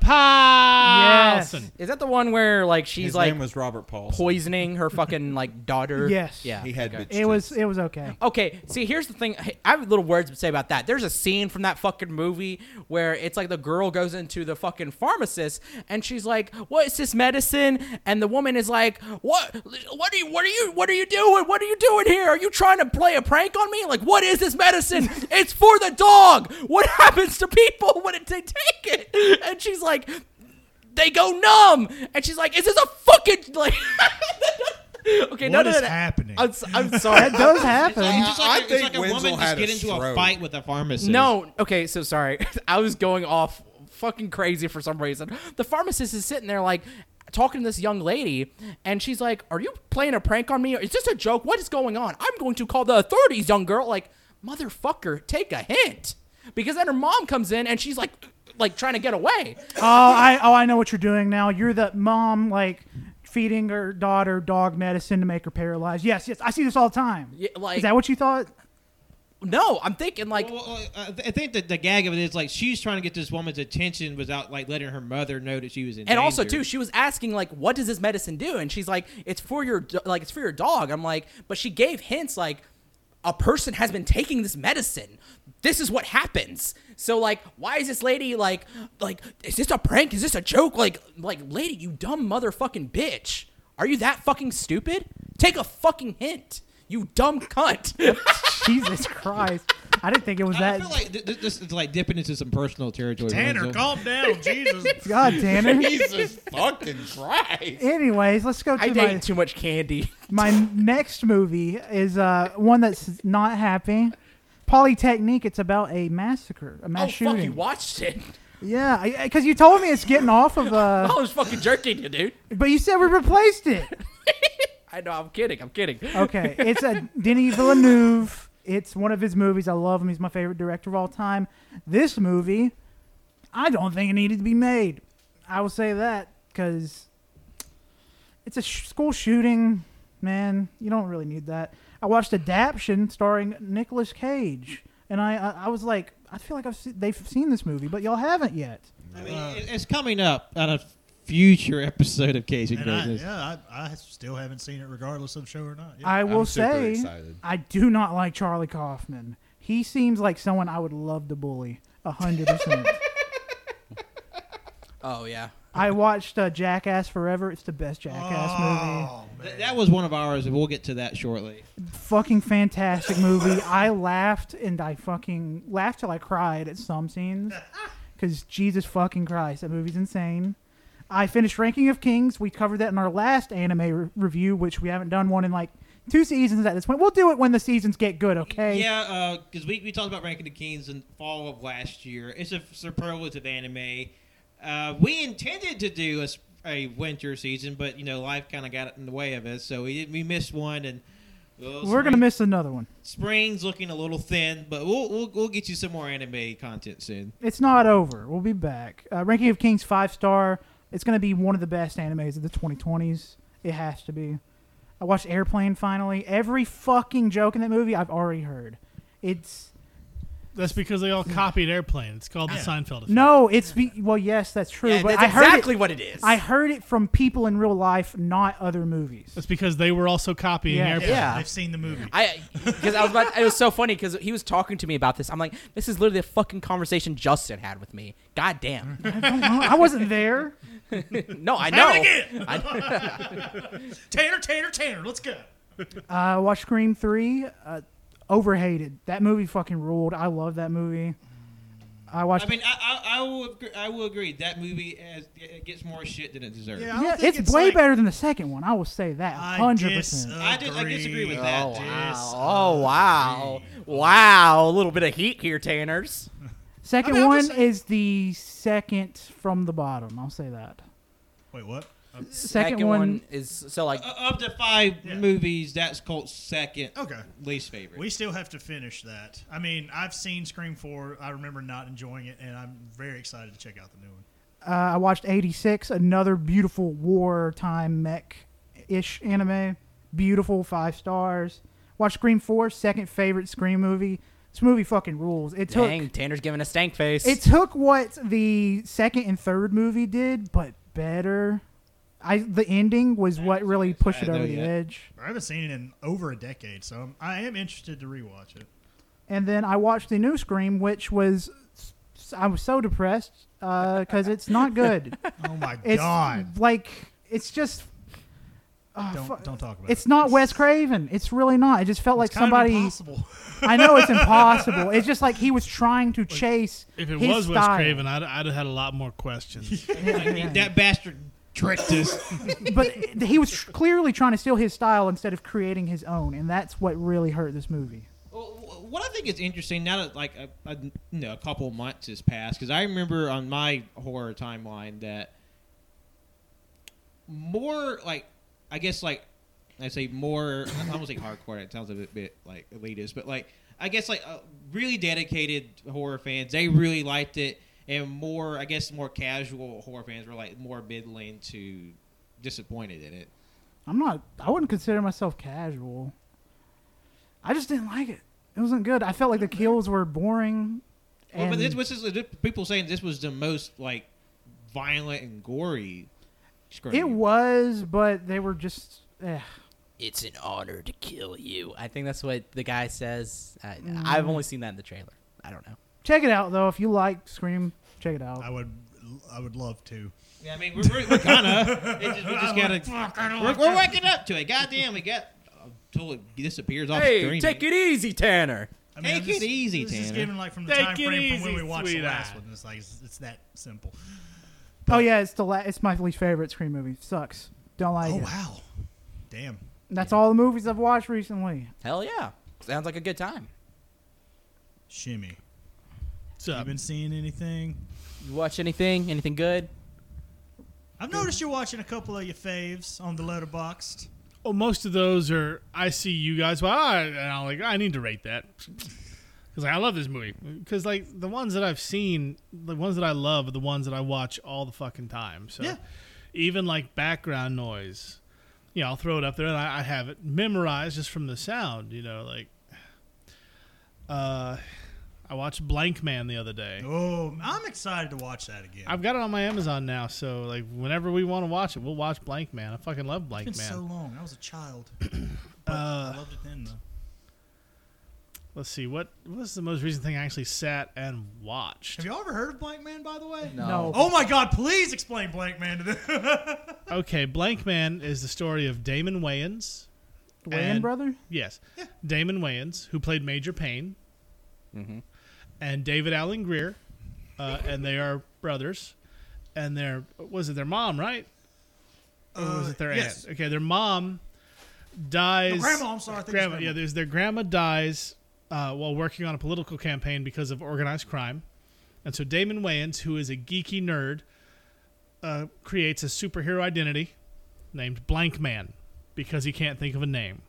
[SPEAKER 2] Paulson.
[SPEAKER 5] Is that the one where like she's
[SPEAKER 4] His
[SPEAKER 5] like
[SPEAKER 4] name was Robert Paul.
[SPEAKER 5] poisoning her fucking like daughter?
[SPEAKER 3] Yes.
[SPEAKER 5] Yeah.
[SPEAKER 4] He had
[SPEAKER 5] okay.
[SPEAKER 4] bitch
[SPEAKER 3] It was.
[SPEAKER 4] tits.
[SPEAKER 3] It was okay.
[SPEAKER 5] Okay, see, here's the thing. I have little words to say about that. There's a scene from that fucking movie where it's like the girl goes into the fucking pharmacist and she's like, "What is this medicine?" And the woman is like, "What? What are you? What are you? What are you doing? What are you doing here? Are you trying to play a prank on me? Like, what is this medicine? it's for the dog. What happens to people when they take it?" And she's like, "They go numb." And she's like, "Is this a fucking like?" okay,
[SPEAKER 7] What
[SPEAKER 5] none of
[SPEAKER 7] is
[SPEAKER 5] that-
[SPEAKER 7] happening?
[SPEAKER 5] I'm, s- I'm sorry.
[SPEAKER 3] That does
[SPEAKER 1] It's like,
[SPEAKER 3] happen.
[SPEAKER 1] it's
[SPEAKER 4] I
[SPEAKER 1] like, a- it's
[SPEAKER 4] think
[SPEAKER 1] like a
[SPEAKER 4] Wenzel
[SPEAKER 1] woman just
[SPEAKER 4] had a
[SPEAKER 1] get into a
[SPEAKER 4] stroke.
[SPEAKER 1] fight with a pharmacist.
[SPEAKER 5] No, okay, so sorry. I was going off fucking crazy for some reason. The pharmacist is sitting there like talking to this young lady and she's like, "Are you playing a prank on me? Is this a joke? What is going on? I'm going to call the authorities, young girl." Like, "Motherfucker, take a hint." Because then her mom comes in and she's like like trying to get away. Uh,
[SPEAKER 3] Oh, I. Oh, I know what you're doing now. You're the mom, like feeding her daughter dog medicine to make her paralyzed. Yes. Yes. I see this all the time.
[SPEAKER 5] Yeah, like
[SPEAKER 3] Is that what you thought?
[SPEAKER 5] No, I'm thinking like
[SPEAKER 1] Well, well, I th- I think that the gag of it is like she's trying to get this woman's attention without like letting her mother know that she was in.
[SPEAKER 5] and also
[SPEAKER 1] danger.
[SPEAKER 5] too she was asking like what does this medicine do and she's like it's for your do- like it's for your dog i'm like but she gave hints like a person has been taking this medicine this is what happens so like why is this lady like like is this a prank is this a joke like like lady you dumb motherfucking bitch are you that fucking stupid take a fucking hint you dumb cunt
[SPEAKER 3] Jesus Christ! I didn't think it was
[SPEAKER 1] I- I
[SPEAKER 3] that.
[SPEAKER 1] feel like th- th- this is like dipping into some personal territory.
[SPEAKER 7] Tanner,
[SPEAKER 1] Wenzel.
[SPEAKER 7] calm down. Jesus.
[SPEAKER 3] God, Tanner.
[SPEAKER 4] Jesus fucking Christ.
[SPEAKER 3] Anyways, let's go to
[SPEAKER 5] i
[SPEAKER 3] my.
[SPEAKER 5] ate too much candy
[SPEAKER 3] My next movie is uh, one that's not happy. Polytechnique. It's about a massacre, a mass
[SPEAKER 5] oh
[SPEAKER 3] shooting.
[SPEAKER 5] fuck you watched it
[SPEAKER 3] Yeah, because you told me it's getting off of.
[SPEAKER 5] i
[SPEAKER 3] Uh,
[SPEAKER 5] was fucking jerking you dude
[SPEAKER 3] but you said we replaced it.
[SPEAKER 5] i know i'm kidding i'm kidding
[SPEAKER 3] Okay, it's a Denis Villeneuve. It's one of his movies. I love him. He's my favorite director of all time. This movie, I don't think it needed to be made. I will say that because it's a sh- school shooting. Man, you don't really need that. I watched Adaption starring Nicolas Cage, and I I, I was like, I feel like I've se- they've seen this movie, but y'all haven't yet.
[SPEAKER 1] I mean, it- Uh, it's coming up on a future episode of Cajun
[SPEAKER 7] And I,
[SPEAKER 1] Business.
[SPEAKER 7] yeah, I, I still haven't seen it, regardless of show or not. Yeah.
[SPEAKER 3] I will
[SPEAKER 4] I'm super
[SPEAKER 3] say,
[SPEAKER 4] excited.
[SPEAKER 3] I do not like Charlie Kaufman. He seems like someone I would love to bully. A hundred percent.
[SPEAKER 5] oh yeah
[SPEAKER 3] I watched uh, Jackass Forever. It's the best Jackass
[SPEAKER 7] oh, man.
[SPEAKER 1] Th- that was one of ours, and we'll get to that shortly.
[SPEAKER 3] movie. Fucking fantastic movie. I laughed and I fucking laughed till I cried at some scenes. Because Jesus fucking Christ, that movie's insane. I finished Ranking of Kings. We covered that in our last anime re- review, which we haven't done one in like two seasons at this point. We'll do it when the seasons get good, okay?
[SPEAKER 1] Yeah, because we, we talked about Ranking the Kings in fall of last year. It's a superlative anime. Uh, we intended to do a, s- a winter season, but you know life kind of got in the way of us, so we did, we missed one, and well,
[SPEAKER 3] We're gonna
[SPEAKER 1] spring-
[SPEAKER 3] miss another one.
[SPEAKER 1] spring's looking a little thin, but we'll we'll, we'll get you some more anime content soon.
[SPEAKER 3] It's not over. We'll be back. Uh, Ranking of Kings five star. It's gonna be one of the best animes of the 2020s. It has to be. I watched Airplane finally. Every fucking joke in that movie I've already heard. It's
[SPEAKER 6] That's because they all copied Airplane. It's called the Seinfeld effect.
[SPEAKER 3] no, it's be- well, yes, that's true.
[SPEAKER 5] Yeah,
[SPEAKER 3] but
[SPEAKER 5] that's
[SPEAKER 3] I heard
[SPEAKER 5] exactly
[SPEAKER 3] it,
[SPEAKER 5] what it is.
[SPEAKER 3] I heard it from people in real life, not other movies.
[SPEAKER 6] That's because they were also copying
[SPEAKER 3] Yeah.
[SPEAKER 6] Airplane.
[SPEAKER 5] Yeah.
[SPEAKER 7] I've seen the movie.
[SPEAKER 5] I because I was about it was so funny because he was talking to me about this. I'm like, this is literally a fucking conversation Justin had with me. God damn.
[SPEAKER 3] I wasn't there.
[SPEAKER 5] No, I know.
[SPEAKER 7] Have it again. Tanner, Tanner, Tanner. Let's go.
[SPEAKER 3] Uh, watch Scream Three. Uh, overhated. That movie fucking ruled. I love that movie. I watched.
[SPEAKER 1] I mean, I, I, I will agree, I will agree that movie has, it gets more shit than it deserves.
[SPEAKER 7] Yeah, I don't
[SPEAKER 3] yeah,
[SPEAKER 7] think
[SPEAKER 3] it's, way
[SPEAKER 7] like-
[SPEAKER 3] better than the second one. I will say that
[SPEAKER 7] I Uh,
[SPEAKER 3] hundred percent.
[SPEAKER 1] I did- I disagree with that.
[SPEAKER 5] Oh wow. Oh wow. Wow. A little bit of heat here, Tanners.
[SPEAKER 3] Second
[SPEAKER 7] I mean, I'm
[SPEAKER 3] one
[SPEAKER 7] just saying-
[SPEAKER 3] is the second from the bottom. I'll say that.
[SPEAKER 7] Wait, what?
[SPEAKER 3] Second, one, Uh,
[SPEAKER 5] is so like
[SPEAKER 1] O- Of the five
[SPEAKER 7] Yeah.
[SPEAKER 1] movies, that's Colt's second
[SPEAKER 7] Okay.
[SPEAKER 1] least favorite.
[SPEAKER 7] We still have to finish that. I mean, I've seen Scream 4. I remember not enjoying it, and I'm very excited to check out the new one.
[SPEAKER 3] uh, I watched eighty six. Another beautiful wartime mech ish anime. Beautiful five stars. Watch Scream Four. Second favorite Scream movie. This movie fucking rules. It took
[SPEAKER 5] dang, Tanner's giving a stank face.
[SPEAKER 3] It took what the second and third movie did, but better. I the ending was what really pushed it
[SPEAKER 1] I know
[SPEAKER 3] over the
[SPEAKER 1] yet.
[SPEAKER 3] edge.
[SPEAKER 7] I haven't seen it in over a decade, so I'm, I am interested to rewatch it.
[SPEAKER 3] And then I watched the new Scream, which was I was so depressed because it's not good.
[SPEAKER 7] Oh my
[SPEAKER 3] It's
[SPEAKER 7] god!
[SPEAKER 3] like it's just oh,
[SPEAKER 7] Don't
[SPEAKER 3] fuck.
[SPEAKER 7] don't talk about
[SPEAKER 3] It's
[SPEAKER 7] it.
[SPEAKER 3] not Wes Craven. It's really not. It just felt like
[SPEAKER 7] It's kind of
[SPEAKER 3] somebody.
[SPEAKER 7] impossible.
[SPEAKER 3] I know it's impossible. It's just like he was trying to chase.
[SPEAKER 6] If it
[SPEAKER 3] his
[SPEAKER 6] was Wes
[SPEAKER 3] style.
[SPEAKER 6] Craven, I'd, I'd have had a lot more questions.
[SPEAKER 1] that bastard tricked us.
[SPEAKER 3] but he was tr- clearly trying to steal his style instead of creating his own, and that's what really hurt this movie.
[SPEAKER 1] Well, What I think is interesting now that like a, a you know a couple months has passed because I remember on my horror timeline that more like I guess like I say more I almost like hardcore it sounds a bit, bit like elitist but like I guess like uh, really dedicated horror fans they really liked it and more I guess more casual horror fans were like more middling to disappointed in it.
[SPEAKER 3] I'm not. I wouldn't consider myself casual. I just didn't like it. It wasn't good. I felt like the kills were boring.
[SPEAKER 1] Well,
[SPEAKER 3] And
[SPEAKER 1] but this was just, people saying this was the most like violent and gory. Scream.
[SPEAKER 3] it was, but they were just. Eh.
[SPEAKER 5] it's an honor to kill you. I think that's what the guy says. I,
[SPEAKER 3] Mm.
[SPEAKER 5] I've only seen that in the trailer. I don't know.
[SPEAKER 3] Check it out though if you like Scream. Check it
[SPEAKER 7] I
[SPEAKER 3] out.
[SPEAKER 7] would I would love to.
[SPEAKER 1] Yeah, I mean, we're, we're, we're kinda. It just, we just gotta. we're, we're waking up to it. Goddamn, we got until it disappears off
[SPEAKER 5] Hey,
[SPEAKER 1] screen.
[SPEAKER 5] take it easy, Tanner.
[SPEAKER 7] I
[SPEAKER 1] Take
[SPEAKER 7] this-
[SPEAKER 1] it easy,
[SPEAKER 7] this Is
[SPEAKER 1] Tanner.
[SPEAKER 7] given like from the
[SPEAKER 6] Take
[SPEAKER 7] time
[SPEAKER 6] it
[SPEAKER 7] frame from when
[SPEAKER 6] easy,
[SPEAKER 7] we watched the last
[SPEAKER 6] sweetheart.
[SPEAKER 7] one. It's like it's, it's that simple.
[SPEAKER 3] Oh yeah, it's the la- it's my least favorite Scream movie. Sucks. Don't like
[SPEAKER 7] Oh
[SPEAKER 3] it.
[SPEAKER 7] wow! Damn.
[SPEAKER 3] That's all the movies I've watched recently.
[SPEAKER 5] Hell yeah. Sounds like a good time.
[SPEAKER 7] Shimmy.
[SPEAKER 6] What's
[SPEAKER 1] Um,
[SPEAKER 6] up?
[SPEAKER 7] You been seeing anything?
[SPEAKER 5] You watch anything? Anything good?
[SPEAKER 7] I've noticed you're watching a couple of your faves on the letterboxed.
[SPEAKER 6] Well, most of those are I see you guys. Well, I, and I'm like, I need to rate that because I love this movie. Because like the ones that I've seen, the ones that I love are the ones that I watch all the fucking time. So
[SPEAKER 7] Yeah.
[SPEAKER 6] even like background noise, you know, I'll throw it up there and I, I have it memorized just from the sound. You know, like uh, I watched Blank Man the other day.
[SPEAKER 7] Oh, I'm excited to watch that again.
[SPEAKER 6] I've got it on my Amazon now, so like whenever we want to watch it, we'll watch Blank Man. I fucking love Blank
[SPEAKER 7] It's been
[SPEAKER 6] Man.
[SPEAKER 7] so long. I was a child. But I loved it then, though.
[SPEAKER 6] Let's see what what was the most recent thing I actually sat and watched.
[SPEAKER 7] Have y'all ever heard of Blank Man, by the way?
[SPEAKER 3] No.
[SPEAKER 7] Oh my God! Please explain Blank Man to them.
[SPEAKER 6] Okay, Blank Man is the story of Damon Wayans.
[SPEAKER 3] Wayne
[SPEAKER 6] and-
[SPEAKER 3] brother.
[SPEAKER 6] Yes, Damon Wayans, who played Major Payne, and David Allen Greer, uh, and they are brothers, and their was it their mom right? Or was it their
[SPEAKER 7] Uh, yes.
[SPEAKER 6] aunt? Okay, their mom dies.
[SPEAKER 7] No, grandma, I'm sorry, I think it's
[SPEAKER 6] grandma,
[SPEAKER 7] grandma.
[SPEAKER 6] Yeah, there's their grandma dies uh, while working on a political campaign because of organized crime, and so Damon Wayans, who is a geeky nerd, uh, creates a superhero identity named Blank Man because he can't think of a name.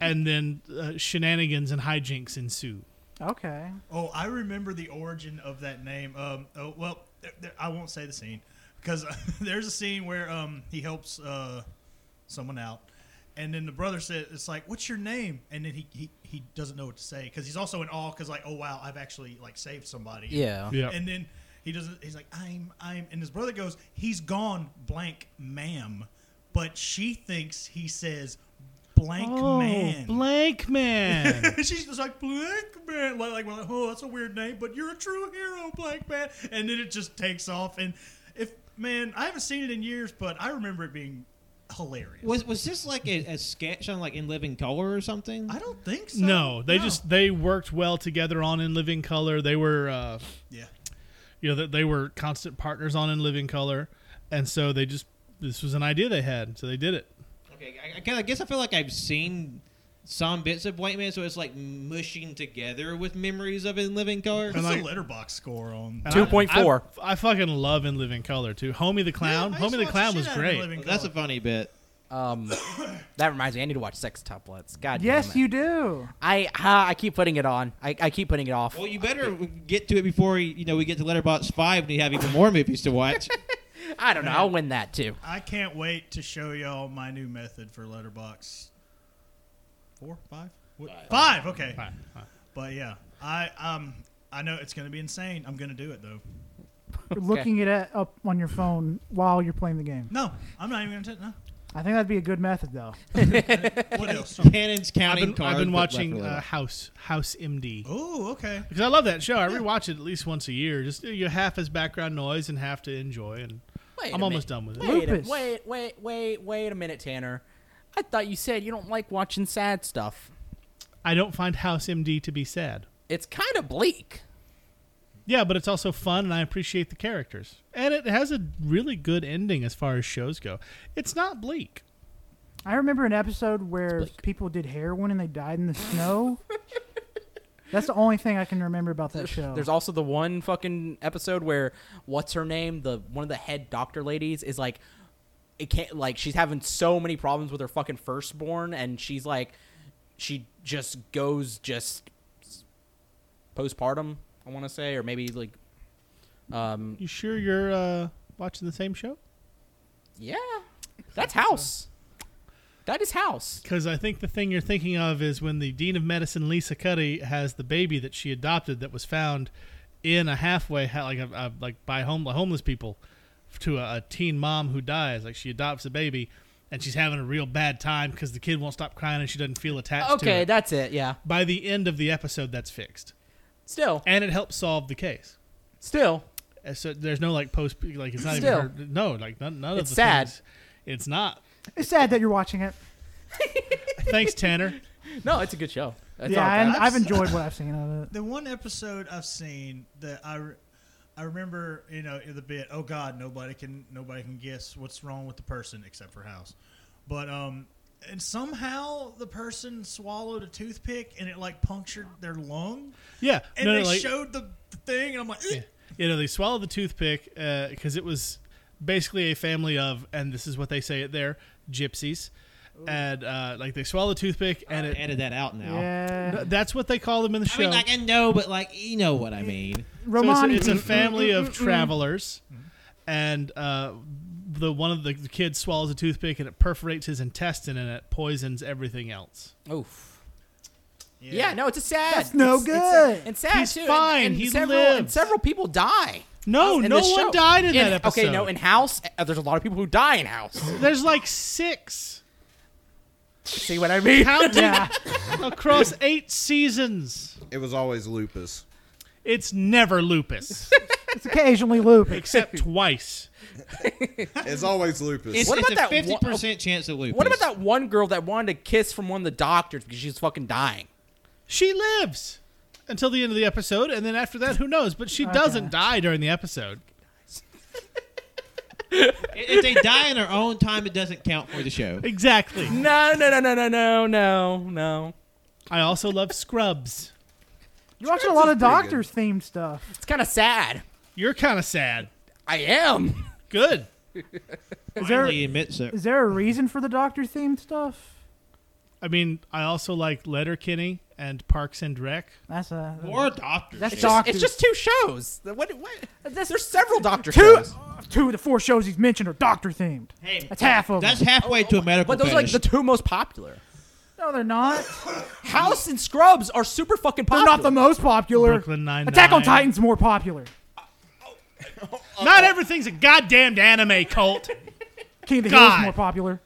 [SPEAKER 6] and then uh, shenanigans and hijinks ensue.
[SPEAKER 3] Okay.
[SPEAKER 7] Oh, I remember the origin of that name. Um, oh, well, th- th- I won't say the scene because there's a scene where um, he helps uh, someone out, and then the brother said, "It's like, what's your name?" And then he he, he doesn't know what to say because he's also in awe because like, oh wow, I've actually like saved somebody.
[SPEAKER 5] Yeah.
[SPEAKER 6] Yeah.
[SPEAKER 7] And then he doesn't. He's like, "I'm I'm," and his brother goes, "He's gone, blank, ma'am," but she thinks he says, "Blank
[SPEAKER 6] Oh,
[SPEAKER 7] man."
[SPEAKER 6] Blank Man.
[SPEAKER 7] She's just like Black Man, like, like, we're like, oh, that's a weird name, but you're a true hero, Black Man. And then it just takes off. And if man, I haven't seen it in years, but I remember it being hilarious.
[SPEAKER 1] Was was this like a, a sketch on like In Living Color or something?
[SPEAKER 7] I don't think so.
[SPEAKER 6] no, they just they worked well together on In Living Color. They were uh,
[SPEAKER 7] yeah.
[SPEAKER 6] you know that they were constant partners on In Living Color, and so they just this was an idea they had, so they did it.
[SPEAKER 1] Okay, I, I, guess- I guess I feel like I've seen some bits of White Man, so it's like mushing together with memories of In Living Color.
[SPEAKER 7] What's the letterbox score on?
[SPEAKER 6] And I-
[SPEAKER 5] 2.4.
[SPEAKER 6] I, I fucking love In Living Color too. Homie the Clown.
[SPEAKER 7] Yeah, I used
[SPEAKER 6] Homie
[SPEAKER 7] to
[SPEAKER 6] the
[SPEAKER 7] watch
[SPEAKER 6] Clown
[SPEAKER 7] shit
[SPEAKER 6] was
[SPEAKER 7] out of
[SPEAKER 6] great.
[SPEAKER 7] Living
[SPEAKER 1] That's a
[SPEAKER 7] Color.
[SPEAKER 1] funny bit.
[SPEAKER 5] Um, that reminds me, I need to watch Sex Tuplets. God
[SPEAKER 3] Yes,
[SPEAKER 5] damn it.
[SPEAKER 3] you do.
[SPEAKER 5] I ha, I keep putting it on. I, I keep putting it off.
[SPEAKER 1] Well, you better get to it before you know we get to Letterbox Five and you have even more movies to watch.
[SPEAKER 5] I don't know. I'll win that too.
[SPEAKER 7] I can't wait to show y'all my new method for letterbox. Four, five, what? five. Okay, but yeah, I um, I know it's gonna be insane. I'm gonna do it though.
[SPEAKER 3] You're Looking it at, up on your phone while you're playing the game.
[SPEAKER 7] No, I'm not even gonna. T- no.
[SPEAKER 3] I think that'd be a good method, though.
[SPEAKER 7] What else?
[SPEAKER 1] Cannon's
[SPEAKER 6] I've
[SPEAKER 1] counting
[SPEAKER 6] been,
[SPEAKER 1] cards.
[SPEAKER 6] I've been
[SPEAKER 1] but left a
[SPEAKER 6] watching
[SPEAKER 1] little.
[SPEAKER 6] uh, House House MD
[SPEAKER 7] Oh, okay.
[SPEAKER 6] because I love that show. I rewatch it at least once a year. Just you know, half as background noise and half to enjoy. And
[SPEAKER 5] Wait
[SPEAKER 6] I'm
[SPEAKER 5] a minute.
[SPEAKER 6] almost done with it.
[SPEAKER 5] Wait, a,
[SPEAKER 3] Lupus.
[SPEAKER 5] wait, wait, wait, wait a minute, Tanner. I thought you said you don't like watching sad stuff.
[SPEAKER 6] I don't find House MD to be sad.
[SPEAKER 5] It's kind of bleak.
[SPEAKER 6] Yeah, but it's also fun, and I appreciate the characters. And it has a really good ending as far as shows go. It's not bleak.
[SPEAKER 3] I remember an episode where
[SPEAKER 5] bleak.
[SPEAKER 3] people did heroin and they died in the snow. That's the only thing I can remember about that show.
[SPEAKER 5] There's also the one fucking episode where what's her name, the one of the head doctor ladies, is like, it can't like she's having so many problems with her fucking firstborn, and she's like, she just goes just postpartum, I want to say, or maybe like, um,
[SPEAKER 6] You sure you're uh, watching the same show?
[SPEAKER 5] yeah, that's house. That is house.
[SPEAKER 6] Because I think the thing you're thinking of is when the dean of medicine, Lisa Cuddy, has the baby that she adopted that was found in a halfway, ha- like a, a, like by home, homeless people, to a, a teen mom who dies. Like she adopts a baby, and she's having a real bad time because the kid won't stop crying and she doesn't feel attached to
[SPEAKER 5] Okay,
[SPEAKER 6] it.
[SPEAKER 5] that's it. Yeah.
[SPEAKER 6] by the end of the episode, that's fixed,
[SPEAKER 5] Still,
[SPEAKER 6] and it helps solve the case.
[SPEAKER 5] still,
[SPEAKER 6] Uh, So there's no like post, like it's not
[SPEAKER 5] Still.
[SPEAKER 6] even her, no, like none, none
[SPEAKER 5] It's
[SPEAKER 6] of the
[SPEAKER 5] sad.
[SPEAKER 6] things. It's not.
[SPEAKER 3] it's sad that you're watching it.
[SPEAKER 6] Thanks, Tanner.
[SPEAKER 5] no, it's a good show. That's
[SPEAKER 3] yeah,
[SPEAKER 5] all
[SPEAKER 3] and
[SPEAKER 5] that-
[SPEAKER 3] I've enjoyed what I've seen of it.
[SPEAKER 7] The one episode I've seen that I, re- I remember, you know, the bit. Oh God, nobody can nobody can guess what's wrong with the person except for House, but um, and somehow the person swallowed a toothpick and it like punctured their lung,
[SPEAKER 6] Yeah,
[SPEAKER 7] and
[SPEAKER 6] no, no,
[SPEAKER 7] they
[SPEAKER 6] like,
[SPEAKER 7] showed the thing, and I'm like, "Ugh."
[SPEAKER 6] you know, they swallowed the toothpick because it was basically a family of, and this is what they say it there, gypsies, and uh, like they swallow the toothpick,
[SPEAKER 7] Uh,
[SPEAKER 6] and it,
[SPEAKER 1] Edit that out now.
[SPEAKER 3] Yeah.
[SPEAKER 6] th- that's what they call them in the
[SPEAKER 1] I
[SPEAKER 6] show.
[SPEAKER 1] mean, like I know, but like you know what I mean.
[SPEAKER 6] So it's a-
[SPEAKER 3] Romani.
[SPEAKER 6] it's, a, family of
[SPEAKER 7] Mm-hmm.
[SPEAKER 6] travelers, and uh, the one of the, the kids swallows a toothpick, and it perforates his intestine, and it poisons everything else.
[SPEAKER 5] Oof. Yeah. no, it's a sad.
[SPEAKER 3] That's no
[SPEAKER 5] it's- it's sad-
[SPEAKER 3] good.
[SPEAKER 5] and sad
[SPEAKER 6] He's
[SPEAKER 5] too. and-
[SPEAKER 6] fine.
[SPEAKER 5] And,
[SPEAKER 6] He
[SPEAKER 5] several, And
[SPEAKER 6] lived.
[SPEAKER 5] several people die.
[SPEAKER 3] Oh,
[SPEAKER 6] No,
[SPEAKER 5] Oh, in
[SPEAKER 6] no
[SPEAKER 5] this
[SPEAKER 6] one
[SPEAKER 5] show.
[SPEAKER 6] died in that
[SPEAKER 5] Okay, no,
[SPEAKER 6] episode.
[SPEAKER 5] in House, uh, there's a lot of people who die in House.
[SPEAKER 6] There's like six
[SPEAKER 5] See what I mean?
[SPEAKER 6] counting
[SPEAKER 3] yeah.
[SPEAKER 6] across eight seasons.
[SPEAKER 4] It was always lupus.
[SPEAKER 6] It's never lupus,
[SPEAKER 3] It's occasionally looping.
[SPEAKER 6] except twice.
[SPEAKER 4] It's always lupus.
[SPEAKER 1] It's,
[SPEAKER 5] What
[SPEAKER 1] it's
[SPEAKER 5] about
[SPEAKER 1] a
[SPEAKER 5] that
[SPEAKER 1] fifty
[SPEAKER 5] one-
[SPEAKER 1] percent chance of lupus.
[SPEAKER 5] What about that one girl that wanted to kiss from one of the doctors because she's fucking dying?
[SPEAKER 6] She lives until the end of the episode, and then after that, who knows? But she doesn't die during the episode.
[SPEAKER 1] if they die in their own time, it doesn't count for the show.
[SPEAKER 6] Exactly.
[SPEAKER 5] No, no, no, no, no, no, no, no.
[SPEAKER 6] I also love Scrubs.
[SPEAKER 3] You're watching a lot of doctors themed stuff.
[SPEAKER 5] It's kind of sad.
[SPEAKER 6] You're kind of sad.
[SPEAKER 5] I am.
[SPEAKER 6] Good.
[SPEAKER 3] Is there
[SPEAKER 1] Finally admits it.
[SPEAKER 3] is there a reason for the doctor themed stuff?
[SPEAKER 6] I mean, I also like Letterkenny and Parks and Rec.
[SPEAKER 3] That's a
[SPEAKER 1] Or doctors.
[SPEAKER 3] that's
[SPEAKER 1] shit.
[SPEAKER 3] doctors.
[SPEAKER 5] It's just two shows. What? What? There's several Doctor
[SPEAKER 3] two,
[SPEAKER 5] shows.
[SPEAKER 3] two of the four shows he's mentioned are doctor themed.
[SPEAKER 1] Hey,
[SPEAKER 3] That's half of
[SPEAKER 1] That's
[SPEAKER 3] them.
[SPEAKER 1] halfway to a medical.
[SPEAKER 5] Oh, But those are like the
[SPEAKER 1] fetish.
[SPEAKER 5] two most popular.
[SPEAKER 3] No, they're not.
[SPEAKER 5] House and Scrubs are super fucking
[SPEAKER 3] They're
[SPEAKER 5] popular.
[SPEAKER 3] not the most popular.
[SPEAKER 6] Brooklyn Nine-Nine.
[SPEAKER 3] Attack on Titan's more popular.
[SPEAKER 6] Not everything's a goddamn anime cult.
[SPEAKER 3] King of the Hill's
[SPEAKER 6] God.
[SPEAKER 3] more popular.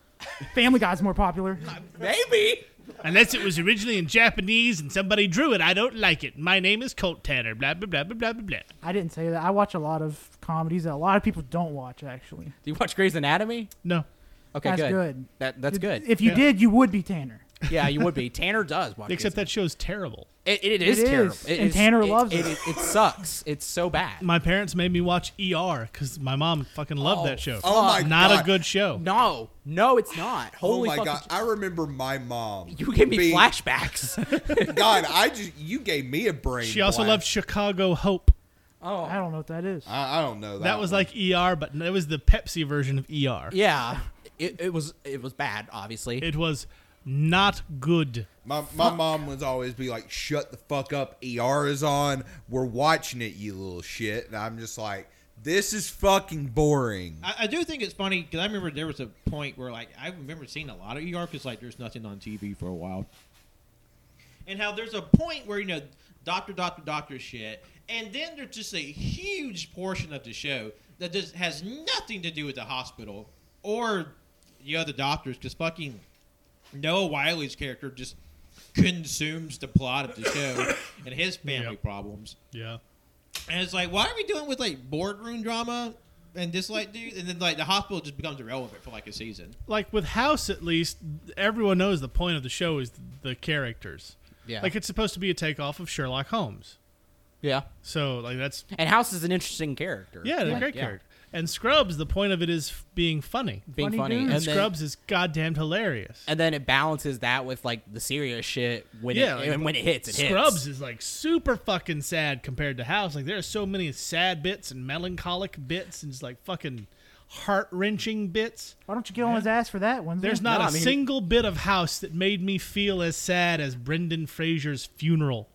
[SPEAKER 3] Family Guy's more popular.
[SPEAKER 5] Maybe.
[SPEAKER 6] Unless it was originally in Japanese and somebody drew it, I don't like it. My name is Colt Tanner. Blah blah blah blah blah blah blah.
[SPEAKER 3] I didn't say that. I watch a lot of comedies that a lot of people don't watch. Actually,
[SPEAKER 5] Do you watch Grey's Anatomy?
[SPEAKER 6] No,
[SPEAKER 5] Okay,
[SPEAKER 3] that's
[SPEAKER 5] good.
[SPEAKER 3] good.
[SPEAKER 5] That that's good.
[SPEAKER 3] If you
[SPEAKER 6] Yeah.
[SPEAKER 3] did, you would be Tanner.
[SPEAKER 5] yeah, you would be. Tanner does watch.
[SPEAKER 6] except
[SPEAKER 5] Grey's
[SPEAKER 6] that show's terrible.
[SPEAKER 5] Anatomy. it, it is
[SPEAKER 3] It is,
[SPEAKER 5] terrible. It
[SPEAKER 3] and
[SPEAKER 5] is-
[SPEAKER 3] Tanner
[SPEAKER 5] it-
[SPEAKER 3] loves it.
[SPEAKER 5] it. It, it sucks. It's so bad.
[SPEAKER 6] My parents made me watch ER because my mom fucking loved
[SPEAKER 5] Oh,
[SPEAKER 6] that show.
[SPEAKER 4] Oh my
[SPEAKER 6] Not
[SPEAKER 4] god.
[SPEAKER 6] a good show.
[SPEAKER 5] No, no, it's not.
[SPEAKER 4] Oh
[SPEAKER 5] Holy
[SPEAKER 4] my
[SPEAKER 5] fucking
[SPEAKER 4] god! I remember my mom.
[SPEAKER 5] You gave me
[SPEAKER 4] being-
[SPEAKER 5] flashbacks.
[SPEAKER 4] God, I just you gave me a brain.
[SPEAKER 6] She also
[SPEAKER 4] blast.
[SPEAKER 6] loved Chicago Hope.
[SPEAKER 3] I don't know what that is.
[SPEAKER 4] I, I don't know that.
[SPEAKER 6] That was
[SPEAKER 4] one.
[SPEAKER 6] like ER, but it was the Pepsi version of ER.
[SPEAKER 5] yeah, it, it was it was bad. Obviously,
[SPEAKER 6] It was not good.
[SPEAKER 4] my my mom was always be like, "Shut the fuck up." ER is on. We're watching it, you little shit. And I'm just like, this is fucking boring.
[SPEAKER 1] I, I do think it's funny because I remember there was a point where like I remember seeing a lot of ER because like there's nothing on TV for a while, and how there's a point where you know doctor, doctor, doctor shit, and then there's just a huge portion of the show that just has nothing to do with the hospital or the other doctors because fucking Noah Wiley's character just consumes the plot of the show and his family
[SPEAKER 6] Yep.
[SPEAKER 1] problems.
[SPEAKER 6] Yeah.
[SPEAKER 1] And it's like, why are we doing with like boardroom drama and this like dude? And then like the hospital just becomes irrelevant for like a season.
[SPEAKER 6] like with House at least, everyone knows the point of the show is the characters.
[SPEAKER 5] Yeah.
[SPEAKER 6] Like it's supposed to be a takeoff of Sherlock Holmes.
[SPEAKER 5] yeah.
[SPEAKER 6] So like that's
[SPEAKER 5] And House is an interesting character.
[SPEAKER 6] yeah, they're
[SPEAKER 5] Like,
[SPEAKER 6] great
[SPEAKER 5] yeah.
[SPEAKER 6] character. And Scrubs, the point of it is f- being funny.
[SPEAKER 5] being
[SPEAKER 3] Funny
[SPEAKER 5] funny.
[SPEAKER 3] dude.
[SPEAKER 5] And,
[SPEAKER 6] And
[SPEAKER 5] then,
[SPEAKER 6] Scrubs is goddamn hilarious.
[SPEAKER 5] and then it balances that with like the serious shit when
[SPEAKER 6] Yeah,
[SPEAKER 5] it,
[SPEAKER 6] like,
[SPEAKER 5] and when it hits, it
[SPEAKER 6] Scrubs
[SPEAKER 5] hits.
[SPEAKER 6] is like super fucking sad compared to House. Like there are so many sad bits and melancholic bits and just like fucking heart wrenching bits.
[SPEAKER 3] Why don't you get on his ass for that one?
[SPEAKER 6] There's
[SPEAKER 3] then?
[SPEAKER 6] not
[SPEAKER 5] No,
[SPEAKER 6] a
[SPEAKER 5] I mean-
[SPEAKER 6] single bit of House that made me feel as sad as Brendan Fraser's funeral.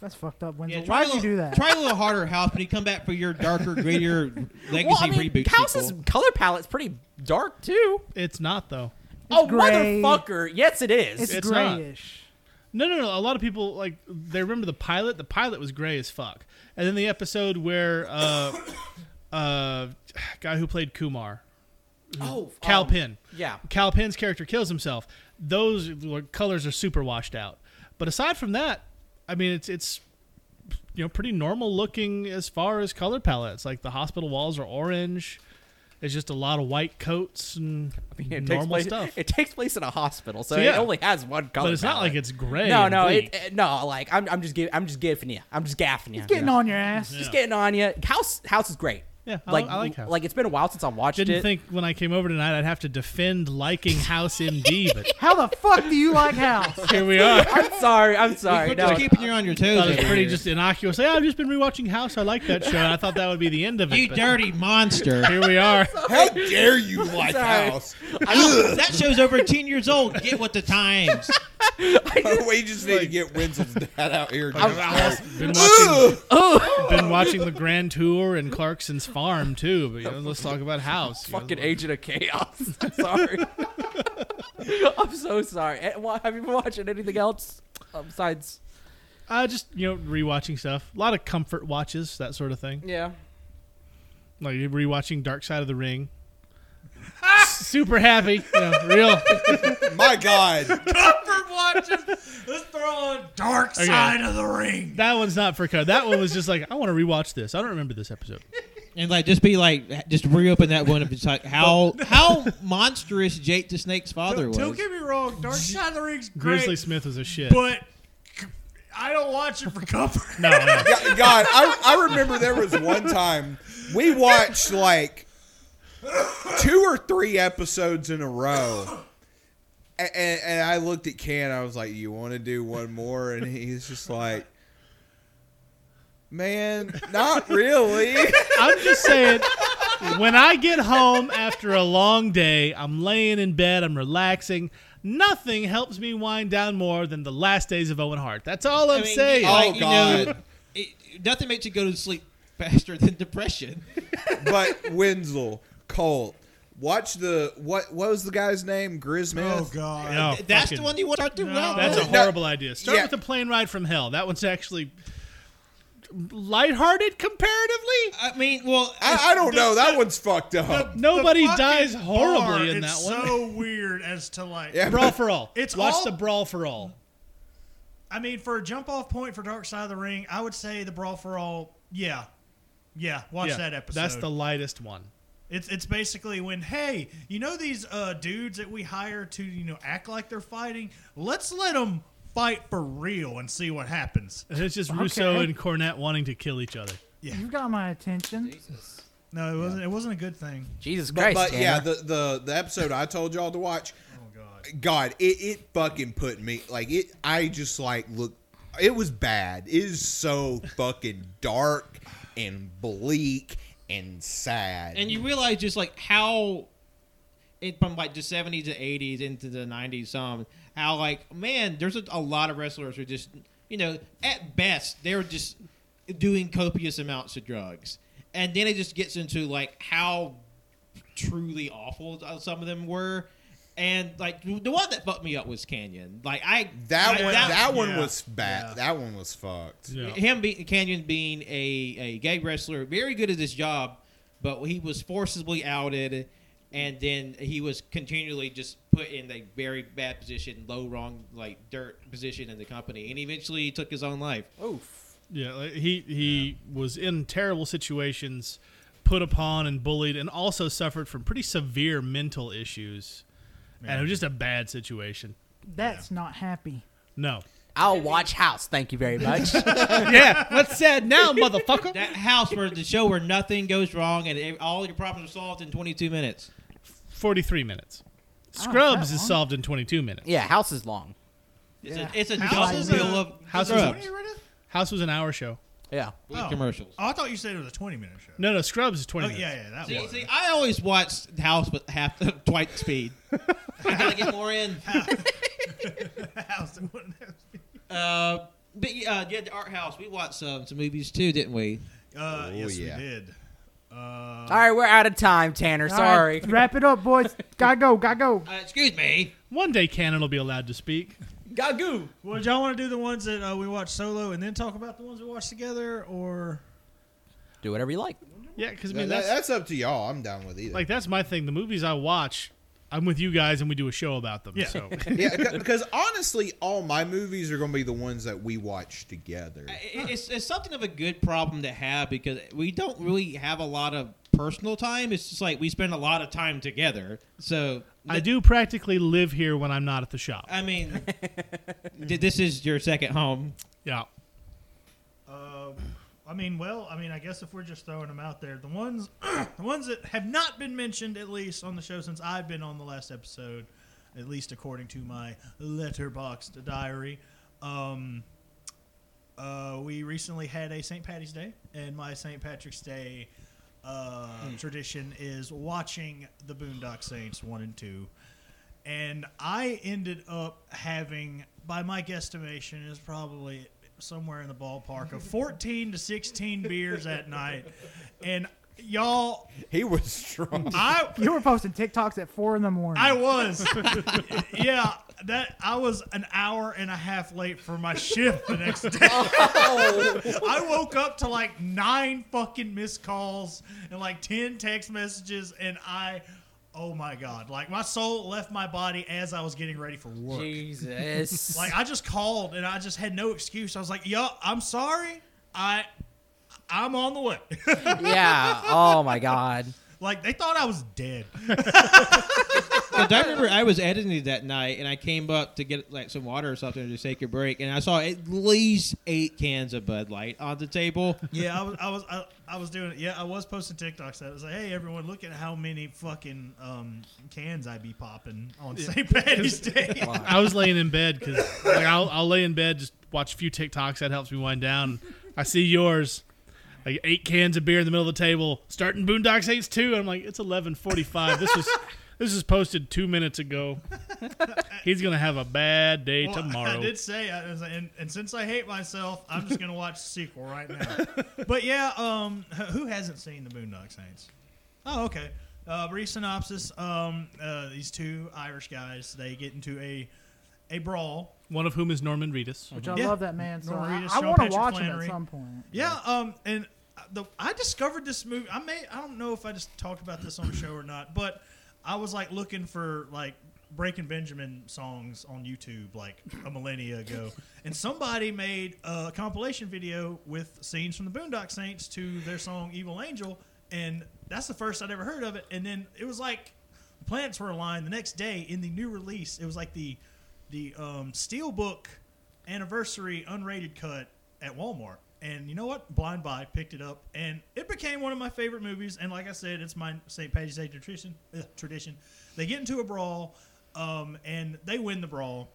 [SPEAKER 3] That's fucked up, Winslow.
[SPEAKER 1] try a
[SPEAKER 3] Why'd you
[SPEAKER 1] little-
[SPEAKER 3] do that?
[SPEAKER 1] Try a little harder, House, when you come back for your darker, grittier legacy
[SPEAKER 5] Well, I mean,
[SPEAKER 1] reboot
[SPEAKER 5] House's
[SPEAKER 1] sequel.
[SPEAKER 5] color palette's pretty dark too.
[SPEAKER 6] It's not though.
[SPEAKER 5] oh
[SPEAKER 3] gray.
[SPEAKER 5] motherfucker! Yes, it is.
[SPEAKER 3] it's,
[SPEAKER 6] it's not.
[SPEAKER 3] grayish.
[SPEAKER 6] No, no, no. A lot of people like they remember the pilot. The pilot was gray as fuck, and then the episode where uh, uh, guy who played Kumar,
[SPEAKER 5] oh,
[SPEAKER 6] Cal
[SPEAKER 5] um,
[SPEAKER 6] Penn,
[SPEAKER 5] yeah.
[SPEAKER 6] Cal Penn's character kills himself. Those like, colors are super washed out. But aside from that, I mean, it's it's you know pretty normal looking as far as color palettes. Like the hospital walls are orange. It's just a lot of white coats and
[SPEAKER 5] I mean, it takes
[SPEAKER 6] normal
[SPEAKER 5] place.
[SPEAKER 6] stuff.
[SPEAKER 5] It takes place in a hospital, so
[SPEAKER 6] So, yeah.
[SPEAKER 5] it only has one color.
[SPEAKER 6] but it's not like
[SPEAKER 5] palette.
[SPEAKER 6] it's gray.
[SPEAKER 5] No,
[SPEAKER 6] and
[SPEAKER 5] no,
[SPEAKER 6] bleak.
[SPEAKER 5] it, it- no. Like I'm, I'm just giving, I'm just giving you, I'm just gaffing you.
[SPEAKER 3] It's getting
[SPEAKER 5] Yeah.
[SPEAKER 3] on your ass.
[SPEAKER 5] just getting on you. House, House is great.
[SPEAKER 6] Yeah, I
[SPEAKER 5] like
[SPEAKER 6] li- I like House.
[SPEAKER 5] Like it's been a while since I watched
[SPEAKER 6] Didn't
[SPEAKER 5] it.
[SPEAKER 6] think when I came over tonight I'd have to defend liking House MD, but
[SPEAKER 3] How the fuck do you like House?
[SPEAKER 6] here we are.
[SPEAKER 5] I'm sorry, I'm sorry.
[SPEAKER 1] Quit
[SPEAKER 5] No,
[SPEAKER 1] just keeping you on your toes.
[SPEAKER 6] That was
[SPEAKER 1] over
[SPEAKER 6] pretty
[SPEAKER 1] here.
[SPEAKER 6] just innocuous. Hey, I've just been rewatching House. I like that show. And I thought that would be the end of it.
[SPEAKER 1] you
[SPEAKER 6] but
[SPEAKER 1] dirty monster.
[SPEAKER 6] Here we are.
[SPEAKER 4] How dare you like
[SPEAKER 5] Sorry.
[SPEAKER 4] House?
[SPEAKER 1] that show's over ten years old. Get with the times.
[SPEAKER 4] we just need to get Wenzel's dad out here. Just like,
[SPEAKER 6] Been watching, been watching the Grand Tour and Clarkson's Farm too. But you know, let's talk about House. you know.
[SPEAKER 5] fucking Agent of Chaos. I'm sorry. I'm so sorry. Eh, wha- Have you been watching anything else uh, besides?
[SPEAKER 6] uh, just you know, rewatching stuff. A lot of comfort watches, that sort of thing.
[SPEAKER 5] Yeah.
[SPEAKER 6] Like you're rewatching Dark Side of the Ring. Super happy, you know, real.
[SPEAKER 4] my God,
[SPEAKER 7] Let's throw on Dark
[SPEAKER 6] Okay.
[SPEAKER 7] Side of the Ring.
[SPEAKER 6] That one's not for cut. That one was just like, I want to rewatch this. I don't remember this episode.
[SPEAKER 1] And like, just be like, just reopen that one. If it's like how how monstrous Jake the Snake's father
[SPEAKER 7] Don't
[SPEAKER 1] was.
[SPEAKER 7] get me wrong, Dark Side of the Ring's great,
[SPEAKER 6] Grizzly Smith was a shit.
[SPEAKER 7] but I don't watch it for comfort.
[SPEAKER 6] No, no.
[SPEAKER 4] God, God, I, I remember there was one time we watched like two or three episodes in a row. And, and I looked at Ken, I was like, You want to do one more? And he's just like, Man, not really.
[SPEAKER 6] I'm just saying, when I get home after a long day, I'm laying in bed, I'm relaxing. Nothing helps me wind down more than the last days of Owen Hart. That's all I'm
[SPEAKER 1] I mean,
[SPEAKER 6] saying.
[SPEAKER 1] like,
[SPEAKER 4] Oh,
[SPEAKER 1] you know,
[SPEAKER 4] God.
[SPEAKER 1] it- nothing makes you go to sleep faster than depression.
[SPEAKER 4] But Wenzel, Colt, watch the what what was the guy's name? Grisman.
[SPEAKER 7] Oh God.
[SPEAKER 6] No,
[SPEAKER 1] That's
[SPEAKER 6] fucking-
[SPEAKER 1] the one you want to start doing. well.
[SPEAKER 6] That's a
[SPEAKER 4] No.
[SPEAKER 6] horrible idea. Start
[SPEAKER 4] Yeah.
[SPEAKER 6] with the plane ride from hell. That one's actually lighthearted comparatively.
[SPEAKER 1] I mean, well,
[SPEAKER 4] I, I don't know. That one's fucked up.
[SPEAKER 6] Nobody
[SPEAKER 7] The fucking
[SPEAKER 6] dies
[SPEAKER 7] bar
[SPEAKER 6] horribly in that
[SPEAKER 7] is
[SPEAKER 6] one.
[SPEAKER 7] So weird as to like.
[SPEAKER 4] Yeah.
[SPEAKER 6] Brawl for all.
[SPEAKER 7] It's
[SPEAKER 6] Watch
[SPEAKER 7] all-
[SPEAKER 6] the brawl for all.
[SPEAKER 7] I mean, for a jump off point for Dark Side of the Ring, I would say the Brawl for All. Yeah, yeah. Watch
[SPEAKER 6] Yeah,
[SPEAKER 7] that episode.
[SPEAKER 6] That's the lightest one.
[SPEAKER 7] It's it's basically when hey, you know these uh, dudes that we hire to you know act like they're fighting. Let's let them fight for real and see what happens.
[SPEAKER 6] And It's just Russo
[SPEAKER 3] Okay.
[SPEAKER 6] and Cornette wanting to kill each other.
[SPEAKER 3] You've got my attention.
[SPEAKER 7] No, it wasn't. It wasn't a good thing.
[SPEAKER 5] Jesus
[SPEAKER 4] But,
[SPEAKER 5] Christ.
[SPEAKER 4] but yeah,
[SPEAKER 5] Tanner.
[SPEAKER 4] the, the the episode I told y'all to watch,
[SPEAKER 7] Oh God.
[SPEAKER 4] God, it, it fucking put me like it. I just like look. It was bad. It is so fucking dark and bleak and sad.
[SPEAKER 1] and you realize just like how it from like the 70s to 80s into the 90s some how like man there's a, a lot of wrestlers who just you know at best they're just doing copious amounts of drugs and then it just gets into like how truly awful uh, some of them were and like the one that fucked me up was Canyon like I
[SPEAKER 4] that
[SPEAKER 1] I-
[SPEAKER 4] one, that, one
[SPEAKER 7] yeah,
[SPEAKER 4] was bad. That one was fucked.
[SPEAKER 1] him being Canyon being a, a gay wrestler, very good at his job, but he was forcibly outed, and then he was continually just put in a very bad position, low wrong like dirt position in the company, and eventually he took his own life.
[SPEAKER 6] Yeah, like, he he was in terrible situations, put upon and bullied, and also suffered from pretty severe mental issues. And it was just a bad situation.
[SPEAKER 3] That's not happy.
[SPEAKER 6] No.
[SPEAKER 5] I'll watch House. Thank you very much.
[SPEAKER 6] yeah, what's sad now, motherfucker?
[SPEAKER 1] That house where the show where nothing goes wrong and ev- all your problems are solved in 22 minutes.
[SPEAKER 6] Forty-three minutes.
[SPEAKER 3] that
[SPEAKER 6] Scrubs is
[SPEAKER 3] long?
[SPEAKER 6] solved in twenty-two minutes.
[SPEAKER 5] yeah, House is long.
[SPEAKER 1] It's a, it's a
[SPEAKER 7] House
[SPEAKER 1] double
[SPEAKER 7] is
[SPEAKER 1] bill
[SPEAKER 7] a-
[SPEAKER 1] of
[SPEAKER 6] House is a-
[SPEAKER 1] Scrubs
[SPEAKER 6] House was an hour show.
[SPEAKER 5] Yeah.
[SPEAKER 1] with
[SPEAKER 7] Oh.
[SPEAKER 1] commercials.
[SPEAKER 7] Oh, I thought you said it was a twenty-minute show.
[SPEAKER 6] No, no, Scrubs is twenty.
[SPEAKER 7] Oh, yeah,
[SPEAKER 6] minutes.
[SPEAKER 7] yeah, that
[SPEAKER 1] See,
[SPEAKER 7] was.
[SPEAKER 1] see, I always watched House with half the twice the speed. I gotta get more in.
[SPEAKER 7] House that wouldn't have-
[SPEAKER 1] Uh, but uh, yeah, the art house. We watched some some movies too, didn't we?
[SPEAKER 6] Oh,
[SPEAKER 7] Uh, yes,
[SPEAKER 4] yeah.
[SPEAKER 7] we did.
[SPEAKER 3] Oh.
[SPEAKER 7] Uh,
[SPEAKER 5] All right, we're out of time,
[SPEAKER 3] All
[SPEAKER 5] Tanner.
[SPEAKER 3] right,
[SPEAKER 5] Sorry.
[SPEAKER 3] wrap it up, boys. gotta go. Gotta go.
[SPEAKER 1] Uh, excuse me.
[SPEAKER 6] One day Canon will be allowed to speak.
[SPEAKER 5] Gagoo.
[SPEAKER 7] well, did y'all want to do the ones that uh, we watched solo and then talk about the ones we watched together, or
[SPEAKER 5] Do whatever you like.
[SPEAKER 6] Yeah, because I
[SPEAKER 4] That-
[SPEAKER 6] mean
[SPEAKER 4] that's,
[SPEAKER 6] that's,
[SPEAKER 4] up to y'all. I'm down with either.
[SPEAKER 6] like that's my thing. The movies I watch, I'm with you guys, and we do a show about them.
[SPEAKER 7] Yeah.
[SPEAKER 6] So
[SPEAKER 4] yeah, c- because honestly, all my movies are going to be the ones that we watch together.
[SPEAKER 1] It- It's, it's something of a good problem to have because we don't really have a lot of personal time. It's just like we spend a lot of time together. So
[SPEAKER 6] I do practically live here when I'm not at the shop.
[SPEAKER 1] I mean, th- this is your second home.
[SPEAKER 6] Yeah.
[SPEAKER 7] uh, I mean, well, I mean, I guess if we're just throwing them out there, the ones, the ones that have not been mentioned at least on the show since I've been on the last episode, at least according to my letterboxed diary. Um, uh, we recently had a St. Patty's Day, and my St. Patrick's Day uh, tradition is watching the Boondock Saints one and two. And I ended up having, by my guesstimation, is probably somewhere in the ballpark of 14 to 16 beers at night. And y'all,
[SPEAKER 4] He was strong.
[SPEAKER 7] I
[SPEAKER 3] You were posting TikToks at four in the morning.
[SPEAKER 7] I was. yeah, that I was an hour and a half late for my shift the next day.
[SPEAKER 5] Oh,
[SPEAKER 7] I woke up to like nine fucking missed calls and like 10 text messages and I oh my god, like my soul left my body as I was getting ready for work.
[SPEAKER 5] Jesus.
[SPEAKER 7] Like I just called and I just had no excuse. I was like, "Yo, I'm sorry. I I'm on the way."
[SPEAKER 5] yeah. Oh my God.
[SPEAKER 7] Like they thought I was dead.
[SPEAKER 1] Because I remember I was editing that night, and I came up to get like some water or something to take a break, and I saw at least eight cans of Bud Light on the table.
[SPEAKER 7] Yeah, I was, I was, I, I was doing it. Yeah, I was posting TikToks. That was like, hey, everyone, look at how many fucking um, cans I be popping on St. Patty's Day.
[SPEAKER 2] I was laying in bed because like, I'll, I'll lay in bed, just watch a few TikToks. That helps me wind down. I see yours, like eight cans of beer in the middle of the table, starting Boondocks Eights two. I'm like, it's eleven forty five. This was this is posted two minutes ago. He's gonna have a bad day
[SPEAKER 7] Well,
[SPEAKER 2] tomorrow.
[SPEAKER 7] I did say, I was like, and, and since I hate myself, I'm just gonna watch the sequel right now. but yeah, um, h- who hasn't seen the Boondock Saints? Oh, okay. Uh, brief synopsis: um, uh, These two Irish guys they get into a a brawl.
[SPEAKER 2] One of whom is Norman Reedus.
[SPEAKER 3] Which I
[SPEAKER 7] Yeah.
[SPEAKER 3] love that man. So I,
[SPEAKER 7] Norita,
[SPEAKER 3] I
[SPEAKER 7] Sean
[SPEAKER 3] want to
[SPEAKER 7] Patrick
[SPEAKER 3] watch him
[SPEAKER 7] Flannery.
[SPEAKER 3] at some point.
[SPEAKER 7] Yeah. Um, and the I discovered this movie. I may I don't know if I just talked about this on the show or not, but I was like looking for like Breaking Benjamin songs on YouTube like a millennia ago, and somebody made a compilation video with scenes from the Boondock Saints to their song "Evil Angel," and that's the first I'd ever heard of it. And then it was like planets were aligned the next day in the new release. It was like the the um, Steelbook anniversary unrated cut at Walmart. And you know what? Blind Buy picked it up, and it became one of my favorite movies. And like I said, it's my St. Patty's Day tradition. Ugh, tradition. They get into a brawl, um, and they win the brawl.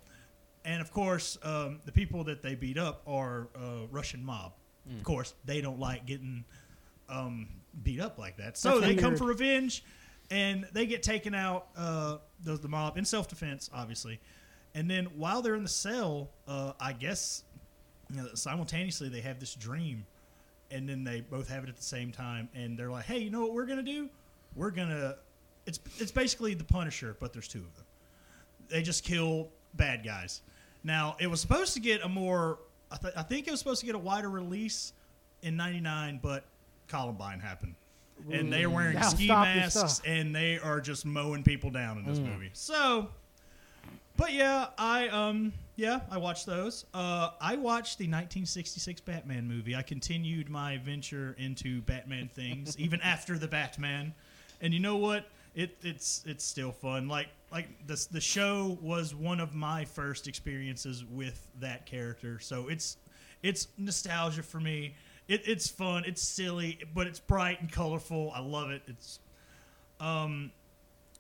[SPEAKER 7] And of course, um, the people that they beat up are uh, Russian mob. Of course, they don't like getting um, beat up like that. So
[SPEAKER 3] That's
[SPEAKER 7] they come
[SPEAKER 3] weird.
[SPEAKER 7] for revenge, and they get taken out. Uh, the, the mob in self defense, obviously. And then while they're in the cell, uh, I guess you know, simultaneously they have this dream, and then they both have it at the same time, and they're like, "Hey, you know what we're gonna do? We're gonna." It's it's basically the Punisher, but there's two of them they just kill bad guys. Now it was supposed to get a more, I, th- I think it was supposed to get a wider release in '99, but Columbine happened, and they are wearing
[SPEAKER 3] Now
[SPEAKER 7] ski
[SPEAKER 3] stop your
[SPEAKER 7] masks
[SPEAKER 3] stuff. Mm.
[SPEAKER 7] and they are just mowing people down in this movie. So, but yeah, I um yeah I watched those. Uh, I watched the 1966 Batman movie. I continued my adventure into Batman things even after the Batman, and you know what? It, it's it's still fun. Like like the the show was one of my first experiences with that character, so it's it's nostalgia for me. It, it's fun. It's silly, but it's bright and colorful. I love it. It's um,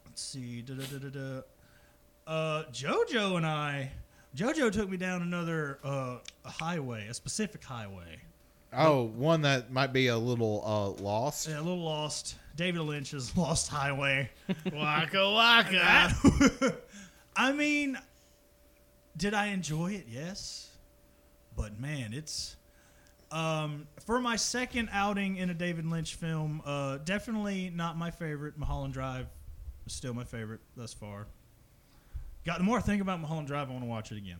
[SPEAKER 7] let's see. Da, da, da, da, da uh, JoJo and I, JoJo took me down another uh, a highway, a specific highway.
[SPEAKER 4] Oh, one that might be a little uh, lost.
[SPEAKER 7] Yeah, a little lost. David Lynch's Lost Highway.
[SPEAKER 2] Waka waka.
[SPEAKER 7] uh, I mean, did I enjoy it? Yes. But man, it's um, for my second outing in a David Lynch film. Uh, definitely not my favorite. Mulholland Drive is still my favorite thus far. Got the more I think about Mulholland Drive, I want to watch it again.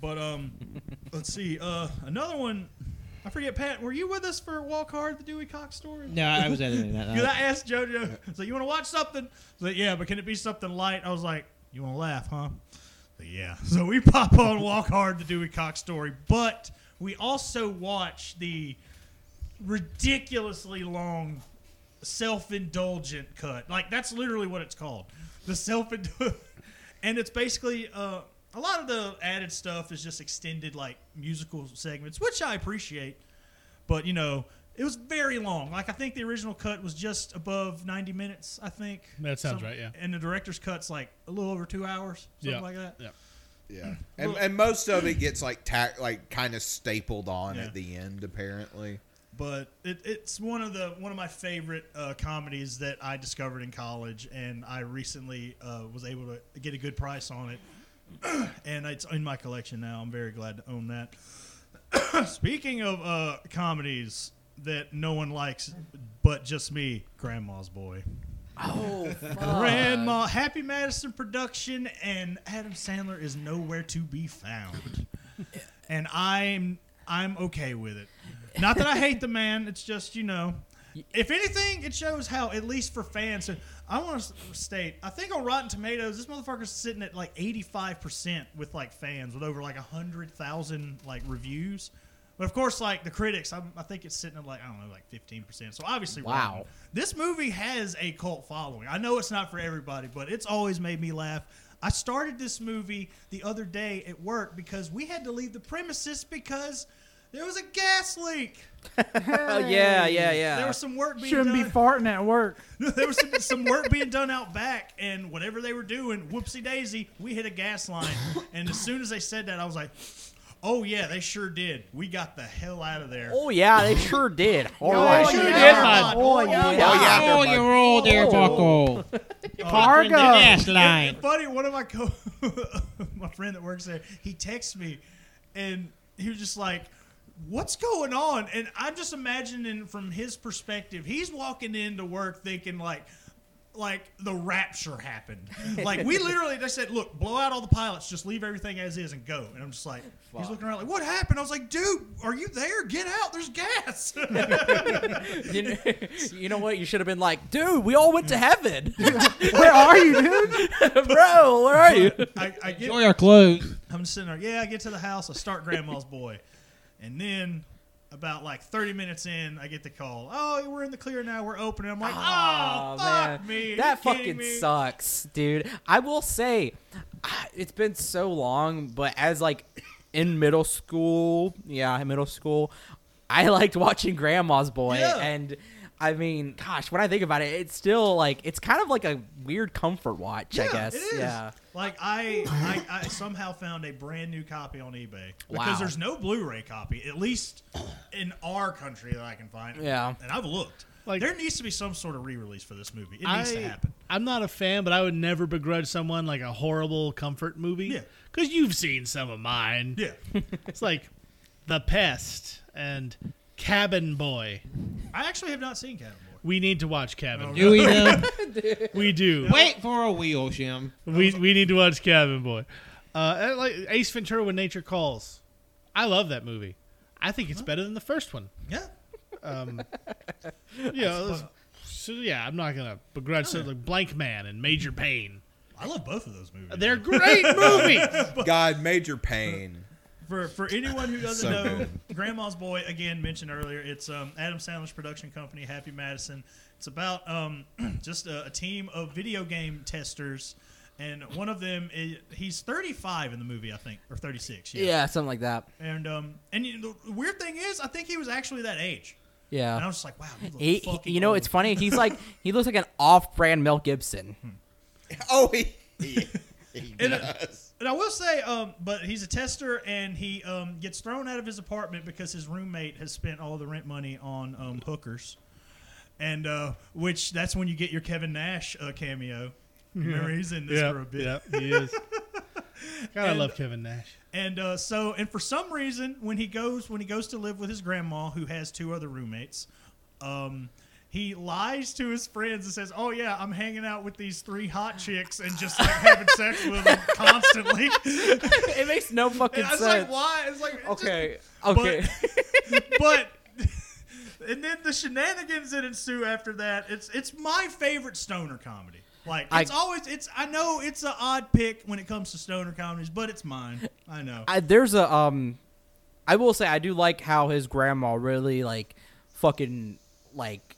[SPEAKER 7] But um, let's see. Uh, another one. I forget. Pat, were you with us for Walk Hard, the Dewey Cox story?
[SPEAKER 1] No, I was editing that.
[SPEAKER 7] Because I asked JoJo, so you want to watch something? She's like, yeah, but can it be something light? I was like, you want to laugh, huh? She's like, yeah. So we pop on Walk Hard, the Dewey Cox story, but we also watch the ridiculously long self-indulgent cut. Like that's literally what it's called, the self and it's basically uh, a lot of the added stuff is just extended like musical segments, which I appreciate. But you know, it was very long. Like I think the original cut was just above ninety minutes. I think
[SPEAKER 2] That sounds right, yeah.
[SPEAKER 7] And the director's cut's like a little over two hours, something
[SPEAKER 2] Yeah.
[SPEAKER 7] like that.
[SPEAKER 2] Yeah.
[SPEAKER 4] Yeah, and, and most of it gets like ta- like kind of stapled on
[SPEAKER 7] Yeah.
[SPEAKER 4] at the end, apparently.
[SPEAKER 7] but it, it's one of the one of my favorite uh, comedies that I discovered in college, and I recently uh, was able to get a good price on it, and it's in my collection now. I'm very glad to own that. Speaking of uh, comedies that no one likes but just me, Grandma's Boy.
[SPEAKER 5] Oh,
[SPEAKER 7] Grandma, Happy Madison production, and Adam Sandler is nowhere to be found. and I'm I'm okay with it. Not that I hate the man. It's just you know, if anything, it shows how at least for fans. and I want to state. I think on Rotten Tomatoes, this motherfucker's sitting at like 85 percent with like fans with over like hundred thousand like reviews. But of course, like the critics, I'm, I think it's sitting at like I don't know, like 15 percent. So obviously,
[SPEAKER 5] Wow.
[SPEAKER 7] rotten. This movie has a cult following. I know it's not for everybody, but it's always made me laugh. I started this movie the other day at work because we had to leave the premises because there was a gas leak.
[SPEAKER 5] Oh yeah, yeah,
[SPEAKER 7] There
[SPEAKER 5] yeah.
[SPEAKER 7] was some work being
[SPEAKER 3] Shouldn't
[SPEAKER 7] done.
[SPEAKER 3] be farting at work.
[SPEAKER 7] there was some, some work being done out back, and whatever they were doing, whoopsie daisy, we hit a gas line. And as soon as they said that, I was like, "Oh yeah, they sure did. We got the hell out of there."
[SPEAKER 5] Oh yeah, they sure did. All
[SPEAKER 3] Oh,
[SPEAKER 5] right.
[SPEAKER 3] yeah.
[SPEAKER 7] yeah.
[SPEAKER 3] Oh,
[SPEAKER 5] Oh,
[SPEAKER 3] yeah.
[SPEAKER 5] yeah.
[SPEAKER 1] Oh,
[SPEAKER 4] there,
[SPEAKER 1] you're old there, Buckle. Fucking the
[SPEAKER 3] Cargo.
[SPEAKER 1] ass line.
[SPEAKER 7] Funny, one of my co, my friend that works there, he texts me, and he was just like, "What's going on?" And I'm just imagining from his perspective, he's walking into work thinking like. Like the rapture happened. Like we literally, they said, "Look, blow out all the pilots, just leave everything as is and go." And I'm just like, he's looking around like, "What happened?" I was like, "Dude, are you there? Get out! There's gas."
[SPEAKER 5] You know, you know what? You should have been like, dude, we all went to heaven,
[SPEAKER 3] Where are you, dude?
[SPEAKER 5] bro. Where are you?
[SPEAKER 7] I, I get
[SPEAKER 1] Enjoy our clothes.
[SPEAKER 7] I'm just sitting there. Yeah, I get to the house. I start Grandma's Boy, and then about like 30 minutes in, I get the call. Oh, we're in the clear now. We're open. And I'm like, oh,
[SPEAKER 5] Aw,
[SPEAKER 7] fuck me. Are
[SPEAKER 5] That
[SPEAKER 7] you kidding
[SPEAKER 5] fucking
[SPEAKER 7] me?
[SPEAKER 5] sucks, dude. I will say, ah, it's been so long, but as like in middle school, yeah, in middle school, I liked watching Grandma's Boy,
[SPEAKER 7] Yeah.
[SPEAKER 5] and I mean, gosh, when I think about it, it's still like it's kind of like a weird comfort watch, I guess.
[SPEAKER 7] It is.
[SPEAKER 5] Yeah.
[SPEAKER 7] Like I, I, I somehow found a brand new copy on eBay because
[SPEAKER 5] Wow.
[SPEAKER 7] there's no Blu-ray copy, at least in our country that I can find.
[SPEAKER 5] Yeah.
[SPEAKER 7] And I've looked.
[SPEAKER 2] Like-
[SPEAKER 7] there needs to be some sort of re-release for this movie. It
[SPEAKER 2] I,
[SPEAKER 7] needs to happen.
[SPEAKER 2] I'm not a fan, but I would never begrudge someone like a horrible comfort movie.
[SPEAKER 7] Yeah.
[SPEAKER 2] Because you've seen some of mine.
[SPEAKER 7] Yeah.
[SPEAKER 2] It's like The Pest and Cabin Boy.
[SPEAKER 7] I actually have not seen Cabin Boy.
[SPEAKER 2] We need to watch Cabin Boy.
[SPEAKER 1] Do we know?
[SPEAKER 2] We do.
[SPEAKER 1] Wait for a wheel, Jim.
[SPEAKER 2] We, we need to watch Cabin Boy. Uh, and like Ace Ventura When Nature Calls. I love that movie. I think it's better than the first one.
[SPEAKER 7] Yeah.
[SPEAKER 2] Yeah. so yeah, I'm not gonna begrudge so
[SPEAKER 7] Oh,
[SPEAKER 2] like Blank Man and Major
[SPEAKER 7] Mm-hmm.
[SPEAKER 2] Pain.
[SPEAKER 7] I love both of those movies.
[SPEAKER 2] They're great movies.
[SPEAKER 4] God, Major Pain.
[SPEAKER 7] For for anyone who doesn't
[SPEAKER 4] So
[SPEAKER 7] know, Grandma's Boy again mentioned earlier. It's um, Adam Sandler's production company, Happy Madison. It's about um, just a, a team of video game testers, and one of them is, he's 35 in the movie, I think, or 36. Yeah.
[SPEAKER 5] Yeah, something like that.
[SPEAKER 7] And um, and you know, the weird thing is, I think he was actually that age.
[SPEAKER 5] Yeah.
[SPEAKER 7] And I was just like, wow, you look
[SPEAKER 5] He- he-
[SPEAKER 7] fucking
[SPEAKER 5] you know,
[SPEAKER 7] old.
[SPEAKER 5] it's funny. He's like, he looks like an off-brand Mel Gibson.
[SPEAKER 7] Hmm.
[SPEAKER 4] Oh, he, he, he
[SPEAKER 7] And, uh,
[SPEAKER 4] does.
[SPEAKER 7] And I will say, um, but he's a tester, and he um, gets thrown out of his apartment because his roommate has spent all the rent money on um, hookers, and uh, which that's when you get your Kevin Nash uh, cameo. Remember, he's in this for a bit.
[SPEAKER 2] Yep, he is. God, I
[SPEAKER 7] And-
[SPEAKER 2] love Kevin Nash.
[SPEAKER 7] And uh, so, and for some reason, when he goes when he goes to live with his grandma, who has two other roommates, um, he lies to his friends and says, "Oh yeah, I'm hanging out with these three hot chicks and just like having sex with them constantly."
[SPEAKER 5] it makes no fucking
[SPEAKER 7] And I was
[SPEAKER 5] sense.
[SPEAKER 7] like, "Why?" It's like it just-
[SPEAKER 5] okay, okay.
[SPEAKER 7] but and then the shenanigans that ensue after that. It's it's my favorite stoner comedy. Like
[SPEAKER 5] I-
[SPEAKER 7] it's always it's I know it's an odd pick when it comes to stoner comedies, but it's mine. I know.
[SPEAKER 5] I, there's a um I will say I do like how his grandma really like fucking like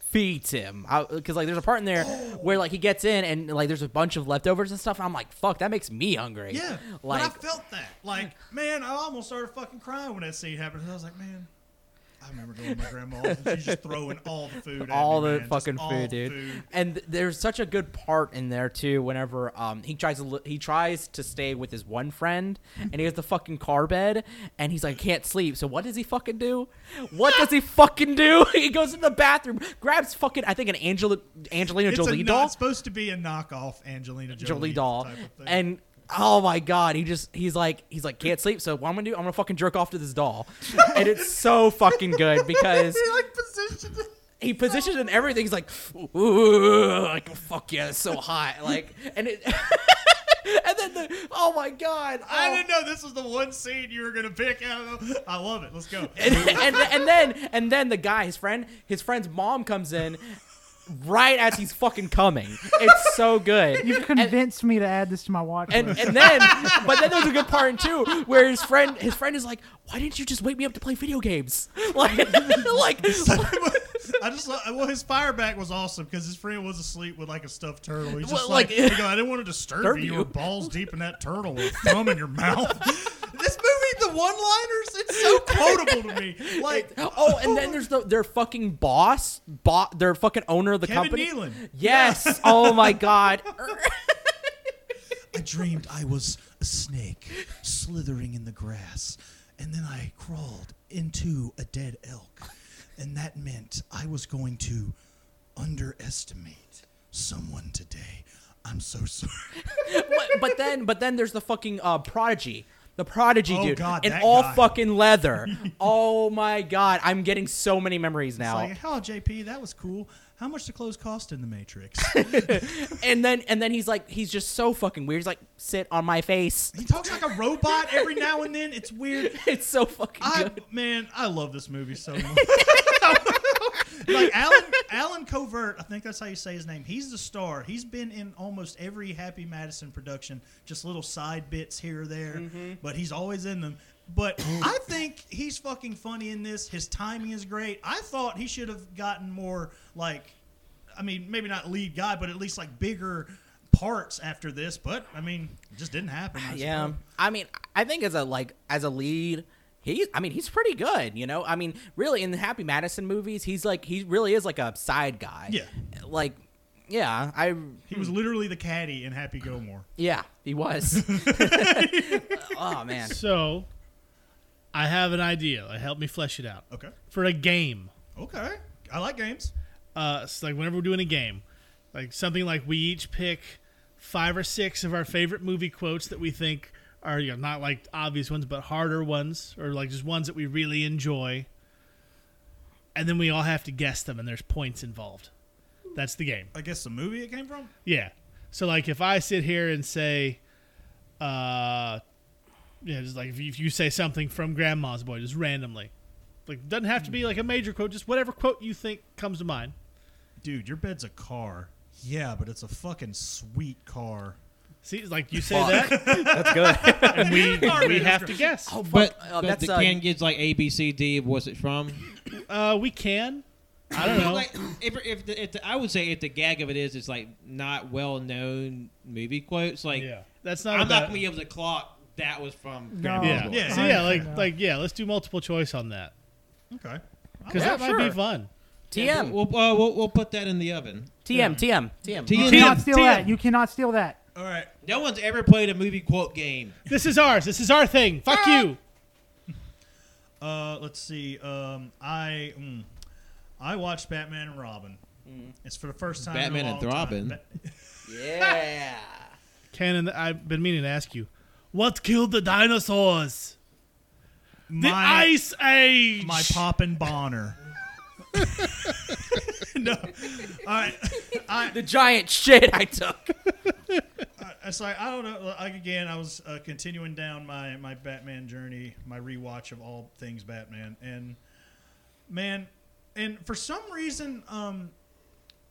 [SPEAKER 5] feeds him because like there's a part in there where like he gets in and like there's a bunch of leftovers and stuff and I'm like fuck that makes me hungry
[SPEAKER 7] yeah, but I
[SPEAKER 5] like
[SPEAKER 7] felt that. Like, man, I almost started fucking crying when that scene happened. I was like, man, I remember going to my grandma's and she's just throwing all the food, at
[SPEAKER 5] all
[SPEAKER 7] me,
[SPEAKER 5] the
[SPEAKER 7] man, just
[SPEAKER 5] fucking
[SPEAKER 7] all
[SPEAKER 5] food
[SPEAKER 7] the
[SPEAKER 5] dude and th- there's such a good part in there too whenever um he tries to li- he tries to stay with his one friend and he has the fucking car bed and he's like can't sleep so what does he fucking do what does he fucking do he goes in the bathroom grabs fucking I think an Angela Angelina
[SPEAKER 7] It's, a
[SPEAKER 5] Jolie
[SPEAKER 7] no-
[SPEAKER 5] doll
[SPEAKER 7] it's supposed to be a knockoff Angelina Jolie,
[SPEAKER 5] Jolie doll,
[SPEAKER 7] type of thing.
[SPEAKER 5] and oh my god, he just he's like he's like can't sleep. So what I'm gonna do? I'm gonna fucking jerk off to this doll, and it's so fucking good because
[SPEAKER 7] he like positioned it.
[SPEAKER 5] he positioned and everything. He's like, ooh, like fuck yeah, it's so hot, like, and it. And then the oh my god!
[SPEAKER 7] I
[SPEAKER 5] oh.
[SPEAKER 7] didn't know this was the one scene you were gonna pick. I, don't know. I love
[SPEAKER 5] oh.
[SPEAKER 7] it. Let's go.
[SPEAKER 5] and, and and then and then the guy, his friend, his friend's mom comes in. right as he's fucking coming. It's so good.
[SPEAKER 3] You've convinced me to add this to my watch
[SPEAKER 5] And
[SPEAKER 3] list.
[SPEAKER 5] and then, but then there's a good part in two where his friend his friend is like, "Why didn't you just wake me up to play video games?" Like, like
[SPEAKER 7] I just lo- well, his fire back was awesome because his friend was asleep with like a stuffed turtle. He's just
[SPEAKER 5] Well,
[SPEAKER 7] like,
[SPEAKER 5] like-
[SPEAKER 7] you know, I didn't want to disturb,
[SPEAKER 5] Disturb
[SPEAKER 7] you. You
[SPEAKER 5] you."
[SPEAKER 7] were balls deep in that turtle with a thumb in your mouth. this movie, the one-liners, it's so quotable to me. Like
[SPEAKER 5] oh, and then there's the, their fucking boss, bo- their fucking owner of the
[SPEAKER 7] Kevin
[SPEAKER 5] company.
[SPEAKER 7] Nealon.
[SPEAKER 5] Yes. oh my god.
[SPEAKER 7] I dreamed I was a snake slithering in the grass, and then I crawled into a dead elk, and that meant I was going to underestimate someone today. I'm so sorry.
[SPEAKER 5] but, but then, but then there's the fucking uh, prodigy. The prodigy
[SPEAKER 7] Oh,
[SPEAKER 5] dude
[SPEAKER 7] God,
[SPEAKER 5] in
[SPEAKER 7] that
[SPEAKER 5] all
[SPEAKER 7] guy.
[SPEAKER 5] fucking leather. oh my god, I'm getting so many memories
[SPEAKER 7] It's
[SPEAKER 5] now.
[SPEAKER 7] like, oh, JP, that was cool. How much the clothes cost in the Matrix?
[SPEAKER 5] and then and then he's like he's just so fucking weird. He's like sit on my face.
[SPEAKER 7] he talks like a robot every now and then. It's weird.
[SPEAKER 5] It's so fucking
[SPEAKER 7] I
[SPEAKER 5] good.
[SPEAKER 7] man, I love this movie so much. like Alan Alan Covert, I think that's how you say his name. He's the star. He's been in almost every Happy Madison production, just little side bits here or there,
[SPEAKER 5] Mm-hmm.
[SPEAKER 7] but he's always in them. But I think he's fucking funny in this. His timing is great. I thought he should have gotten more like I mean, maybe not lead guy, but at least like bigger parts after this, but I mean, it just didn't happen. I
[SPEAKER 5] Yeah,
[SPEAKER 7] suppose.
[SPEAKER 5] I mean, I think as a like as a lead, he I mean he's pretty good. You know, I mean, really in the Happy Madison movies, he's like he really is like a side guy.
[SPEAKER 7] Yeah.
[SPEAKER 5] like yeah, I
[SPEAKER 7] He
[SPEAKER 5] Hmm.
[SPEAKER 7] was literally the caddy in Happy Gilmore.
[SPEAKER 5] yeah he was. oh man,
[SPEAKER 6] So, I have an idea. Uh, Help me flesh it out
[SPEAKER 7] Okay.
[SPEAKER 6] for a game.
[SPEAKER 7] Okay. I like games.
[SPEAKER 6] Uh, it's like whenever we're doing a game, like something like we each pick five or six of our favorite movie quotes that we think are you know, not like obvious ones, but harder ones, or like just ones that we really enjoy. And then we all have to guess them, and there's points involved. That's the game.
[SPEAKER 7] I guess the movie it came from.
[SPEAKER 6] Yeah. So like if I sit here and say, uh, yeah, just like if you, if you say something from Grandma's Boy just randomly, like doesn't have to be like a major quote, just whatever quote you think comes to mind.
[SPEAKER 7] Dude, your bed's a car. Yeah, but it's a fucking sweet car.
[SPEAKER 6] See, like you say that,
[SPEAKER 5] that's good.
[SPEAKER 6] and we we have to guess.
[SPEAKER 5] Oh,
[SPEAKER 1] But,
[SPEAKER 5] fuck, uh,
[SPEAKER 1] but
[SPEAKER 5] that's
[SPEAKER 1] the
[SPEAKER 5] uh,
[SPEAKER 1] can gives like A, B, C, D. What's it from?
[SPEAKER 6] Uh, we can. I don't know.
[SPEAKER 1] Like, if, if, the, if the, I would say if the gag of it is, it's like not well known movie quotes. Like
[SPEAKER 6] Yeah, that's not.
[SPEAKER 1] I'm
[SPEAKER 6] a bad-
[SPEAKER 1] not gonna be able to clock that was from.
[SPEAKER 3] No.
[SPEAKER 6] Yeah,
[SPEAKER 7] Yeah.
[SPEAKER 6] So yeah, like like yeah, let's do multiple choice on that
[SPEAKER 7] Okay.
[SPEAKER 6] because
[SPEAKER 5] Yeah,
[SPEAKER 6] that might
[SPEAKER 5] sure.
[SPEAKER 6] be fun.
[SPEAKER 5] TM
[SPEAKER 1] We'll, uh, we'll we'll put that in the oven.
[SPEAKER 5] TM TM TM.
[SPEAKER 3] You
[SPEAKER 1] TM.
[SPEAKER 3] cannot steal
[SPEAKER 6] TM.
[SPEAKER 3] that. You cannot steal that.
[SPEAKER 7] All right.
[SPEAKER 1] No one's ever played a movie quote game.
[SPEAKER 6] This is ours. This is our thing. Fuck you.
[SPEAKER 7] Uh, let's see. Um, I mm, I watched Batman and Robin. It's for the first time.
[SPEAKER 1] Mm. Batman
[SPEAKER 7] in a
[SPEAKER 1] and
[SPEAKER 7] long time.
[SPEAKER 1] Robin?
[SPEAKER 7] Ba-
[SPEAKER 5] Yeah.
[SPEAKER 6] Canon, I've been meaning to ask you, what killed the dinosaurs? The
[SPEAKER 7] my
[SPEAKER 6] Ice Age.
[SPEAKER 7] my pop and Bonner. no. All right. I,
[SPEAKER 5] The giant shit I took.
[SPEAKER 7] It's like I don't know. Like again, I was uh, continuing down my my Batman journey, my rewatch of all things Batman, and man, and for some reason, um,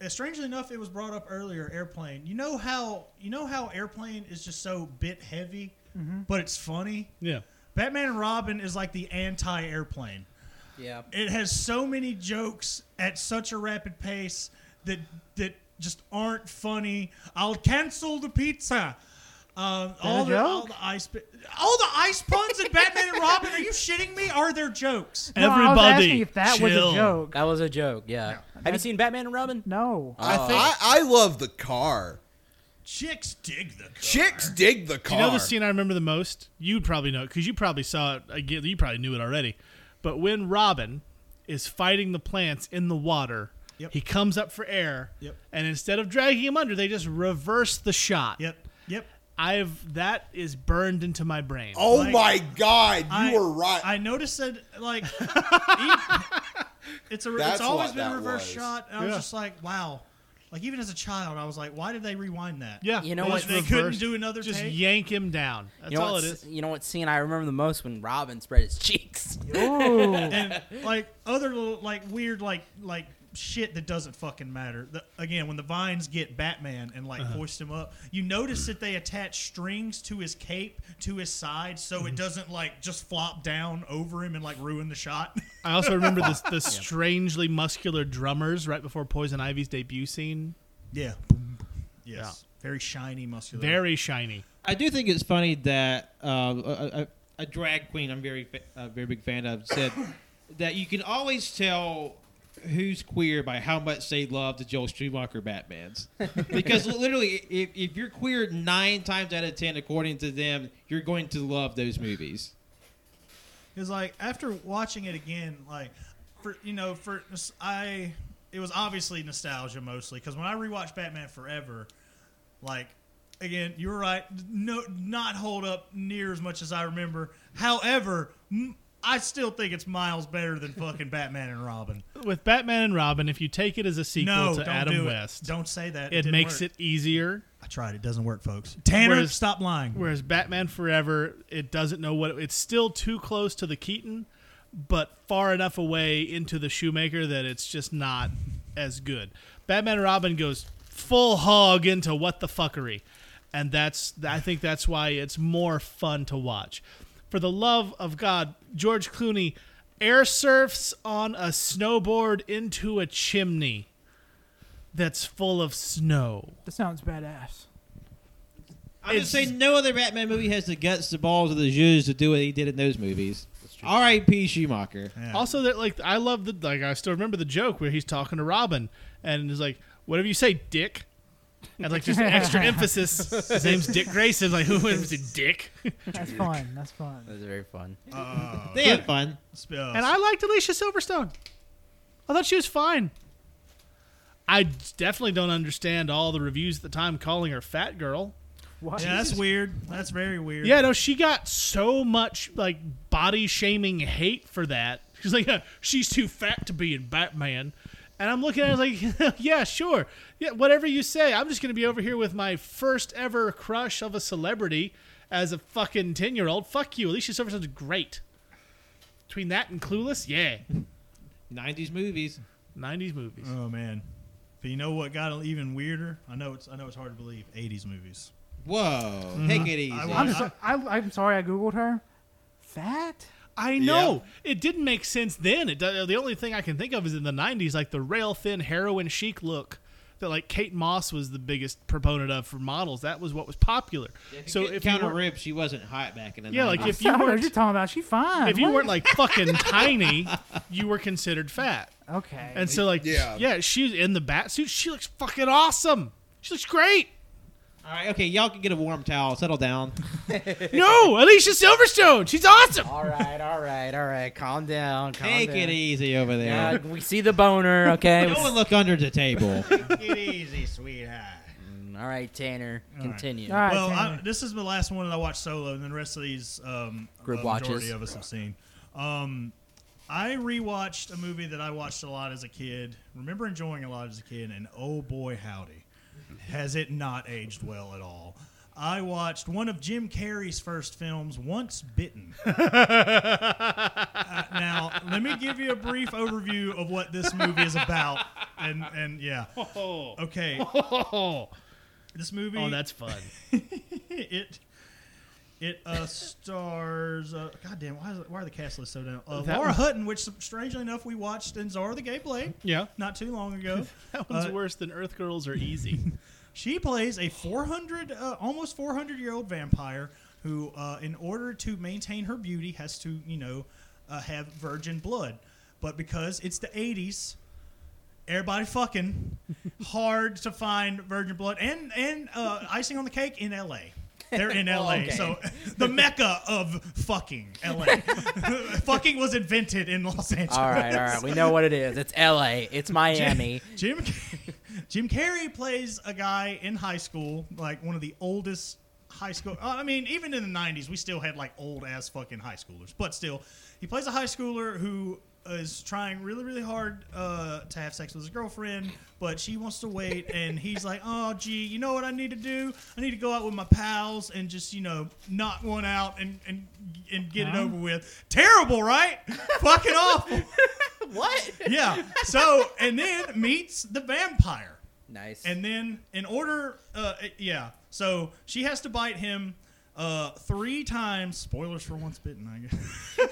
[SPEAKER 7] uh, strangely enough, it was brought up earlier. Airplane. You know how you know how Airplane is just so bit heavy, but it's funny.
[SPEAKER 6] yeah.
[SPEAKER 7] Batman and Robin is like the anti-airplane.
[SPEAKER 5] Yeah.
[SPEAKER 7] It has so many jokes at such a rapid pace that that just aren't funny. I'll cancel the pizza. Um, all, the, all
[SPEAKER 3] joke?
[SPEAKER 7] the ice, pi- all the ice puns in Batman and Robin. Are you shitting me? Are there jokes?
[SPEAKER 3] No, I was asking
[SPEAKER 6] Everybody,
[SPEAKER 3] if that was
[SPEAKER 6] chill.
[SPEAKER 3] a joke.
[SPEAKER 5] That was a joke. Yeah. Have you seen Batman and Robin?
[SPEAKER 3] No.
[SPEAKER 4] I, think, I, I love the car.
[SPEAKER 7] Chicks dig the.
[SPEAKER 4] Chicks dig the
[SPEAKER 6] Do
[SPEAKER 4] car.
[SPEAKER 6] you know the scene I remember the most? You'd probably know because you probably saw it. Again, you probably knew it already. But when Robin is fighting the plants in the water,
[SPEAKER 7] Yep.
[SPEAKER 6] he comes up for air,
[SPEAKER 7] Yep.
[SPEAKER 6] and instead of dragging him under, they just reverse the shot.
[SPEAKER 7] Yep, yep.
[SPEAKER 6] I've that is burned into my brain.
[SPEAKER 4] oh
[SPEAKER 7] like,
[SPEAKER 4] my God, you
[SPEAKER 7] I-
[SPEAKER 4] were right.
[SPEAKER 7] I noticed that like e- it's a
[SPEAKER 4] That's
[SPEAKER 7] it's always
[SPEAKER 4] what
[SPEAKER 7] been
[SPEAKER 4] that
[SPEAKER 7] reverse
[SPEAKER 4] was.
[SPEAKER 7] shot. And I was
[SPEAKER 6] Yeah.
[SPEAKER 7] just like, wow. Like even as a child, I was like, why did they rewind that?
[SPEAKER 6] Yeah,
[SPEAKER 5] You know
[SPEAKER 6] they
[SPEAKER 5] what-
[SPEAKER 6] just
[SPEAKER 7] They
[SPEAKER 6] reverse-
[SPEAKER 7] couldn't do another
[SPEAKER 6] Just
[SPEAKER 7] take.
[SPEAKER 6] yank him down. That's
[SPEAKER 5] You know,
[SPEAKER 6] all
[SPEAKER 5] what,
[SPEAKER 6] it
[SPEAKER 5] s-
[SPEAKER 6] is.
[SPEAKER 5] you know what scene I remember the most when Robin spread his cheeks?
[SPEAKER 3] Ooh.
[SPEAKER 7] and like other little like weird like like shit that doesn't fucking matter. The, again, when the vines get Batman and like hoist him up, you notice that they attach strings to his cape to his side so it doesn't like just flop down over him and like ruin the shot.
[SPEAKER 6] I also remember the, the strangely muscular drummers right before Poison Ivy's debut scene.
[SPEAKER 7] yeah. Yes. Very shiny, muscular.
[SPEAKER 6] Very shiny.
[SPEAKER 1] I do think it's funny that uh, a, a, a drag queen I'm very fa- a very big fan of said that you can always tell who's queer by how much they love the Joel Schumacher Batmans because literally if, if you're queer nine times out of ten according to them you're going to love those movies.
[SPEAKER 7] Because like after watching it again, like for you know for I it was obviously nostalgia mostly because when I rewatched Batman Forever, like again you're right, no not hold up near as much as I remember. However. M- I still think it's miles better than fucking Batman and Robin.
[SPEAKER 6] With Batman and Robin, if you take it as a sequel
[SPEAKER 7] No,
[SPEAKER 6] to
[SPEAKER 7] don't
[SPEAKER 6] Adam
[SPEAKER 7] do
[SPEAKER 6] West,
[SPEAKER 7] It. Don't say that.
[SPEAKER 6] it
[SPEAKER 7] didn't
[SPEAKER 6] makes
[SPEAKER 7] work.
[SPEAKER 6] it easier.
[SPEAKER 7] I tried. It doesn't work, folks. Tanner,
[SPEAKER 6] Whereas-
[SPEAKER 7] stop lying.
[SPEAKER 6] Whereas Batman Forever, it doesn't know what it's still too close to the Keaton, but far enough away into the Shoemaker that it's just not as good. Batman and Robin goes full hog into what the fuckery, and that's I think that's why it's more fun to watch. For the love of God, George Clooney air surfs on a snowboard into a chimney that's full of snow.
[SPEAKER 3] That sounds badass.
[SPEAKER 1] I would say no other Batman movie has the guts, the balls, or the juice to do what he did in those movies. R.I.P. Schumacher.
[SPEAKER 6] Also, that like I love the like I still remember the joke where he's talking to Robin and he's like, "Whatever you say, Dick," and like just extra emphasis. His name's Dick Grayson. Like who is it, Dick?
[SPEAKER 3] That's fun. That's fun.
[SPEAKER 5] was very fun.
[SPEAKER 1] They had fun.
[SPEAKER 7] Sp- uh,
[SPEAKER 6] And I liked Alicia Silverstone. I thought she was fine. I definitely don't understand all the reviews at the time calling her fat girl.
[SPEAKER 3] What?
[SPEAKER 7] yeah, that's weird. That's very weird.
[SPEAKER 6] Yeah, no, she got so much like body shaming hate for that. She's like, "Uh, she's too fat to be in Batman. And I'm looking at it like, yeah, sure. Yeah, whatever you say. I'm just going to be over here with my first ever crush of a celebrity as a fucking 10 year old. Fuck you. Alicia Silverstone's great. Between that and Clueless, yeah.
[SPEAKER 1] 90s movies.
[SPEAKER 6] 90s movies.
[SPEAKER 7] Oh man. But you know what got even weirder? I know it's I know it's hard to believe. 80s movies.
[SPEAKER 1] Whoa. Take it easy.
[SPEAKER 7] I-
[SPEAKER 3] I'm, so, I, I'm sorry I Googled her. Fat?
[SPEAKER 6] I know it didn't make sense then. It do- the only thing I can think of is in the '90s, like the rail thin heroin chic look that like Kate Moss was the biggest proponent of for models. That was what was popular. so if you
[SPEAKER 1] counter
[SPEAKER 6] weren't-
[SPEAKER 1] rib, she wasn't hot back in the
[SPEAKER 6] yeah, like
[SPEAKER 1] 90s.
[SPEAKER 6] if
[SPEAKER 3] I
[SPEAKER 6] you
[SPEAKER 3] don't know what
[SPEAKER 6] weren't
[SPEAKER 3] you're talking about. She fine.
[SPEAKER 6] if you
[SPEAKER 3] What?
[SPEAKER 6] weren't like fucking tiny, you were considered fat.
[SPEAKER 3] Okay.
[SPEAKER 6] And so like yeah,
[SPEAKER 4] Yeah.
[SPEAKER 6] yeah she's in the bat suit. She looks fucking awesome. She looks great.
[SPEAKER 1] All right, okay, y'all can get a warm towel. Settle down.
[SPEAKER 6] No, Alicia Silverstone. She's awesome.
[SPEAKER 5] all right, all right, all right. Calm down. Calm
[SPEAKER 1] Take
[SPEAKER 5] down.
[SPEAKER 1] it easy over there.
[SPEAKER 5] Yeah, we see the boner. Okay.
[SPEAKER 1] No one look under the table.
[SPEAKER 7] Get easy, sweetheart.
[SPEAKER 5] all right, Tanner. Continue.
[SPEAKER 3] All right,
[SPEAKER 7] Well, I,
[SPEAKER 3] Tanner.
[SPEAKER 7] this is the last one that I watched solo, and then the rest of these um,
[SPEAKER 5] Group
[SPEAKER 7] uh,
[SPEAKER 5] watches.
[SPEAKER 7] majority of us have seen. Um, I rewatched a movie that I watched a lot as a kid. Remember enjoying a lot as a kid, and oh boy, howdy, has it not aged well at all. I watched one of Jim Carrey's first films, Once Bitten. Uh, now, let me give you a brief overview of what this movie is about. And and yeah. Okay.
[SPEAKER 6] Oh,
[SPEAKER 7] This movie
[SPEAKER 6] oh, that's fun.
[SPEAKER 7] it it uh, stars. Uh, God damn, why, is, it- why are the cast lists so down? Uh,
[SPEAKER 6] That
[SPEAKER 7] Laura
[SPEAKER 6] one-
[SPEAKER 7] Hutton, which strangely enough we watched in Zara the Gay Blade
[SPEAKER 6] Yeah,
[SPEAKER 7] not too long ago.
[SPEAKER 6] that one's
[SPEAKER 7] Uh,
[SPEAKER 6] worse than Earth Girls are easy.
[SPEAKER 7] She plays a 400, uh, almost 400 year old vampire who, uh, in order to maintain her beauty, has to, you know, uh, have virgin blood. But because it's the 80s, everybody fucking hard to find virgin blood and and uh, icing on the cake in LA. They're in LA,
[SPEAKER 5] okay.
[SPEAKER 7] so the mecca of fucking LA. fucking was invented in Los Angeles.
[SPEAKER 5] All right, all right. We know what it is. It's L.A. It's Miami.
[SPEAKER 7] Jim Jim Carrey plays a guy in high school, like one of the oldest high school. uh, I mean, even in the '90s, we still had like old ass fucking high schoolers. But still, he plays a high schooler who is trying really, really hard uh, to have sex with his girlfriend, but she wants to wait, and he's like, "Oh, gee, you know what I need to do? I need to go out with my pals and just, you know, knock one out and and and get it over with." Terrible, right? fucking awful.
[SPEAKER 5] What?
[SPEAKER 7] yeah. So and then meets the vampire.
[SPEAKER 5] Nice.
[SPEAKER 7] And then, in order, uh, yeah. So she has to bite him uh, three times. Spoilers for once bitten, I guess.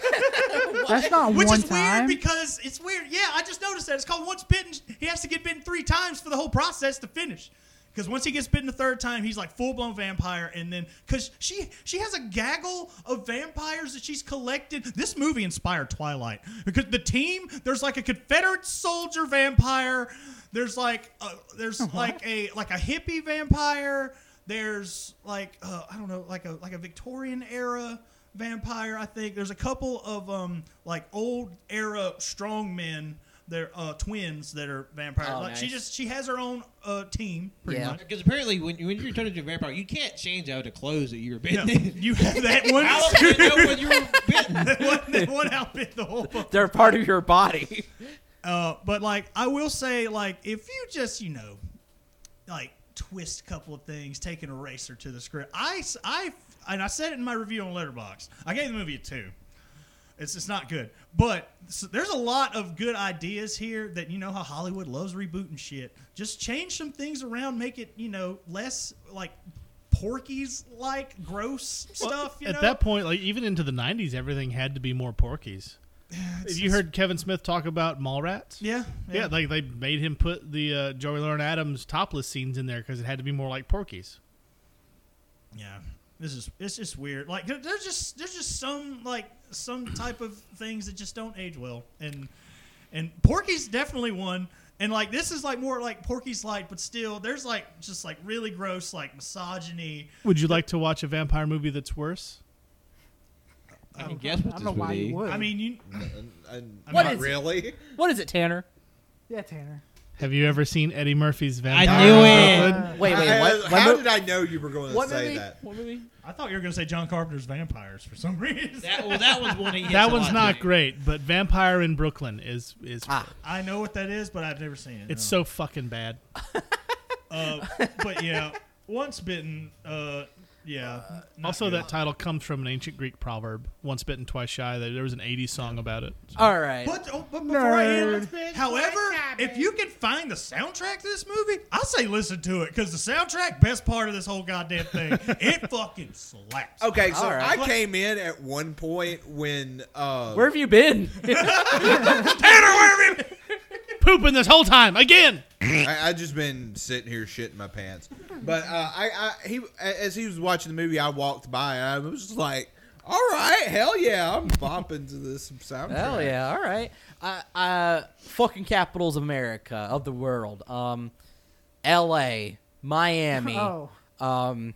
[SPEAKER 3] That's not
[SPEAKER 7] Which
[SPEAKER 3] one
[SPEAKER 7] is
[SPEAKER 3] time.
[SPEAKER 7] weird because it's weird. Yeah, I just noticed that it's called once bitten. He has to get bitten three times for the whole process to finish. Because once he gets bitten the third time, he's like full blown vampire, and then because she she has a gaggle of vampires that she's collected. This movie inspired Twilight because the team there's like a Confederate soldier vampire, there's like a, there's like a like a hippie vampire, there's like uh, I don't know like a like a Victorian era vampire. I think there's a couple of um like old era strong men. They're uh, twins that are vampires.
[SPEAKER 5] Oh,
[SPEAKER 7] like she
[SPEAKER 5] nice.
[SPEAKER 7] just she has her own uh, team pretty
[SPEAKER 5] Yeah.
[SPEAKER 7] much.
[SPEAKER 1] Because apparently, when, when you're turned into a vampire, you can't change out the clothes that you're
[SPEAKER 7] Yeah,
[SPEAKER 1] bitten in.
[SPEAKER 7] you have that one.
[SPEAKER 1] How else would you know when you were bitten?
[SPEAKER 7] that one, that one outfit the whole. book.
[SPEAKER 5] They're part of your body.
[SPEAKER 7] Uh, but like I will say, like if you just you know, like twist a couple of things, take an eraser to the script. I s- I- and I said it in my review on Letterbox. I gave the movie a two. It's it's not good, but s there's a lot of good ideas here that you know how Hollywood loves rebooting shit. Just change some things around, make it you know less like Porky's like gross stuff. You
[SPEAKER 2] At
[SPEAKER 7] know?
[SPEAKER 2] that point, like even into the '90s, everything had to be more Porky's. Have you heard Kevin Smith talk about Mallrats?
[SPEAKER 7] yeah,
[SPEAKER 2] Yeah, like they made him put the uh, Joey Lauren Adams topless scenes in there because it had to be more like Porky's.
[SPEAKER 7] Yeah, this is it's just weird. Like there- there's just there's just some like some type of things that just don't age well, and and Porky's definitely one. And like this is like more like Porky's light, but still there's like just like really gross like misogyny.
[SPEAKER 2] Would you like to watch a vampire movie that's worse?
[SPEAKER 1] I can guess what
[SPEAKER 3] I don't
[SPEAKER 1] this
[SPEAKER 3] know
[SPEAKER 1] would
[SPEAKER 3] why
[SPEAKER 1] be.
[SPEAKER 3] you
[SPEAKER 2] Hmm.
[SPEAKER 3] would.
[SPEAKER 7] I mean, you
[SPEAKER 5] What
[SPEAKER 4] not
[SPEAKER 5] is it?
[SPEAKER 4] really.
[SPEAKER 5] What is it, Tanner?
[SPEAKER 3] yeah, Tanner.
[SPEAKER 2] Have you ever seen Eddie Murphy's vampire?
[SPEAKER 1] I knew it.
[SPEAKER 3] Uh,
[SPEAKER 5] Wait, wait,
[SPEAKER 4] I-
[SPEAKER 5] what?
[SPEAKER 4] I-
[SPEAKER 5] what
[SPEAKER 4] how
[SPEAKER 5] mo-
[SPEAKER 4] did I know you were going to
[SPEAKER 5] what
[SPEAKER 4] say
[SPEAKER 5] movie?
[SPEAKER 4] that?
[SPEAKER 5] What movie?
[SPEAKER 7] I thought you were gonna say John Carpenter's vampires for some reason.
[SPEAKER 1] That, well, that was one he hits
[SPEAKER 2] That
[SPEAKER 1] a
[SPEAKER 2] one's
[SPEAKER 1] lot,
[SPEAKER 2] not
[SPEAKER 1] too.
[SPEAKER 2] great, but Vampire in Brooklyn is is
[SPEAKER 5] Ah.
[SPEAKER 7] I know what that is, but I've never seen it.
[SPEAKER 2] it's
[SPEAKER 7] no.
[SPEAKER 2] so fucking bad.
[SPEAKER 7] Uh, but yeah, once bitten. Uh, yeah. not
[SPEAKER 2] Also,
[SPEAKER 7] good.
[SPEAKER 2] that title comes from an ancient Greek proverb: "Once bitten, twice shy." There there was an '80s song about it. So-
[SPEAKER 5] All right.
[SPEAKER 7] But, oh, but before I end, however, if you can find the soundtrack to this movie, I say listen to it because the soundtrack, best part of this whole goddamn thing, it fucking slaps.
[SPEAKER 4] Okay, so
[SPEAKER 5] All right.
[SPEAKER 4] I came in at one point when uh,
[SPEAKER 5] Where have you been?
[SPEAKER 2] Pooping this whole time again.
[SPEAKER 4] I, I just been sitting here shitting my pants. But uh, I, I he as he was watching the movie, I walked by and I was just like, "All right, hell yeah, I'm bopping to this soundtrack."
[SPEAKER 5] Hell yeah! All right, uh, uh, fucking capitals of America of the world. Um, L.A., Miami,
[SPEAKER 3] Oh,
[SPEAKER 5] um,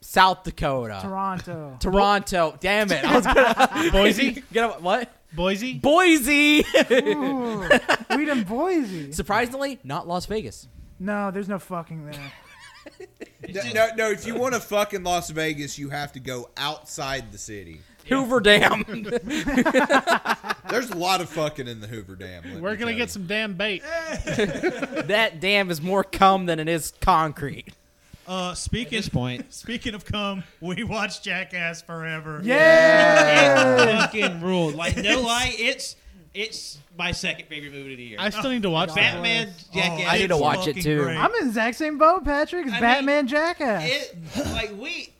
[SPEAKER 5] South Dakota,
[SPEAKER 3] Toronto.
[SPEAKER 5] Toronto. Damn it! I was gonna
[SPEAKER 2] Boise?
[SPEAKER 5] Get up, what?
[SPEAKER 2] Boise.
[SPEAKER 5] Boise.
[SPEAKER 3] Ooh, we done Boise.
[SPEAKER 5] Surprisingly, not Las Vegas.
[SPEAKER 3] No, there's no fucking there.
[SPEAKER 4] No, no, no, if you want to fuck in Las Vegas, you have to go outside the city.
[SPEAKER 5] Hoover Dam.
[SPEAKER 4] There's a lot of fucking in the Hoover Dam. let
[SPEAKER 2] We're
[SPEAKER 4] me
[SPEAKER 2] gonna
[SPEAKER 4] tell
[SPEAKER 2] get
[SPEAKER 4] you.
[SPEAKER 2] some damn bait.
[SPEAKER 5] that dam is more cum than it is concrete.
[SPEAKER 7] Uh,
[SPEAKER 1] At
[SPEAKER 7] speaking
[SPEAKER 1] this point,
[SPEAKER 7] speaking of cum, we watched Jackass Forever.
[SPEAKER 3] Yeah.
[SPEAKER 1] fucking ruled. Like no lie, it's it's my second favorite movie of the year.
[SPEAKER 2] I still need to watch that.
[SPEAKER 1] Batman,
[SPEAKER 7] Oh,
[SPEAKER 1] Jackass.
[SPEAKER 5] I need to
[SPEAKER 7] it's
[SPEAKER 5] watch it
[SPEAKER 7] fucking
[SPEAKER 5] too.
[SPEAKER 7] great.
[SPEAKER 3] I'm in the exact same boat, Patrick. It's
[SPEAKER 1] I mean,
[SPEAKER 3] Batman Jackass.
[SPEAKER 1] it like we.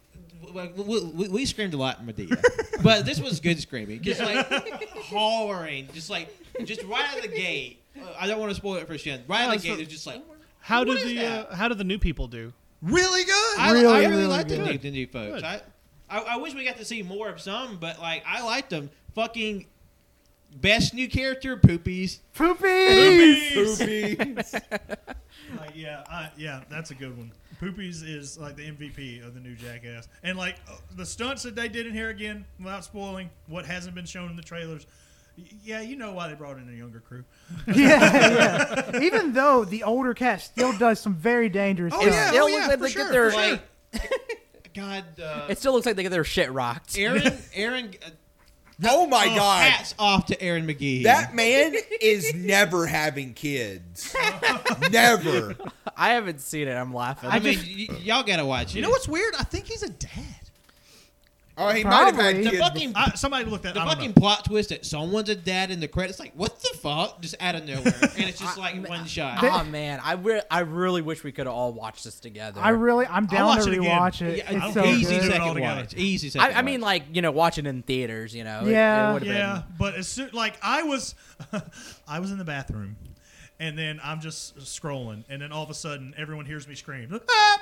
[SPEAKER 1] Like, we, we, we screamed a lot in Medea, but this was good screaming, just like hollering, just like just right out of the gate. Uh, I don't want to spoil it for Shen. Right out of the gate, it's just like
[SPEAKER 2] How
[SPEAKER 1] What
[SPEAKER 2] did
[SPEAKER 1] is
[SPEAKER 2] the
[SPEAKER 1] that?
[SPEAKER 2] uh, how did the new people do?
[SPEAKER 7] really good.
[SPEAKER 1] I,
[SPEAKER 3] Really,
[SPEAKER 1] I really,
[SPEAKER 3] really
[SPEAKER 1] liked the new,
[SPEAKER 2] good.
[SPEAKER 1] the new folks.
[SPEAKER 2] Good.
[SPEAKER 1] I, I I wish we got to see more of some, but like I liked them. Fucking best new character, poopies.
[SPEAKER 3] Poopies.
[SPEAKER 7] Like, yeah, I, yeah, that's a good one. Poopies is like the MVP of the new Jackass, and like uh, the stunts that they did in here again, without spoiling what hasn't been shown in the trailers. y- Yeah, you know why they brought in a younger crew.
[SPEAKER 3] yeah, yeah. Even though the older cat still does some very dangerous
[SPEAKER 7] Oh,
[SPEAKER 3] stuff.
[SPEAKER 7] yeah.
[SPEAKER 5] It looks
[SPEAKER 7] yeah,
[SPEAKER 5] like
[SPEAKER 7] for
[SPEAKER 5] they get
[SPEAKER 7] sure,
[SPEAKER 5] their-
[SPEAKER 7] for sure.
[SPEAKER 1] Like, God, uh,
[SPEAKER 5] It still looks like they get their shit rocked.
[SPEAKER 1] Aaron, Aaron, uh,
[SPEAKER 4] Oh my god,
[SPEAKER 1] hats off to Aaron McGee.
[SPEAKER 4] that man is never having kids. never.
[SPEAKER 5] I haven't seen it. I'm laughing.
[SPEAKER 1] I, mean, y- y'all gotta watch it.
[SPEAKER 7] You know what's weird? I think he's a dad.
[SPEAKER 4] Oh, he might have had
[SPEAKER 3] Probably.
[SPEAKER 4] kids.
[SPEAKER 1] The fucking
[SPEAKER 7] I, somebody looked that.
[SPEAKER 1] the
[SPEAKER 7] I don't
[SPEAKER 1] fucking
[SPEAKER 7] know.
[SPEAKER 1] plot twist that someone's a dad in the credits, like what the fuck, just out of nowhere, and it's just like one shot.
[SPEAKER 5] Oh man, I re- I really wish we could all watch this together.
[SPEAKER 3] I really, I'm down
[SPEAKER 7] watch
[SPEAKER 3] to
[SPEAKER 7] it again.
[SPEAKER 3] rewatch it.
[SPEAKER 1] Yeah,
[SPEAKER 3] It's
[SPEAKER 7] don't
[SPEAKER 3] so
[SPEAKER 7] care.
[SPEAKER 1] easy
[SPEAKER 7] Do it
[SPEAKER 3] good.
[SPEAKER 7] Easy.
[SPEAKER 1] second
[SPEAKER 7] altogether.
[SPEAKER 1] watch. Easy second.
[SPEAKER 5] I, I mean, like you know, watching in theaters. You know, it-
[SPEAKER 3] Yeah.
[SPEAKER 5] It, would have
[SPEAKER 7] Yeah,
[SPEAKER 5] been.
[SPEAKER 7] but as soon like I was, I was in the bathroom, and then I'm just scrolling, and then all of a sudden everyone hears me scream. "Ah!"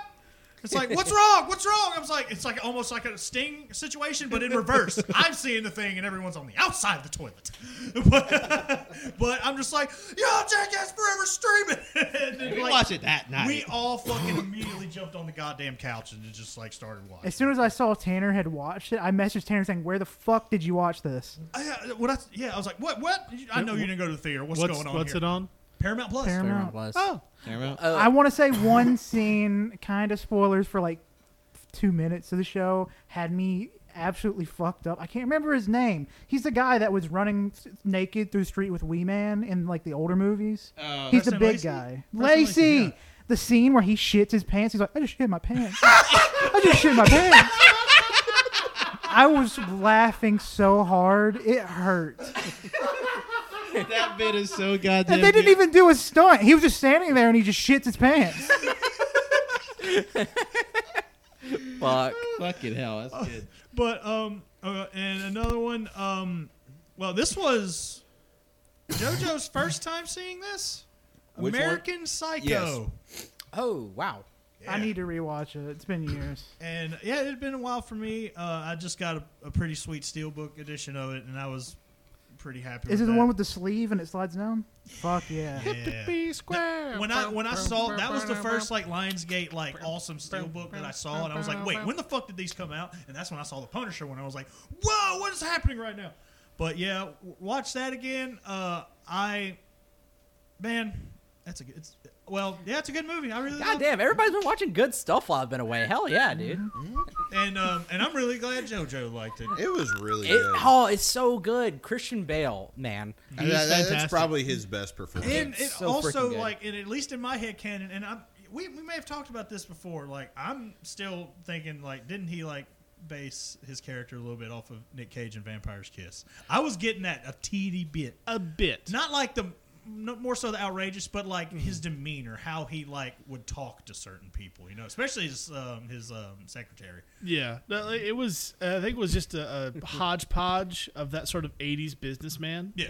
[SPEAKER 7] It's like, what's wrong? What's wrong? I was like, it's like almost like a sting situation, but in reverse. I'm seeing the thing, and everyone's on the outside of the toilet. But, but I'm just like, yo, Jackass Forever streaming. and then,
[SPEAKER 1] we
[SPEAKER 7] like,
[SPEAKER 1] watched it that night.
[SPEAKER 7] we all fucking immediately jumped on the goddamn couch and just like started watching.
[SPEAKER 3] As soon as I saw Tanner had watched it, I messaged Tanner saying, "Where the fuck did you watch this?"
[SPEAKER 7] I, uh, what I, yeah, I was like, what? What? I know you didn't go to the theater. What's,
[SPEAKER 6] What's
[SPEAKER 7] going on
[SPEAKER 6] what's
[SPEAKER 7] here?
[SPEAKER 6] it on?
[SPEAKER 7] Paramount Plus.
[SPEAKER 3] Paramount.
[SPEAKER 5] Plus.
[SPEAKER 6] Oh,
[SPEAKER 1] Paramount.
[SPEAKER 5] Uh,
[SPEAKER 3] I want to say one scene, kind of spoilers for like two minutes of the show, had me absolutely fucked up. I can't remember his name. He's the guy that was running s- naked through the street with Wee Man in like the older movies.
[SPEAKER 1] Uh,
[SPEAKER 3] he's the
[SPEAKER 7] Preston Oh,
[SPEAKER 3] big
[SPEAKER 7] Lacey?
[SPEAKER 3] guy,
[SPEAKER 7] Preston Lacey,
[SPEAKER 3] Lacey.
[SPEAKER 7] yeah.
[SPEAKER 3] The scene where he shits his pants. He's like, I just shit my pants. I just shit my pants. I was laughing so hard it hurt.
[SPEAKER 1] that bit is so goddamn.
[SPEAKER 3] And they didn't
[SPEAKER 1] good.
[SPEAKER 3] even do a stunt. He was just standing there and he just shits his pants.
[SPEAKER 5] Fuck.
[SPEAKER 1] Fucking hell,
[SPEAKER 7] Oh,
[SPEAKER 1] that's good.
[SPEAKER 7] But um, uh, and another one. Um, well, this was JoJo's first time seeing this.
[SPEAKER 4] Which one?
[SPEAKER 7] American Psycho.
[SPEAKER 5] Oh wow.
[SPEAKER 3] I need to rewatch it. It's been years.
[SPEAKER 7] And yeah, it had been a while for me. Uh, I just got a, a pretty sweet steelbook edition of it, and I was pretty happy.
[SPEAKER 3] Is it
[SPEAKER 7] with
[SPEAKER 3] the
[SPEAKER 7] that.
[SPEAKER 3] one with the sleeve and it slides down? Fuck yeah.
[SPEAKER 7] Yeah. When I when I saw that was the first like Lionsgate like awesome steelbook that I saw and I was like, wait, when the fuck did these come out? And that's when I saw the Punisher one. I was like, whoa, what is happening right now? But yeah, w- watch that again. Uh, I man, that's a good. It's, well, yeah, it's a good movie. I really
[SPEAKER 5] God
[SPEAKER 7] love
[SPEAKER 5] damn, everybody's been watching good stuff while I've been away. Hell yeah, dude.
[SPEAKER 7] and um, and I'm really glad JoJo liked it.
[SPEAKER 4] It was really
[SPEAKER 5] It,
[SPEAKER 4] good.
[SPEAKER 5] oh, it's so good. Christian Bale, man.
[SPEAKER 4] That- that-
[SPEAKER 6] fantastic.
[SPEAKER 4] that's probably his best performance.
[SPEAKER 7] And it
[SPEAKER 5] so
[SPEAKER 7] also
[SPEAKER 5] freaking good.
[SPEAKER 7] like, and at least in my head canon, and I'm we, we may have talked about this before. Like I'm still thinking like, didn't he like base his character a little bit off of Nick Cage and Vampire's Kiss? I was getting that a teeny bit,
[SPEAKER 6] a bit.
[SPEAKER 7] not like the no, more so the outrageous, but like his demeanor, how he like would talk to certain people, you know, especially his um, his um, secretary.
[SPEAKER 6] Yeah, No, it was. Uh, I think it was just a, a hodgepodge of that sort of '80s businessman.
[SPEAKER 7] Yeah,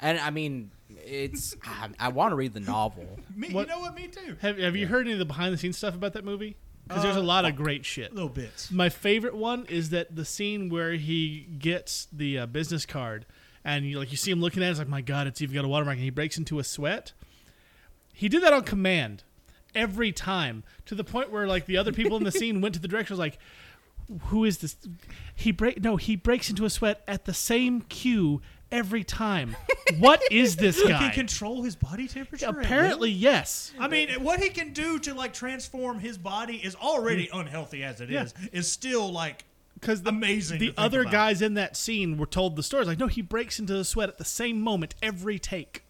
[SPEAKER 5] And I mean, it's. I, I want to read the novel.
[SPEAKER 7] me,
[SPEAKER 6] What-
[SPEAKER 7] you know what, me too.
[SPEAKER 6] Have Have you heard any of the behind the scenes stuff about that movie? Because
[SPEAKER 7] Uh,
[SPEAKER 6] there's a lot
[SPEAKER 7] oh,
[SPEAKER 6] of great shit.
[SPEAKER 7] Little bits.
[SPEAKER 6] My favorite one is that the scene where he gets the uh, business card, and you like you see him looking at it, it's like, my God, it's even got a watermark, and he breaks into a sweat. He did that on command every time to the point where like the other people in the scene went to the director was like, who is this? He break no, he breaks into a sweat at the same cue every time. What is this
[SPEAKER 7] He
[SPEAKER 6] guy?
[SPEAKER 7] can control his body temperature. at will.
[SPEAKER 6] Apparently, yes.
[SPEAKER 7] I mean, what he can do to like transform his body is already unhealthy as it
[SPEAKER 6] Mm. Yeah.
[SPEAKER 7] is. Is still like
[SPEAKER 6] because the,
[SPEAKER 7] Amazing to
[SPEAKER 6] The
[SPEAKER 7] think
[SPEAKER 6] other
[SPEAKER 7] about.
[SPEAKER 6] guys in that scene were told the story. Like, no, he breaks into the sweat at the same moment every take.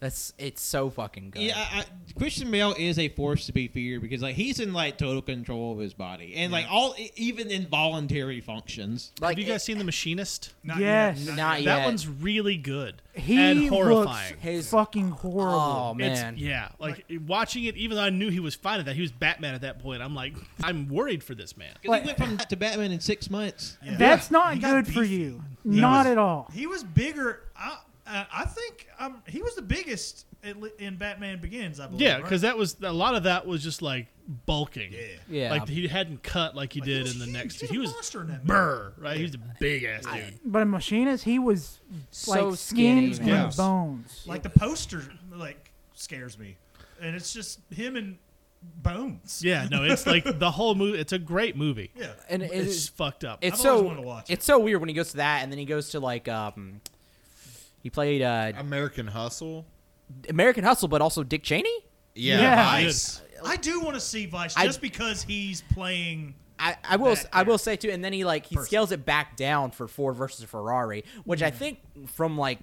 [SPEAKER 5] That's. It's so fucking good.
[SPEAKER 1] Yeah, I, I, Christian Bale is a force to be feared because like he's in like total control of his body and like all e- even involuntary functions.
[SPEAKER 5] Like,
[SPEAKER 6] Have you guys seen The Machinist?
[SPEAKER 7] not
[SPEAKER 3] Yes.
[SPEAKER 7] yet,
[SPEAKER 5] it,
[SPEAKER 7] not
[SPEAKER 5] not
[SPEAKER 7] yet.
[SPEAKER 5] yet.
[SPEAKER 6] That one's really good
[SPEAKER 3] He
[SPEAKER 6] and
[SPEAKER 3] looks
[SPEAKER 6] horrifying.
[SPEAKER 5] His-
[SPEAKER 3] fucking horrible.
[SPEAKER 5] Oh
[SPEAKER 6] It's-
[SPEAKER 5] man.
[SPEAKER 6] yeah, like, watching it. Even though I knew he was fine at that, he was Batman at that point. I'm like, I'm worried for this man.
[SPEAKER 1] 'Cause he went from to Batman in six months.
[SPEAKER 7] Yeah.
[SPEAKER 3] That's not
[SPEAKER 7] He got
[SPEAKER 3] good for
[SPEAKER 7] beefy.
[SPEAKER 3] you. Not at all.
[SPEAKER 7] He was bigger. I uh, I think um, he was the biggest at le- in Batman Begins. I believe.
[SPEAKER 6] Yeah,
[SPEAKER 7] right?
[SPEAKER 6] because that was a lot of that was just like bulking.
[SPEAKER 7] yeah,
[SPEAKER 5] Yeah.
[SPEAKER 6] Like he hadn't cut like he
[SPEAKER 7] he
[SPEAKER 6] did
[SPEAKER 7] was
[SPEAKER 6] in the
[SPEAKER 7] huge.
[SPEAKER 6] next.
[SPEAKER 7] He was
[SPEAKER 6] he
[SPEAKER 7] a
[SPEAKER 6] was
[SPEAKER 7] monster in that movie.
[SPEAKER 6] burr, right? He was a big ass dude.
[SPEAKER 3] But a machinist, he was like
[SPEAKER 5] So
[SPEAKER 3] skin
[SPEAKER 5] skinny,
[SPEAKER 3] and
[SPEAKER 6] man. Yeah.
[SPEAKER 3] bones.
[SPEAKER 7] like the poster like scares me, and it's just him and bones.
[SPEAKER 6] Yeah, no, it's like the whole movie. It's a great movie.
[SPEAKER 7] yeah.
[SPEAKER 5] and it
[SPEAKER 6] It's
[SPEAKER 5] is-
[SPEAKER 6] fucked up.
[SPEAKER 5] it's
[SPEAKER 7] I've always
[SPEAKER 5] so
[SPEAKER 7] wanted to watch it.
[SPEAKER 5] it's so weird when he goes to that and then he goes to like um he played uh
[SPEAKER 4] American Hustle.
[SPEAKER 5] American Hustle but also Dick Cheney
[SPEAKER 4] Yeah.
[SPEAKER 3] Yeah.
[SPEAKER 7] Vice. I do want to see Vice
[SPEAKER 5] I-
[SPEAKER 7] just because he's playing.
[SPEAKER 5] I, I will
[SPEAKER 7] That
[SPEAKER 5] I will say too and then he like he
[SPEAKER 7] Person.
[SPEAKER 5] scales it back down for Ford versus Ferrari which I think from like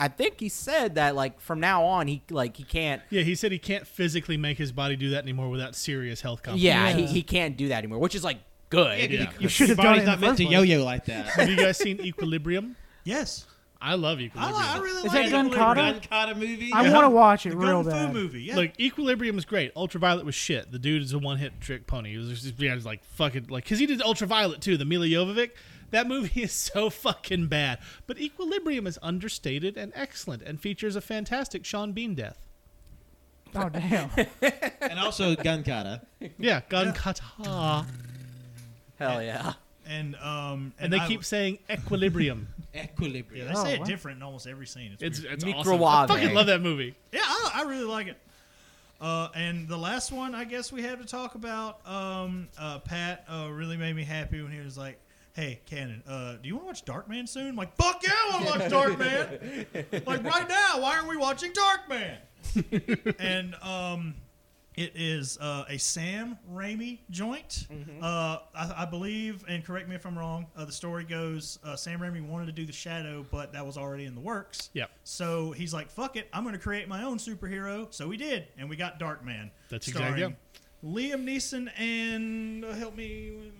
[SPEAKER 5] I think he said that like from now on he like he can't
[SPEAKER 6] Yeah, he said he can't physically make his body do that anymore without serious health
[SPEAKER 5] Oh, yeah,
[SPEAKER 6] complications.
[SPEAKER 5] He, he can't do that anymore which is like good.
[SPEAKER 1] Yeah,
[SPEAKER 2] Yeah.
[SPEAKER 1] You, you
[SPEAKER 3] should have
[SPEAKER 1] body's
[SPEAKER 3] done it in
[SPEAKER 1] not
[SPEAKER 3] the
[SPEAKER 1] meant
[SPEAKER 3] first
[SPEAKER 1] to
[SPEAKER 3] place.
[SPEAKER 1] yo-yo like that.
[SPEAKER 2] Have you guys seen Equilibrium?
[SPEAKER 7] Yes,
[SPEAKER 2] I love
[SPEAKER 7] I,
[SPEAKER 2] Equilibrium.
[SPEAKER 7] li- I really
[SPEAKER 3] Is
[SPEAKER 7] like
[SPEAKER 3] that Gun
[SPEAKER 7] Equilibrium.
[SPEAKER 3] Kata?
[SPEAKER 1] Gun Kata movie.
[SPEAKER 3] I want to watch
[SPEAKER 7] The
[SPEAKER 3] it real
[SPEAKER 7] Kung Fu
[SPEAKER 3] bad.
[SPEAKER 7] movie. Yeah,
[SPEAKER 2] Like Equilibrium is great. Ultraviolet was shit. The dude is a one-hit trick pony. He was just yeah, he was like fucking like because he did Ultraviolet too. The Mila Jovovich. That movie is so fucking bad. But Equilibrium is understated and excellent, and features a fantastic Sean Bean death.
[SPEAKER 3] Oh damn!
[SPEAKER 1] and also Gun Kata.
[SPEAKER 2] Yeah, Gun Kata.
[SPEAKER 5] Hell yeah.
[SPEAKER 7] and um,
[SPEAKER 2] And they
[SPEAKER 7] I-
[SPEAKER 2] keep saying Equilibrium.
[SPEAKER 7] Yeah,
[SPEAKER 1] Equilibrium.
[SPEAKER 7] they say
[SPEAKER 3] Oh,
[SPEAKER 7] it
[SPEAKER 3] wow.
[SPEAKER 7] different in almost every scene. It's,
[SPEAKER 2] It's
[SPEAKER 7] weird.
[SPEAKER 2] it's awesome. I
[SPEAKER 5] Microwave.
[SPEAKER 2] fucking love that movie.
[SPEAKER 7] yeah, I, I really like it. Uh, and the last one, I guess we have to talk about. Um, uh, Pat uh, really made me happy when he was like, "Hey, Cannon, uh, do you want to watch Darkman soon?" I'm like, "Fuck yeah, I want to watch Darkman!" like right now, why are we watching Darkman? and um, it is uh, a Sam Raimi joint. Uh, I, I believe, and correct me if I'm wrong. Uh, the story goes: uh, Sam Raimi wanted to do the Shadow, but that was already in the works.
[SPEAKER 2] Yep.
[SPEAKER 7] So he's like, "Fuck it, I'm going to create my own superhero." So we did, and we got Darkman.
[SPEAKER 2] That's exactly-
[SPEAKER 7] starring Liam Neeson and uh, help me.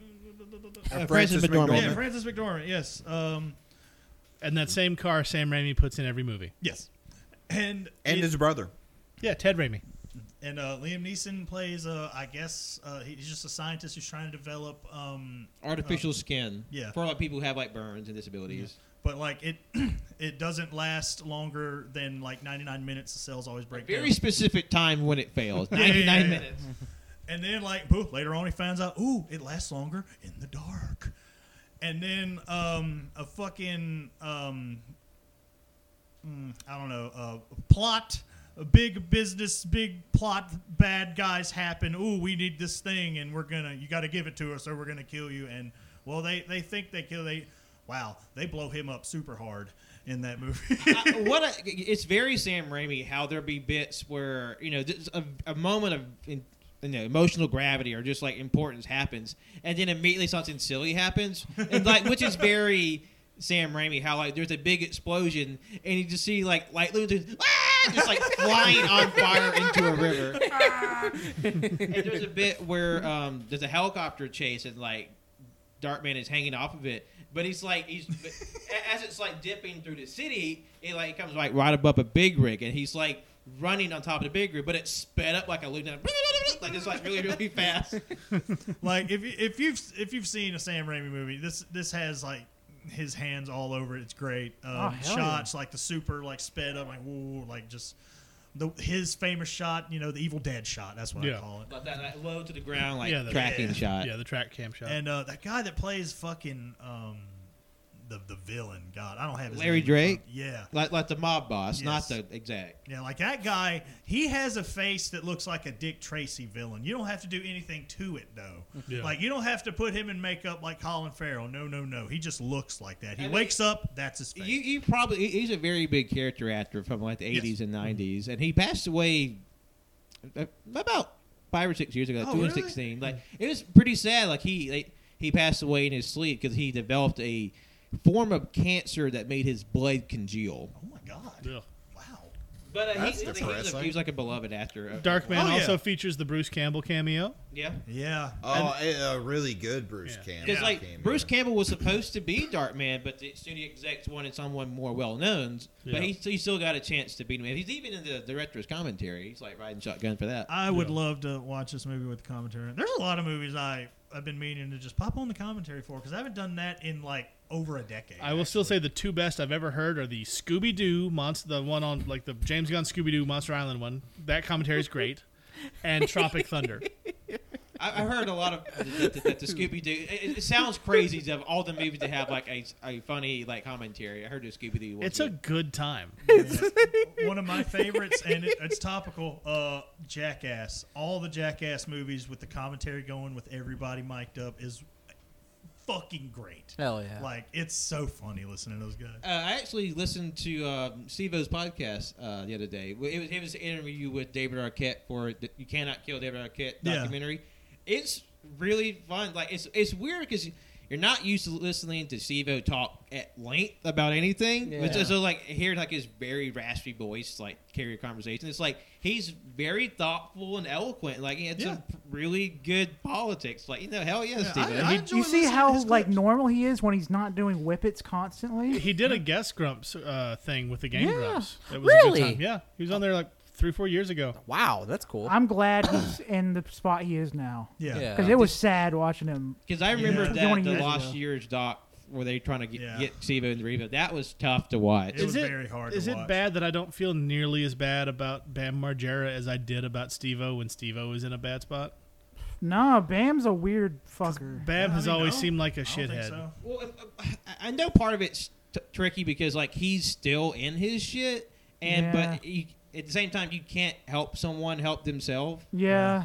[SPEAKER 1] Uh,
[SPEAKER 4] Francis
[SPEAKER 1] Francis
[SPEAKER 4] McDormand.
[SPEAKER 7] Yeah,
[SPEAKER 1] McDormand.
[SPEAKER 7] Francis McDormand. Yes. Um,
[SPEAKER 2] And that same car Sam Raimi puts in every movie.
[SPEAKER 7] yes. And
[SPEAKER 4] and
[SPEAKER 7] it-
[SPEAKER 4] his brother.
[SPEAKER 2] Yeah, Ted Raimi.
[SPEAKER 7] And uh, Liam Neeson plays, uh, I guess, uh, he's just a scientist who's trying to develop. Um,
[SPEAKER 1] Artificial skin.
[SPEAKER 7] yeah.
[SPEAKER 1] For like people who have like burns and disabilities.
[SPEAKER 7] but like it, it doesn't last longer than like 99 minutes. The cells always break
[SPEAKER 1] Very
[SPEAKER 7] down.
[SPEAKER 1] specific time when it fails.
[SPEAKER 7] Yeah, yeah, yeah,
[SPEAKER 1] 99
[SPEAKER 7] yeah.
[SPEAKER 1] minutes.
[SPEAKER 7] And then like poof, later on he finds out, ooh, it lasts longer in the dark. And then um, a fucking um, mm, I don't know uh, plot, a big business, big plot. Bad guys happen. Ooh, we need this thing, and we're gonna. You got to give it to us, or we're gonna kill you. And well, they they think they kill. They wow, they blow him up super hard in that movie.
[SPEAKER 1] I- what a, it's very Sam Raimi how there be bits where you know this- a, a moment of in, you know, emotional gravity or just like importance happens, and then immediately something silly happens, and like which is very Sam Raimi how like there's a big explosion and you just see like light loses ah! just like flying on fire into a river. and there's a bit where um, there's a helicopter chase and like Darkman is hanging off of it, but he's like he's but a- as it's like dipping through the city, it like comes like right above a big rig, and he's like running on top of the big rig, but it's sped up like a loop, like it's like really really fast.
[SPEAKER 7] like if you- if you've if you've seen a Sam Raimi movie, this this has like his hands all over it. It's great.
[SPEAKER 3] Oh,
[SPEAKER 7] Um,
[SPEAKER 3] hell
[SPEAKER 7] shots like the super like sped up like woo like just the his famous shot. You know the Evil Dead shot. That's what
[SPEAKER 2] Yeah.
[SPEAKER 7] I call it.
[SPEAKER 1] Like that like, low to the ground like
[SPEAKER 2] Yeah, the-
[SPEAKER 1] tracking shot.
[SPEAKER 2] Yeah, the track cam shot.
[SPEAKER 7] And uh, that guy that plays fucking um, the the villain. God, I don't have his
[SPEAKER 1] Larry
[SPEAKER 7] name in front-
[SPEAKER 1] Drake?
[SPEAKER 7] Yeah.
[SPEAKER 1] Like, like the mob boss, not
[SPEAKER 7] Yes.
[SPEAKER 1] the exact.
[SPEAKER 7] Yeah, like that guy, he has a face that looks like a Dick Tracy villain. You don't have to do anything to it though.
[SPEAKER 2] Yeah.
[SPEAKER 7] Like you don't have to put him in makeup like Colin Farrell. No, no, no. He just looks like that. He
[SPEAKER 1] I mean-
[SPEAKER 7] wakes up, that's his face.
[SPEAKER 1] You, you probably he- he's a very big character actor from like the
[SPEAKER 7] Yes.
[SPEAKER 1] eighties and nineties, and he passed away uh, about five or six years ago,
[SPEAKER 7] Oh,
[SPEAKER 1] like two
[SPEAKER 7] really?
[SPEAKER 1] thousand sixteen. Like it was pretty sad. Like he like, he passed away in his sleep because he developed a form of cancer that made his blood congeal.
[SPEAKER 7] oh my god.
[SPEAKER 2] Yeah.
[SPEAKER 7] Wow.
[SPEAKER 1] But uh,
[SPEAKER 4] That's
[SPEAKER 1] he, he, he, was a,
[SPEAKER 4] depressing.
[SPEAKER 1] he was like a beloved actor. Uh,
[SPEAKER 2] Darkman
[SPEAKER 7] Oh, yeah.
[SPEAKER 2] also features the Bruce Campbell cameo.
[SPEAKER 1] Yeah.
[SPEAKER 7] Yeah.
[SPEAKER 9] Oh, a a really good Bruce
[SPEAKER 2] Yeah.
[SPEAKER 9] Campbell.
[SPEAKER 1] Because like
[SPEAKER 9] came
[SPEAKER 1] Bruce
[SPEAKER 9] in.
[SPEAKER 1] Campbell was supposed to be Darkman, but the studio execs wanted someone more well known.
[SPEAKER 2] Yeah.
[SPEAKER 1] But he, he still got a chance to beat him. He's even in the director's commentary. He's like riding shotgun for that.
[SPEAKER 7] I would love to watch this movie with commentary. There's a lot of movies I I've been meaning to just pop on the commentary for because I haven't done that in like over a decade.
[SPEAKER 2] I will still say the two best I've ever heard are the Scooby Doo monster, the one on like the James Gunn Scooby Doo Monster Island one. That commentary is great, and Tropic Thunder.
[SPEAKER 1] I, I heard a lot of that, that, that the Scooby Doo. It, it sounds crazy to have all the movies to have like a, a funny like commentary. I heard the Scooby Doo.
[SPEAKER 2] It's a good time.
[SPEAKER 7] one of my favorites, and it, it's topical. Uh, Jackass. All the Jackass movies with the commentary going with everybody mic'd up is fucking great.
[SPEAKER 5] Hell yeah.
[SPEAKER 7] Like it's so funny listening to those guys.
[SPEAKER 1] Uh, I actually listened to um, Sivo's podcast uh, the other day. Well, It was, it was an interview with David Arquette for the "You Cannot Kill David Arquette"
[SPEAKER 7] Yeah.
[SPEAKER 1] documentary. It's really fun. Like it's it's weird because You're not used to listening to Stevo talk at length about anything. It's just so, like hearing like his very raspy voice like carry a conversation. It's like he's very thoughtful and eloquent. Like it's
[SPEAKER 7] Yeah.
[SPEAKER 1] a really good politics. Like you know, hell yeah,
[SPEAKER 7] I-
[SPEAKER 1] Steve.
[SPEAKER 7] I enjoy
[SPEAKER 3] You see
[SPEAKER 7] listening to
[SPEAKER 3] how
[SPEAKER 7] his
[SPEAKER 3] like
[SPEAKER 7] clips.
[SPEAKER 3] normal he is when he's not doing whippets constantly.
[SPEAKER 6] He did a guest grumps uh, thing with the game
[SPEAKER 5] Yeah.
[SPEAKER 6] grumps. That was
[SPEAKER 5] Really?
[SPEAKER 6] A good time. Yeah, he was on there like three, four years ago.
[SPEAKER 5] Wow, that's cool.
[SPEAKER 3] I'm glad he's in the spot he is now
[SPEAKER 7] Yeah.
[SPEAKER 5] yeah.
[SPEAKER 3] because it was sad watching him.
[SPEAKER 1] Because I remember
[SPEAKER 7] Yeah.
[SPEAKER 1] that
[SPEAKER 3] 20
[SPEAKER 1] the
[SPEAKER 3] years
[SPEAKER 1] last
[SPEAKER 3] ago.
[SPEAKER 1] year's doc where they trying to get,
[SPEAKER 7] Yeah.
[SPEAKER 1] get Stevo and Reba. That was tough to watch.
[SPEAKER 7] It was very hard.
[SPEAKER 6] Is
[SPEAKER 7] to
[SPEAKER 6] it
[SPEAKER 7] watch.
[SPEAKER 6] bad that I don't feel nearly as bad about Bam Margera as I did about Steve-O when Steve-O was in a bad spot?
[SPEAKER 3] Nah, Bam's a weird fucker.
[SPEAKER 6] Bam
[SPEAKER 7] I
[SPEAKER 6] has
[SPEAKER 7] mean,
[SPEAKER 6] always
[SPEAKER 7] no.
[SPEAKER 6] seemed like a
[SPEAKER 7] I don't think
[SPEAKER 6] shithead.
[SPEAKER 7] so.
[SPEAKER 1] Well, I- I- I know part of it's t- tricky because like he's still in his shit, and but you, at the same time you can't help someone help themselves.
[SPEAKER 3] Yeah,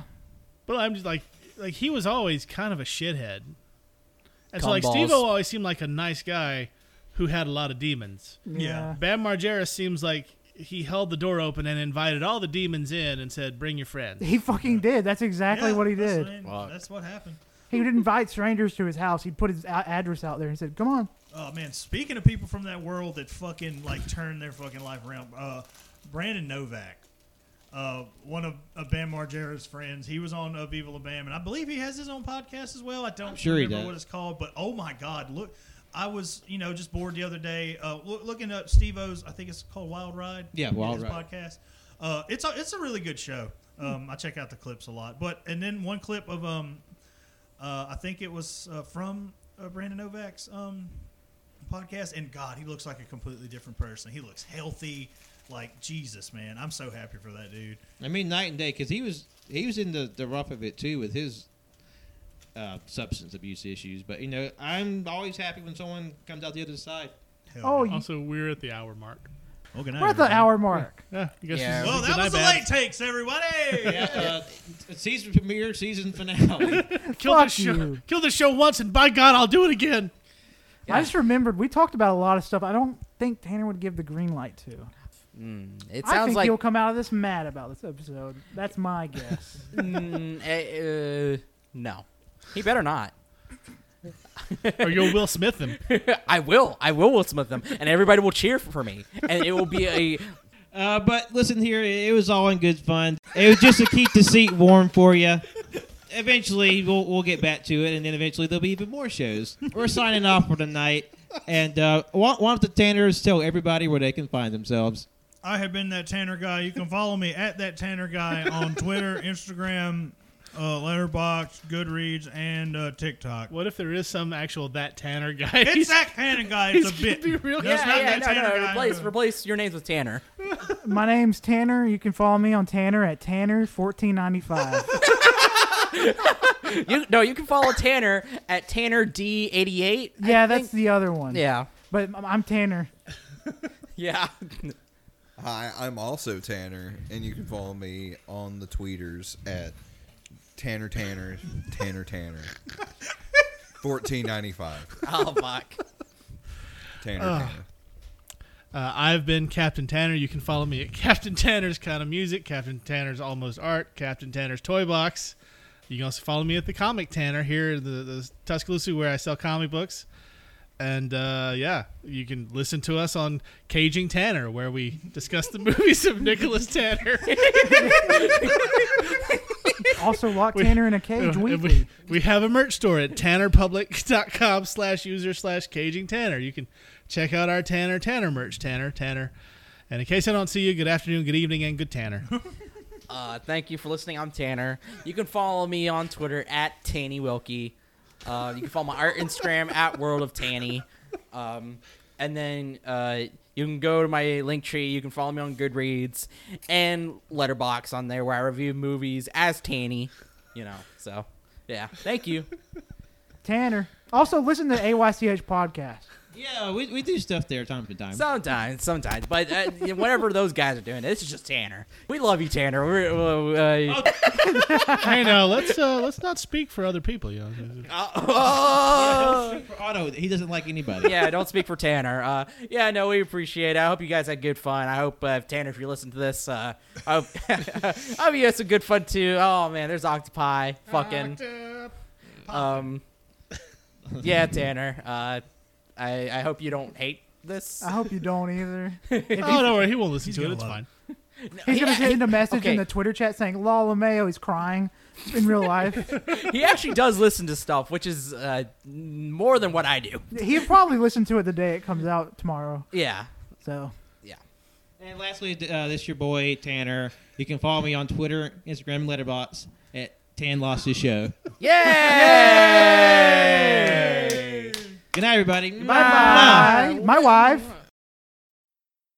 [SPEAKER 6] But I'm just like, like he was always kind of a shithead, and so like
[SPEAKER 5] Gumballs.
[SPEAKER 6] Steve-O always seemed like a nice guy who had a lot of demons.
[SPEAKER 3] yeah.
[SPEAKER 7] Yeah.
[SPEAKER 6] Bam Margera seems like he held the door open and invited all the demons in and said, "Bring your friends."
[SPEAKER 3] He fucking did. That's exactly
[SPEAKER 7] Yeah,
[SPEAKER 3] what he
[SPEAKER 7] that's-
[SPEAKER 3] did.
[SPEAKER 7] I mean, That's what happened.
[SPEAKER 3] He would invite strangers to his house. He'd put his a- address out there and said, "Come on."
[SPEAKER 7] Oh man, speaking of people from that world that fucking like turned their fucking life around, uh, Brandon Novak, uh, one of, of Bam Margera's friends, he was on uh, Viva La Bam, and I believe he has his own podcast as well. I don't
[SPEAKER 1] sure he
[SPEAKER 7] remember
[SPEAKER 1] does.
[SPEAKER 7] what it's called, but oh my god, look, I was you know just bored the other day uh, loo- looking up Steve O's. I think it's called Wild Ride.
[SPEAKER 1] Yeah, Wild
[SPEAKER 7] his
[SPEAKER 1] Ride.
[SPEAKER 7] podcast. Uh, it's a it's a really good show. Um, I check out the clips a lot, but and then one clip of um uh, I think it was uh, from uh, Brandon Novak's um, podcast. And God, he looks like a completely different person. He looks healthy, like Jesus, man. I'm so happy for that dude.
[SPEAKER 1] I mean, night and day because he was he was in the the rough of it too with his uh, substance abuse issues. But you know, I'm always happy when someone comes out the other side.
[SPEAKER 7] Hell
[SPEAKER 3] Oh,
[SPEAKER 7] yeah.
[SPEAKER 3] you,
[SPEAKER 6] Also, we're at the hour mark.
[SPEAKER 7] Well, good night,
[SPEAKER 3] we're at the
[SPEAKER 7] everybody.
[SPEAKER 3] hour mark.
[SPEAKER 6] Yeah, I guess
[SPEAKER 5] Yeah.
[SPEAKER 6] this is
[SPEAKER 7] Well,
[SPEAKER 6] the
[SPEAKER 7] that
[SPEAKER 6] good
[SPEAKER 7] was the
[SPEAKER 6] night
[SPEAKER 7] late takes, everybody.
[SPEAKER 1] Yeah, uh, season premiere, season finale.
[SPEAKER 6] bad. Kill
[SPEAKER 3] Fuck
[SPEAKER 6] this show.
[SPEAKER 3] you.
[SPEAKER 6] Kill this show once, and by God, I'll do it again.
[SPEAKER 3] I just remembered we talked about a lot of stuff. I don't think Tanner would give the green light to.
[SPEAKER 5] It
[SPEAKER 3] I
[SPEAKER 5] sounds
[SPEAKER 3] think
[SPEAKER 5] like
[SPEAKER 3] he'll come out of this mad about this episode. That's my guess.
[SPEAKER 5] mm, eh, uh, no. He better not.
[SPEAKER 6] Or you'll Will Smith him.
[SPEAKER 5] I will. I will Will Smith them, and everybody will cheer for me, and it will be a
[SPEAKER 1] uh, but listen here, it was all in good fun. It was just to keep the seat warm for you. Eventually, we'll we'll get back to it, and then eventually there'll be even more shows. We're signing off for tonight, and uh, why why don't the Tanners tell everybody where they can find themselves?
[SPEAKER 7] I have been that Tanner guy. You can follow me at that Tanner guy on Twitter, Instagram, uh, Letterbox, Goodreads, and uh, TikTok.
[SPEAKER 6] What if there is some actual that Tanner guy?
[SPEAKER 7] It's that Tanner guy. It's a
[SPEAKER 6] he's gonna
[SPEAKER 7] bit.
[SPEAKER 6] be real-
[SPEAKER 7] No, it's not that Tanner guy.
[SPEAKER 5] Replace, replace your names with Tanner.
[SPEAKER 3] my name's Tanner. You can follow me on Tanner at Tanner fourteen ninety five.
[SPEAKER 5] You no, you can follow Tanner at Tanner D eighty eight.
[SPEAKER 3] Yeah, that's the other one.
[SPEAKER 5] yeah,
[SPEAKER 3] but I'm- I'm Tanner.
[SPEAKER 5] yeah.
[SPEAKER 9] Hi, I'm also Tanner, and you can follow me on the tweeters at Tanner Tanner Tanner Tanner. Fourteen ninety five.
[SPEAKER 5] Oh fuck.
[SPEAKER 9] Tanner Tanner.
[SPEAKER 6] Uh, I've been Captain Tanner. You can follow me at Captain Tanner's Kind of Music, Captain Tanner's Almost Art, Captain Tanner's Toy Box. You can also follow me at the Comic Tanner here in the, the Tuscaloosa where I sell comic books. And uh, yeah, you can listen to us on Caging Tanner where we discuss the movies of Nicholas Tanner.
[SPEAKER 3] Also lock Tanner in a cage
[SPEAKER 6] And
[SPEAKER 3] weekly.
[SPEAKER 6] we, we have a merch store at tannerpublic.com slash user slash caging tanner you can check out our tanner tanner merch tanner tanner and in case i don't see you good afternoon good evening and good tanner
[SPEAKER 5] Uh, thank you for listening. I'm Tanner. You can follow me on Twitter at Tanny Wilkie. Uh, you can follow my art Instagram at World of Tanny. Um, and then uh, you can go to my link tree. You can follow me on Goodreads and Letterbox on there where I review movies as Tanny. You know, so yeah. Thank you.
[SPEAKER 3] Tanner. Also listen to AYCH podcast.
[SPEAKER 1] Yeah, we, we do stuff there time to time.
[SPEAKER 5] Sometimes, sometimes, but uh, whatever those guys are doing, this is just Tanner. We love you, Tanner. We're, uh, uh,
[SPEAKER 6] hey now let's uh let's not speak for other people you know
[SPEAKER 5] oh.
[SPEAKER 1] For Otto, he doesn't like anybody.
[SPEAKER 5] yeah, don't speak for Tanner. Uh, yeah, no, we appreciate it. I hope you guys had good fun. I hope, uh, Tanner, if you listen to this, uh, I hope, I hope you had some good fun too. Oh, man, there's Octopi. Fucking. Um, yeah, Tanner. Uh, I I hope you don't hate this.
[SPEAKER 3] I hope you don't either.
[SPEAKER 2] oh, don't worry. He won't listen to it.
[SPEAKER 7] gonna
[SPEAKER 2] It's
[SPEAKER 7] love
[SPEAKER 2] fine.
[SPEAKER 3] He's gonna
[SPEAKER 5] Yeah,
[SPEAKER 3] send a message
[SPEAKER 5] okay.
[SPEAKER 3] in the Twitter chat saying "Lol, Mayo, he's crying." In real life,
[SPEAKER 5] he actually does listen to stuff, which is uh, more than what I do.
[SPEAKER 3] he'll probably listen to it the day it comes out tomorrow.
[SPEAKER 5] Yeah.
[SPEAKER 3] So
[SPEAKER 1] And lastly, uh, this your boy Tanner. You can follow me on Twitter, Instagram, Letterbox at Tan Lost His Show.
[SPEAKER 5] Yay!
[SPEAKER 1] Good night, everybody.
[SPEAKER 3] bye bye. My wife.